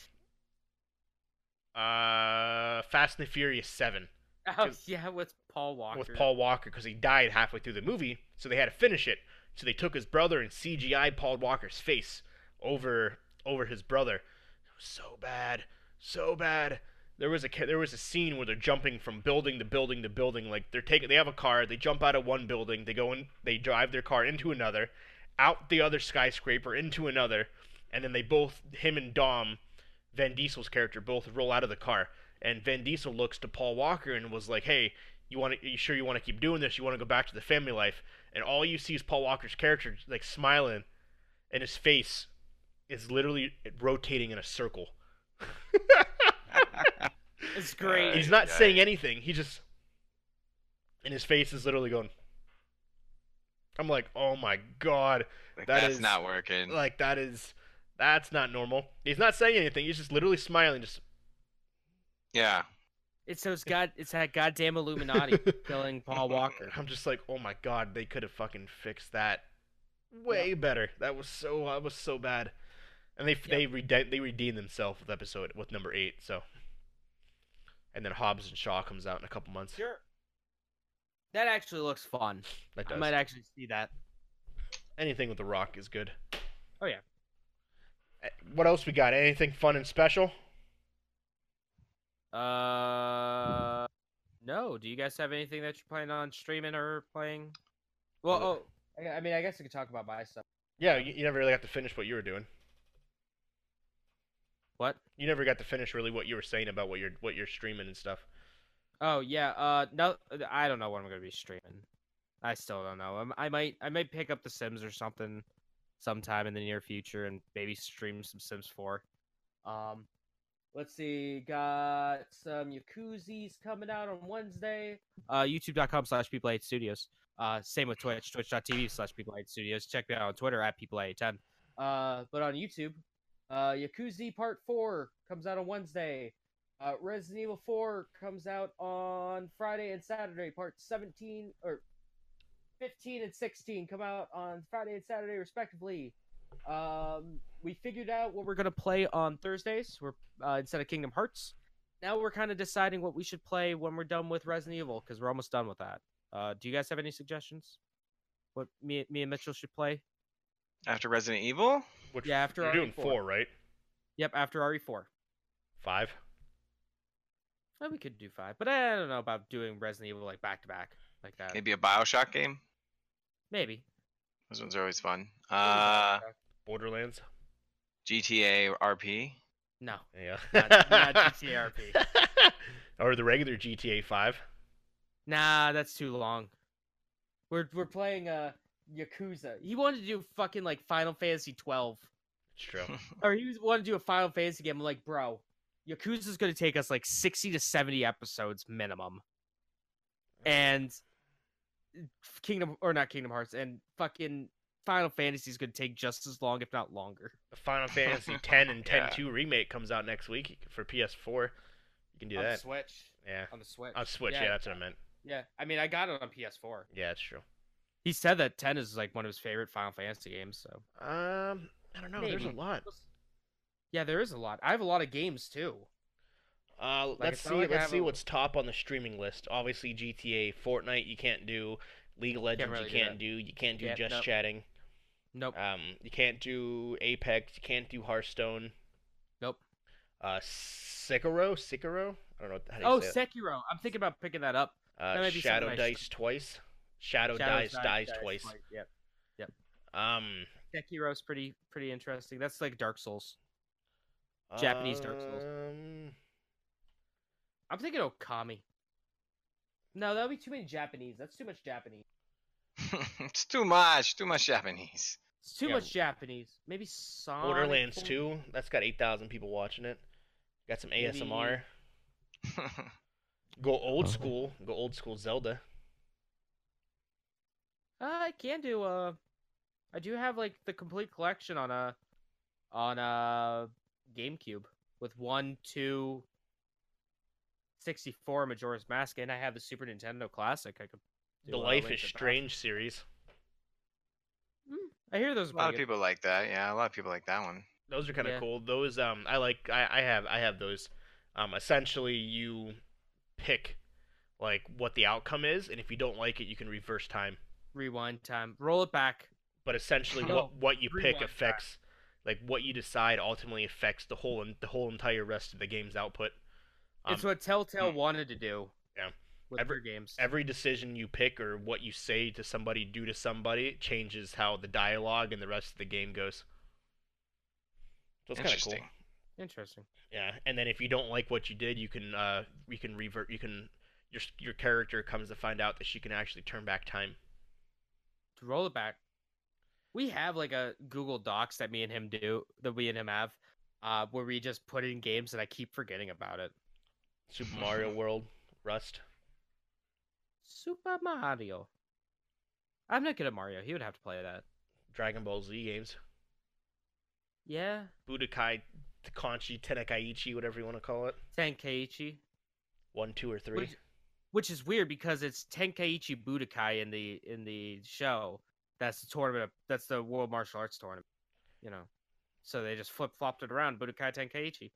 Speaker 2: uh Fast and the Furious Seven
Speaker 4: oh
Speaker 2: 'cause-
Speaker 4: yeah, with Paul Walker.
Speaker 2: with Paul Walker because he died halfway through the movie, so they had to finish it. So they took his brother and CGI Paul Walker's face over over his brother. It was so bad, so bad. There was a ca- there was a scene where they're jumping from building to building to building. Like they're taking they have a car, they jump out of one building, they go in, they drive their car into another, out the other skyscraper into another, and then they both him and Dom, Van Diesel's character, both roll out of the car. And Van Diesel looks to Paul Walker and was like, "Hey, you want to, you sure you want to keep doing this? You want to go back to the family life?" And all you see is Paul Walker's character like smiling, and his face is literally rotating in a circle.
Speaker 4: It's great.
Speaker 2: He's not
Speaker 3: Yeah.
Speaker 2: saying anything. He just and his face is literally going. I'm like, "Oh my god,
Speaker 3: Like,
Speaker 2: That
Speaker 3: that's
Speaker 2: is-
Speaker 3: not working.
Speaker 2: like that is that's not normal." He's not saying anything. He's just literally smiling just
Speaker 3: yeah.
Speaker 4: It's those god. It's that goddamn Illuminati killing Paul Walker.
Speaker 2: I'm just like, oh my god, they could have fucking fixed that way better. That was so that was so bad, and they they rede- they redeemed themselves with episode with number eight. So, and then Hobbs and Shaw comes out in a couple months.
Speaker 4: Sure. That actually looks fun.
Speaker 2: That
Speaker 4: I
Speaker 2: does.
Speaker 4: might actually see that.
Speaker 2: Anything with The Rock is good.
Speaker 4: Oh, yeah.
Speaker 2: Eh, What else we got? Anything fun and special?
Speaker 4: Uh, no. Do you guys have anything that you're planning on streaming or playing? Well,
Speaker 2: Uh,
Speaker 4: oh, I- I mean, I guess I could talk about my stuff.
Speaker 2: Yeah, you, you never really got to finish what you were doing.
Speaker 4: What?
Speaker 2: You never got to finish really what you were saying about what you're what you're streaming and stuff.
Speaker 4: Oh yeah. Uh, no, I don't know what I'm gonna be streaming. I still don't know. I'm, I might, I might pick up The Sims or something, sometime in the near future, and maybe stream some Sims 4. Um, let's see. Got some Yakuzi's coming out on Wednesday. Uh, YouTube.com slash People Eight Studios. Uh, same with Twitch. Twitch.tv slash People Eight Studios. Check me out on Twitter at People Eight Ten. Uh, but on YouTube, uh, Yakuzi Part Four comes out on Wednesday. Uh, Resident Evil 4 comes out on Friday and Saturday. Part 17 or 15 and 16 come out on Friday and Saturday, respectively. Um, we figured out what we're gonna play on Thursdays. We're uh, instead of Kingdom Hearts. Now we're kind of deciding what we should play when we're done with Resident Evil because we're almost done with that. Uh, do you guys have any suggestions? What me, me and Mitchell should play?
Speaker 3: After Resident Evil?
Speaker 2: Which
Speaker 4: Yeah, after
Speaker 2: you're doing
Speaker 4: RE4.
Speaker 2: four, right?
Speaker 4: Yep, after E RE4.
Speaker 2: Five.
Speaker 4: Oh, we could do five, but I don't know about doing Resident Evil like back to back like that.
Speaker 3: Maybe a Bioshock game?
Speaker 4: Maybe.
Speaker 3: Those ones are always fun. Uh,
Speaker 2: Borderlands.
Speaker 3: GTA RP?
Speaker 4: no.
Speaker 2: Yeah.
Speaker 4: Not- not GTA
Speaker 2: or the regular GTA 5.
Speaker 4: Nah, that's too long. We're we're playing uh Yakuza. He wanted to do fucking like Final Fantasy twelve.
Speaker 2: It's true.
Speaker 4: Or he was, wanted to do a Final Fantasy game. I'm like, bro, Yakuza's gonna take us like sixty to seventy episodes minimum. And Kingdom or not Kingdom Hearts and fucking Final Fantasy's gonna take just as long, if not longer.
Speaker 2: The Final Fantasy 10 and 10
Speaker 3: Yeah.
Speaker 2: 2 remake comes out next week for PS4. You can do that.
Speaker 4: Switch.
Speaker 2: yeah.
Speaker 4: On the Switch.
Speaker 2: On Switch, yeah. that's what I meant.
Speaker 4: yeah. I mean I got it on PS4.
Speaker 2: Yeah, it's true.
Speaker 4: He said that ten is like one of his favorite Final Fantasy games, so
Speaker 2: Um, I don't know. There's
Speaker 4: Maybe.
Speaker 2: a lot.
Speaker 4: Yeah, there is a lot. I have a lot of games too.
Speaker 2: Uh, let's
Speaker 4: it's not
Speaker 2: see.
Speaker 4: like I
Speaker 2: let's
Speaker 4: have
Speaker 2: see
Speaker 4: a-
Speaker 2: what's top on the streaming list. Obviously, GTA, Fortnite. You can't do League of Legends.
Speaker 4: really
Speaker 2: you
Speaker 4: do
Speaker 2: can't
Speaker 4: that.
Speaker 2: do, You can't do
Speaker 4: Yeah,
Speaker 2: Just
Speaker 4: nope.
Speaker 2: Chatting.
Speaker 4: Nope.
Speaker 2: Um, you can't do Apex. You can't do Hearthstone.
Speaker 4: Nope.
Speaker 2: Uh, Sekiro. Sekiro. I don't know how you
Speaker 4: Oh,
Speaker 2: say it.
Speaker 4: Sekiro. I'm thinking about picking that up.
Speaker 2: Uh,
Speaker 4: That might be something
Speaker 2: Shadow
Speaker 4: I should-
Speaker 2: dice twice. Shadow,
Speaker 4: Shadows
Speaker 2: dies, dies twice.
Speaker 4: Yep.
Speaker 2: Um,
Speaker 4: Sekiro's pretty pretty interesting. That's like Dark Souls. Japanese Dark Souls.
Speaker 2: um,
Speaker 4: I'm thinking Okami. No, that would be too many Japanese. That's too much Japanese.
Speaker 3: it's too much. Too much Japanese.
Speaker 4: It's too
Speaker 2: Yeah.
Speaker 4: much Japanese. Maybe Sonic.
Speaker 2: Borderlands
Speaker 4: Boom.
Speaker 2: 2, that's got 8,000 people watching it. Got some
Speaker 4: Maybe-
Speaker 2: ASMR. Go old
Speaker 6: Oh.
Speaker 2: school. Go old school Zelda.
Speaker 4: Uh, I can do. Uh, I do have like the complete collection on a, on a GameCube with one, two, 64 Majora's Mask, and I have the Super Nintendo Classic. I could.
Speaker 2: The
Speaker 4: do, uh,
Speaker 2: Life
Speaker 4: Link
Speaker 2: is
Speaker 4: to the Past.
Speaker 2: Strange series.
Speaker 4: I hear those.
Speaker 3: a lot of people like that. Yeah, a lot of people like that one.
Speaker 2: Those are kind of
Speaker 4: Yeah.
Speaker 2: cool. Those um, I like. I, I have I have those. Um, essentially you pick like what the outcome is, and if you don't like it, you can reverse time.
Speaker 4: Rewind time. Roll it back.
Speaker 2: But essentially,
Speaker 4: No,
Speaker 2: what what you
Speaker 4: rewind
Speaker 2: pick
Speaker 4: time.
Speaker 2: affects like what you decide ultimately affects the whole the whole entire rest of the game's output. Um,
Speaker 4: it's what Telltale wanted to do.
Speaker 2: Yeah.
Speaker 4: With
Speaker 2: Every-
Speaker 4: their games.
Speaker 2: every decision you pick or what you say to somebody do to somebody changes how the dialogue and the rest of the game goes. So it's kind of cool.
Speaker 3: Interesting.
Speaker 4: Interesting.
Speaker 2: Yeah, and then if you don't like what you did, you can uh you can revert you can your s- your character comes to find out that she can actually turn back time.
Speaker 4: To roll it back. We have like a Google Docs that me and him do that we and him have, uh, where we just put in games and I keep forgetting about it.
Speaker 2: Super Mario World, Rust.
Speaker 4: Super Mario. I'm not good at Mario. He would have to play that.
Speaker 2: Dragon Ball Z games,
Speaker 4: Yeah.
Speaker 2: Budokai Tenkaichi, Tenkaichi, whatever you want to call it,
Speaker 4: Tenkaichi.
Speaker 2: 1, 2 or 3.
Speaker 4: Which, which is weird because it's Tenkaichi Budokai in the in the show. That's the tournament. That's the World Martial Arts tournament. You know, so they just flip flopped it around. Budokai Tenkaichi.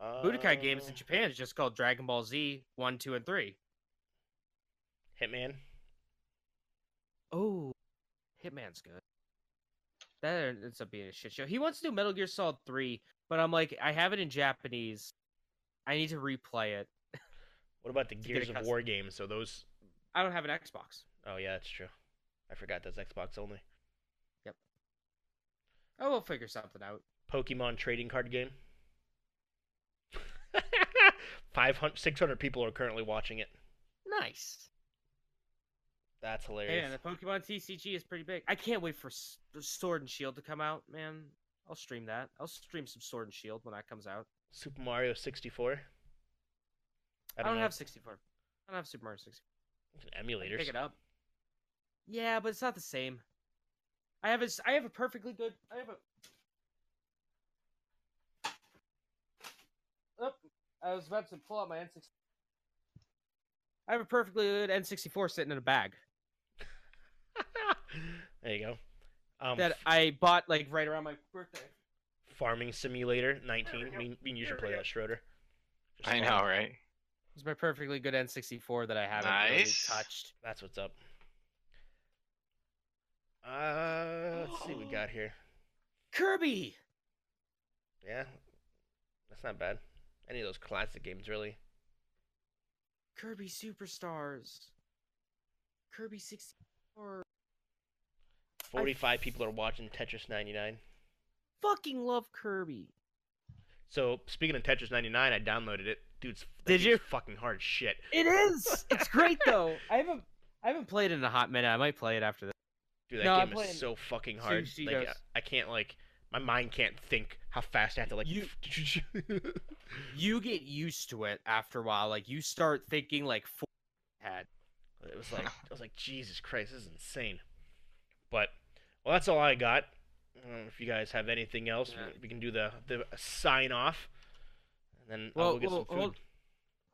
Speaker 4: Budokai games in
Speaker 2: Uh,
Speaker 4: Japan is just called Dragon Ball Z one, two, and three.
Speaker 2: Hitman.
Speaker 4: Oh, Hitman's good. That ends up being a shit show. He wants to do Metal Gear Solid three, but I'm like, I have it in Japanese. I need to replay it.
Speaker 2: What about the
Speaker 4: get a
Speaker 2: Gears of
Speaker 4: custom-
Speaker 2: War games? So those
Speaker 4: I don't have an Xbox.
Speaker 2: Oh yeah, that's true. I forgot that's Xbox only.
Speaker 4: Oh, we'll figure something out.
Speaker 2: Pokemon trading card game. 500 600 people are currently watching it.
Speaker 4: Nice.
Speaker 2: That's hilarious.
Speaker 4: Man, the Pokemon TCG is pretty big. I can't wait for S- Sword and Shield to come out, man. I'll stream that. I'll stream some Sword and Shield when that comes out.
Speaker 2: Super Mario 64.
Speaker 4: I don't,
Speaker 2: know.
Speaker 4: have 64. I don't have Super Mario 64.
Speaker 2: It's
Speaker 4: I
Speaker 2: emulators.
Speaker 4: can pick it up. Yeah, but it's not the same. I have a, s- I have a perfectly good. I have a. Oh, I was about to pull out my N64. I have a perfectly good N64 sitting in a bag
Speaker 2: there you go. Um,
Speaker 4: that I bought like right around my birthday.
Speaker 2: Farming Simulator 19.
Speaker 4: There we go.
Speaker 2: I mean, I mean, you
Speaker 4: There
Speaker 2: should
Speaker 4: we
Speaker 2: play
Speaker 4: go.
Speaker 2: that, Schroeder. Just
Speaker 3: I know,
Speaker 2: farm.
Speaker 3: right?
Speaker 4: It's my perfectly good N64 that I haven't really
Speaker 3: Nice.
Speaker 4: touched.
Speaker 2: That's what's up. Uh, let's see what we got here.
Speaker 4: Kirby.
Speaker 2: Yeah, that's not bad. Any of those classic games, really.
Speaker 4: Kirby Superstars. Kirby 64.
Speaker 2: 45 people are watching Tetris 99.
Speaker 4: Fucking love Kirby.
Speaker 2: So speaking of Tetris 99, I downloaded it. Dude, it's, that
Speaker 4: Did
Speaker 2: game's
Speaker 4: you?
Speaker 2: Fucking hard shit.
Speaker 4: It is. It's great though. I haven't I haven't played it in a hot minute. I might play it after this.
Speaker 2: Dude, that
Speaker 4: No, I'm
Speaker 2: game
Speaker 4: playing
Speaker 2: is so fucking hard.
Speaker 4: Sushi
Speaker 2: like, I,
Speaker 4: Ghost.
Speaker 2: I can't like my mind can't think how fast I have to like.
Speaker 4: You- You get used to it after a while. Like you start thinking like four head.
Speaker 2: it was like I was like Jesus Christ, this is insane. But well, that's all I got. I don't know if you guys have anything else.
Speaker 4: Yeah.
Speaker 2: We can do the the sign off, and then I'll
Speaker 4: Well,
Speaker 2: go get
Speaker 4: well,
Speaker 2: some food.
Speaker 4: hold-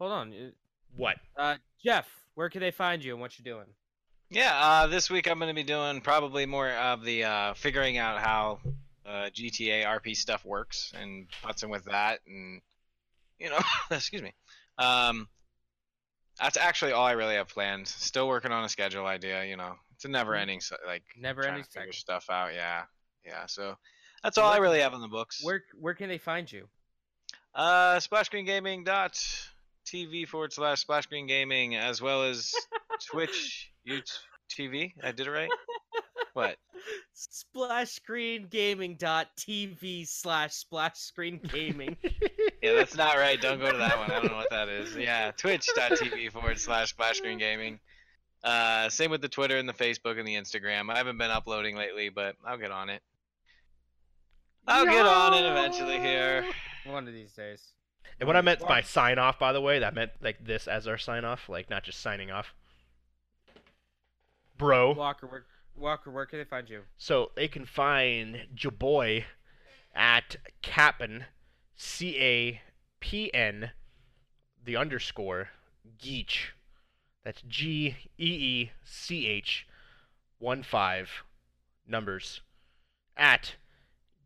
Speaker 4: Hold on.
Speaker 2: What?
Speaker 4: Uh Jeff, where can they find you and what you doing?
Speaker 3: Yeah, uh, this week I'm going to be doing probably more of the uh, figuring out how uh, GTA RP stuff works and putzing with that, and you know, excuse me. Um, that's actually all I really have planned. Still working on a schedule idea. You know, it's a never-ending so, like
Speaker 4: Mm-hmm. Never
Speaker 3: trying
Speaker 4: ending
Speaker 3: to figure stuff out. Yeah, yeah. So that's all I really have on the books.
Speaker 4: Where where can they find you?
Speaker 3: Uh, splashscreengaming.tv forward slash splashscreengaming, as well as Twitch, YouTube, TV. I did it right. What?
Speaker 4: splashscreengaming.tv slash splashscreengaming.
Speaker 3: Yeah, that's not right. Don't go to that one. I don't know what that is. Yeah, twitch.tv forward slash splashscreengaming. Uh, same with the Twitter and the Facebook and the Instagram. I haven't been uploading lately, but I'll get on it. I'll get on it eventually here.
Speaker 4: One of these days.
Speaker 2: And what I meant by sign off, by the way, that meant like this as our sign off, like not just signing off. Bro.
Speaker 4: Walker, where, Walker, where can they find you?
Speaker 2: So they can find your boy at Cap'n, C A P N, the underscore, Geech. That's G E E C H 1 5 numbers at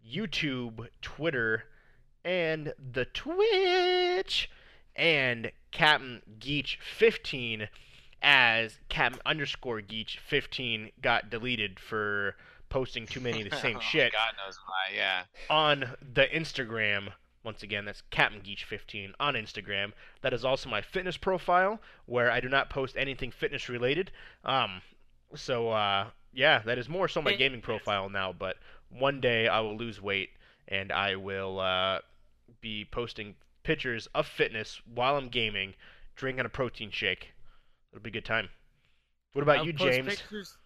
Speaker 2: YouTube, Twitter, and the Twitch, and Captain Geech 15 as Captain underscore Geech 15 got deleted for posting too many of the same
Speaker 3: Oh,
Speaker 2: shit
Speaker 3: God knows why. Yeah.
Speaker 2: on the Instagram. Once again, that's Captain Geach 15 on Instagram. That is also my fitness profile, where I do not post anything fitness related. Um, so uh, yeah, that is more so my gaming profile now. But one day I will lose weight, and I will uh, be posting pictures of fitness while I'm gaming, drinking a protein shake. It'll be a good time. What about
Speaker 4: I'll
Speaker 2: you,
Speaker 4: post
Speaker 2: James?
Speaker 4: Pictures.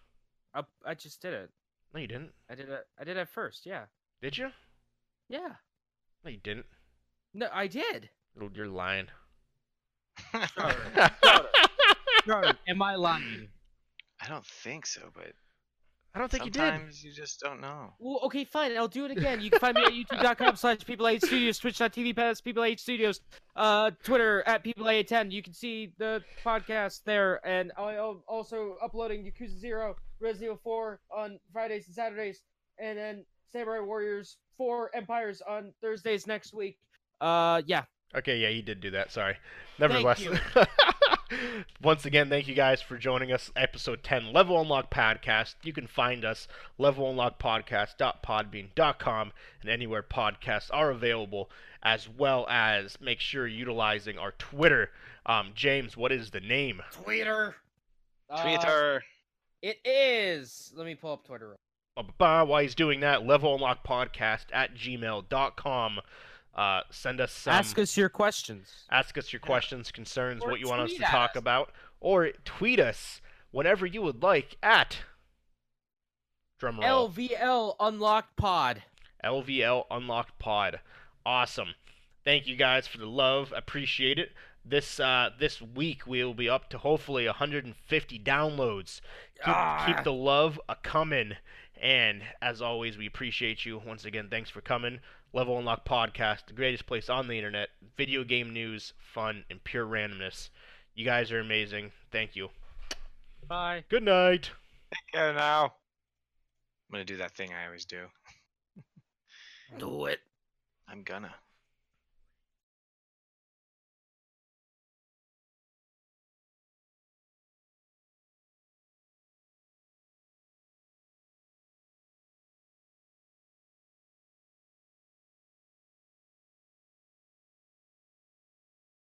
Speaker 4: I, I just did it.
Speaker 2: No, you didn't.
Speaker 4: I did it. I did it first. Yeah.
Speaker 2: Did you?
Speaker 4: Yeah.
Speaker 2: No, you didn't.
Speaker 4: No, I did.
Speaker 2: Little- You're lying.
Speaker 4: Am I lying?
Speaker 3: I don't think so, but
Speaker 2: I don't think you did.
Speaker 3: sometimes you just don't know.
Speaker 4: Well, okay, fine. I'll do it again. You can find me at youtube.com slash people H studios, twitch.tv past people H studios, uh, Twitter at people 10 You can see the podcast there. And I- I'm also uploading Yakuza 0, Resident Evil 4 on Fridays and Saturdays, and then Samurai Warriors 4 Empires on Thursdays next week. Uh, yeah.
Speaker 2: Okay, yeah, he did do that. Sorry.
Speaker 4: Thank
Speaker 2: Nevertheless, once again, thank you guys for joining us. Episode 10, Level Unlock Podcast. You can find us levelunlockpodcast.podbean.com and anywhere podcasts are available, as well as make sure you're utilizing our Twitter. Um, James, what is the name?
Speaker 4: Twitter. Uh,
Speaker 3: Twitter.
Speaker 4: it is. Let me pull up Twitter.
Speaker 2: Ba-ba-ba. While he's doing that, Level Unlock Podcast at gmail.com. Uh, send us some.
Speaker 4: Ask us your questions.
Speaker 2: Ask us your questions, concerns,
Speaker 4: Or
Speaker 2: what you want us
Speaker 4: tweet
Speaker 2: to
Speaker 4: at
Speaker 2: talk
Speaker 4: us.
Speaker 2: about, or tweet us whenever you would like at drum roll
Speaker 4: LVL Unlocked Pod.
Speaker 2: LVL Unlocked Pod. Awesome. Thank you guys for the love. Appreciate it. This uh, this week we will be up to hopefully 150 downloads. Keep, keep the love a coming. And as always, we appreciate you. Once again, thanks for coming. Level Unlock Podcast, the greatest place on the internet. Video game news, fun, and pure randomness. You guys are amazing. Thank you.
Speaker 4: Bye.
Speaker 2: Good night.
Speaker 3: Yeah, now. I'm gonna do that thing I always do.
Speaker 4: Do it.
Speaker 3: I'm gonna.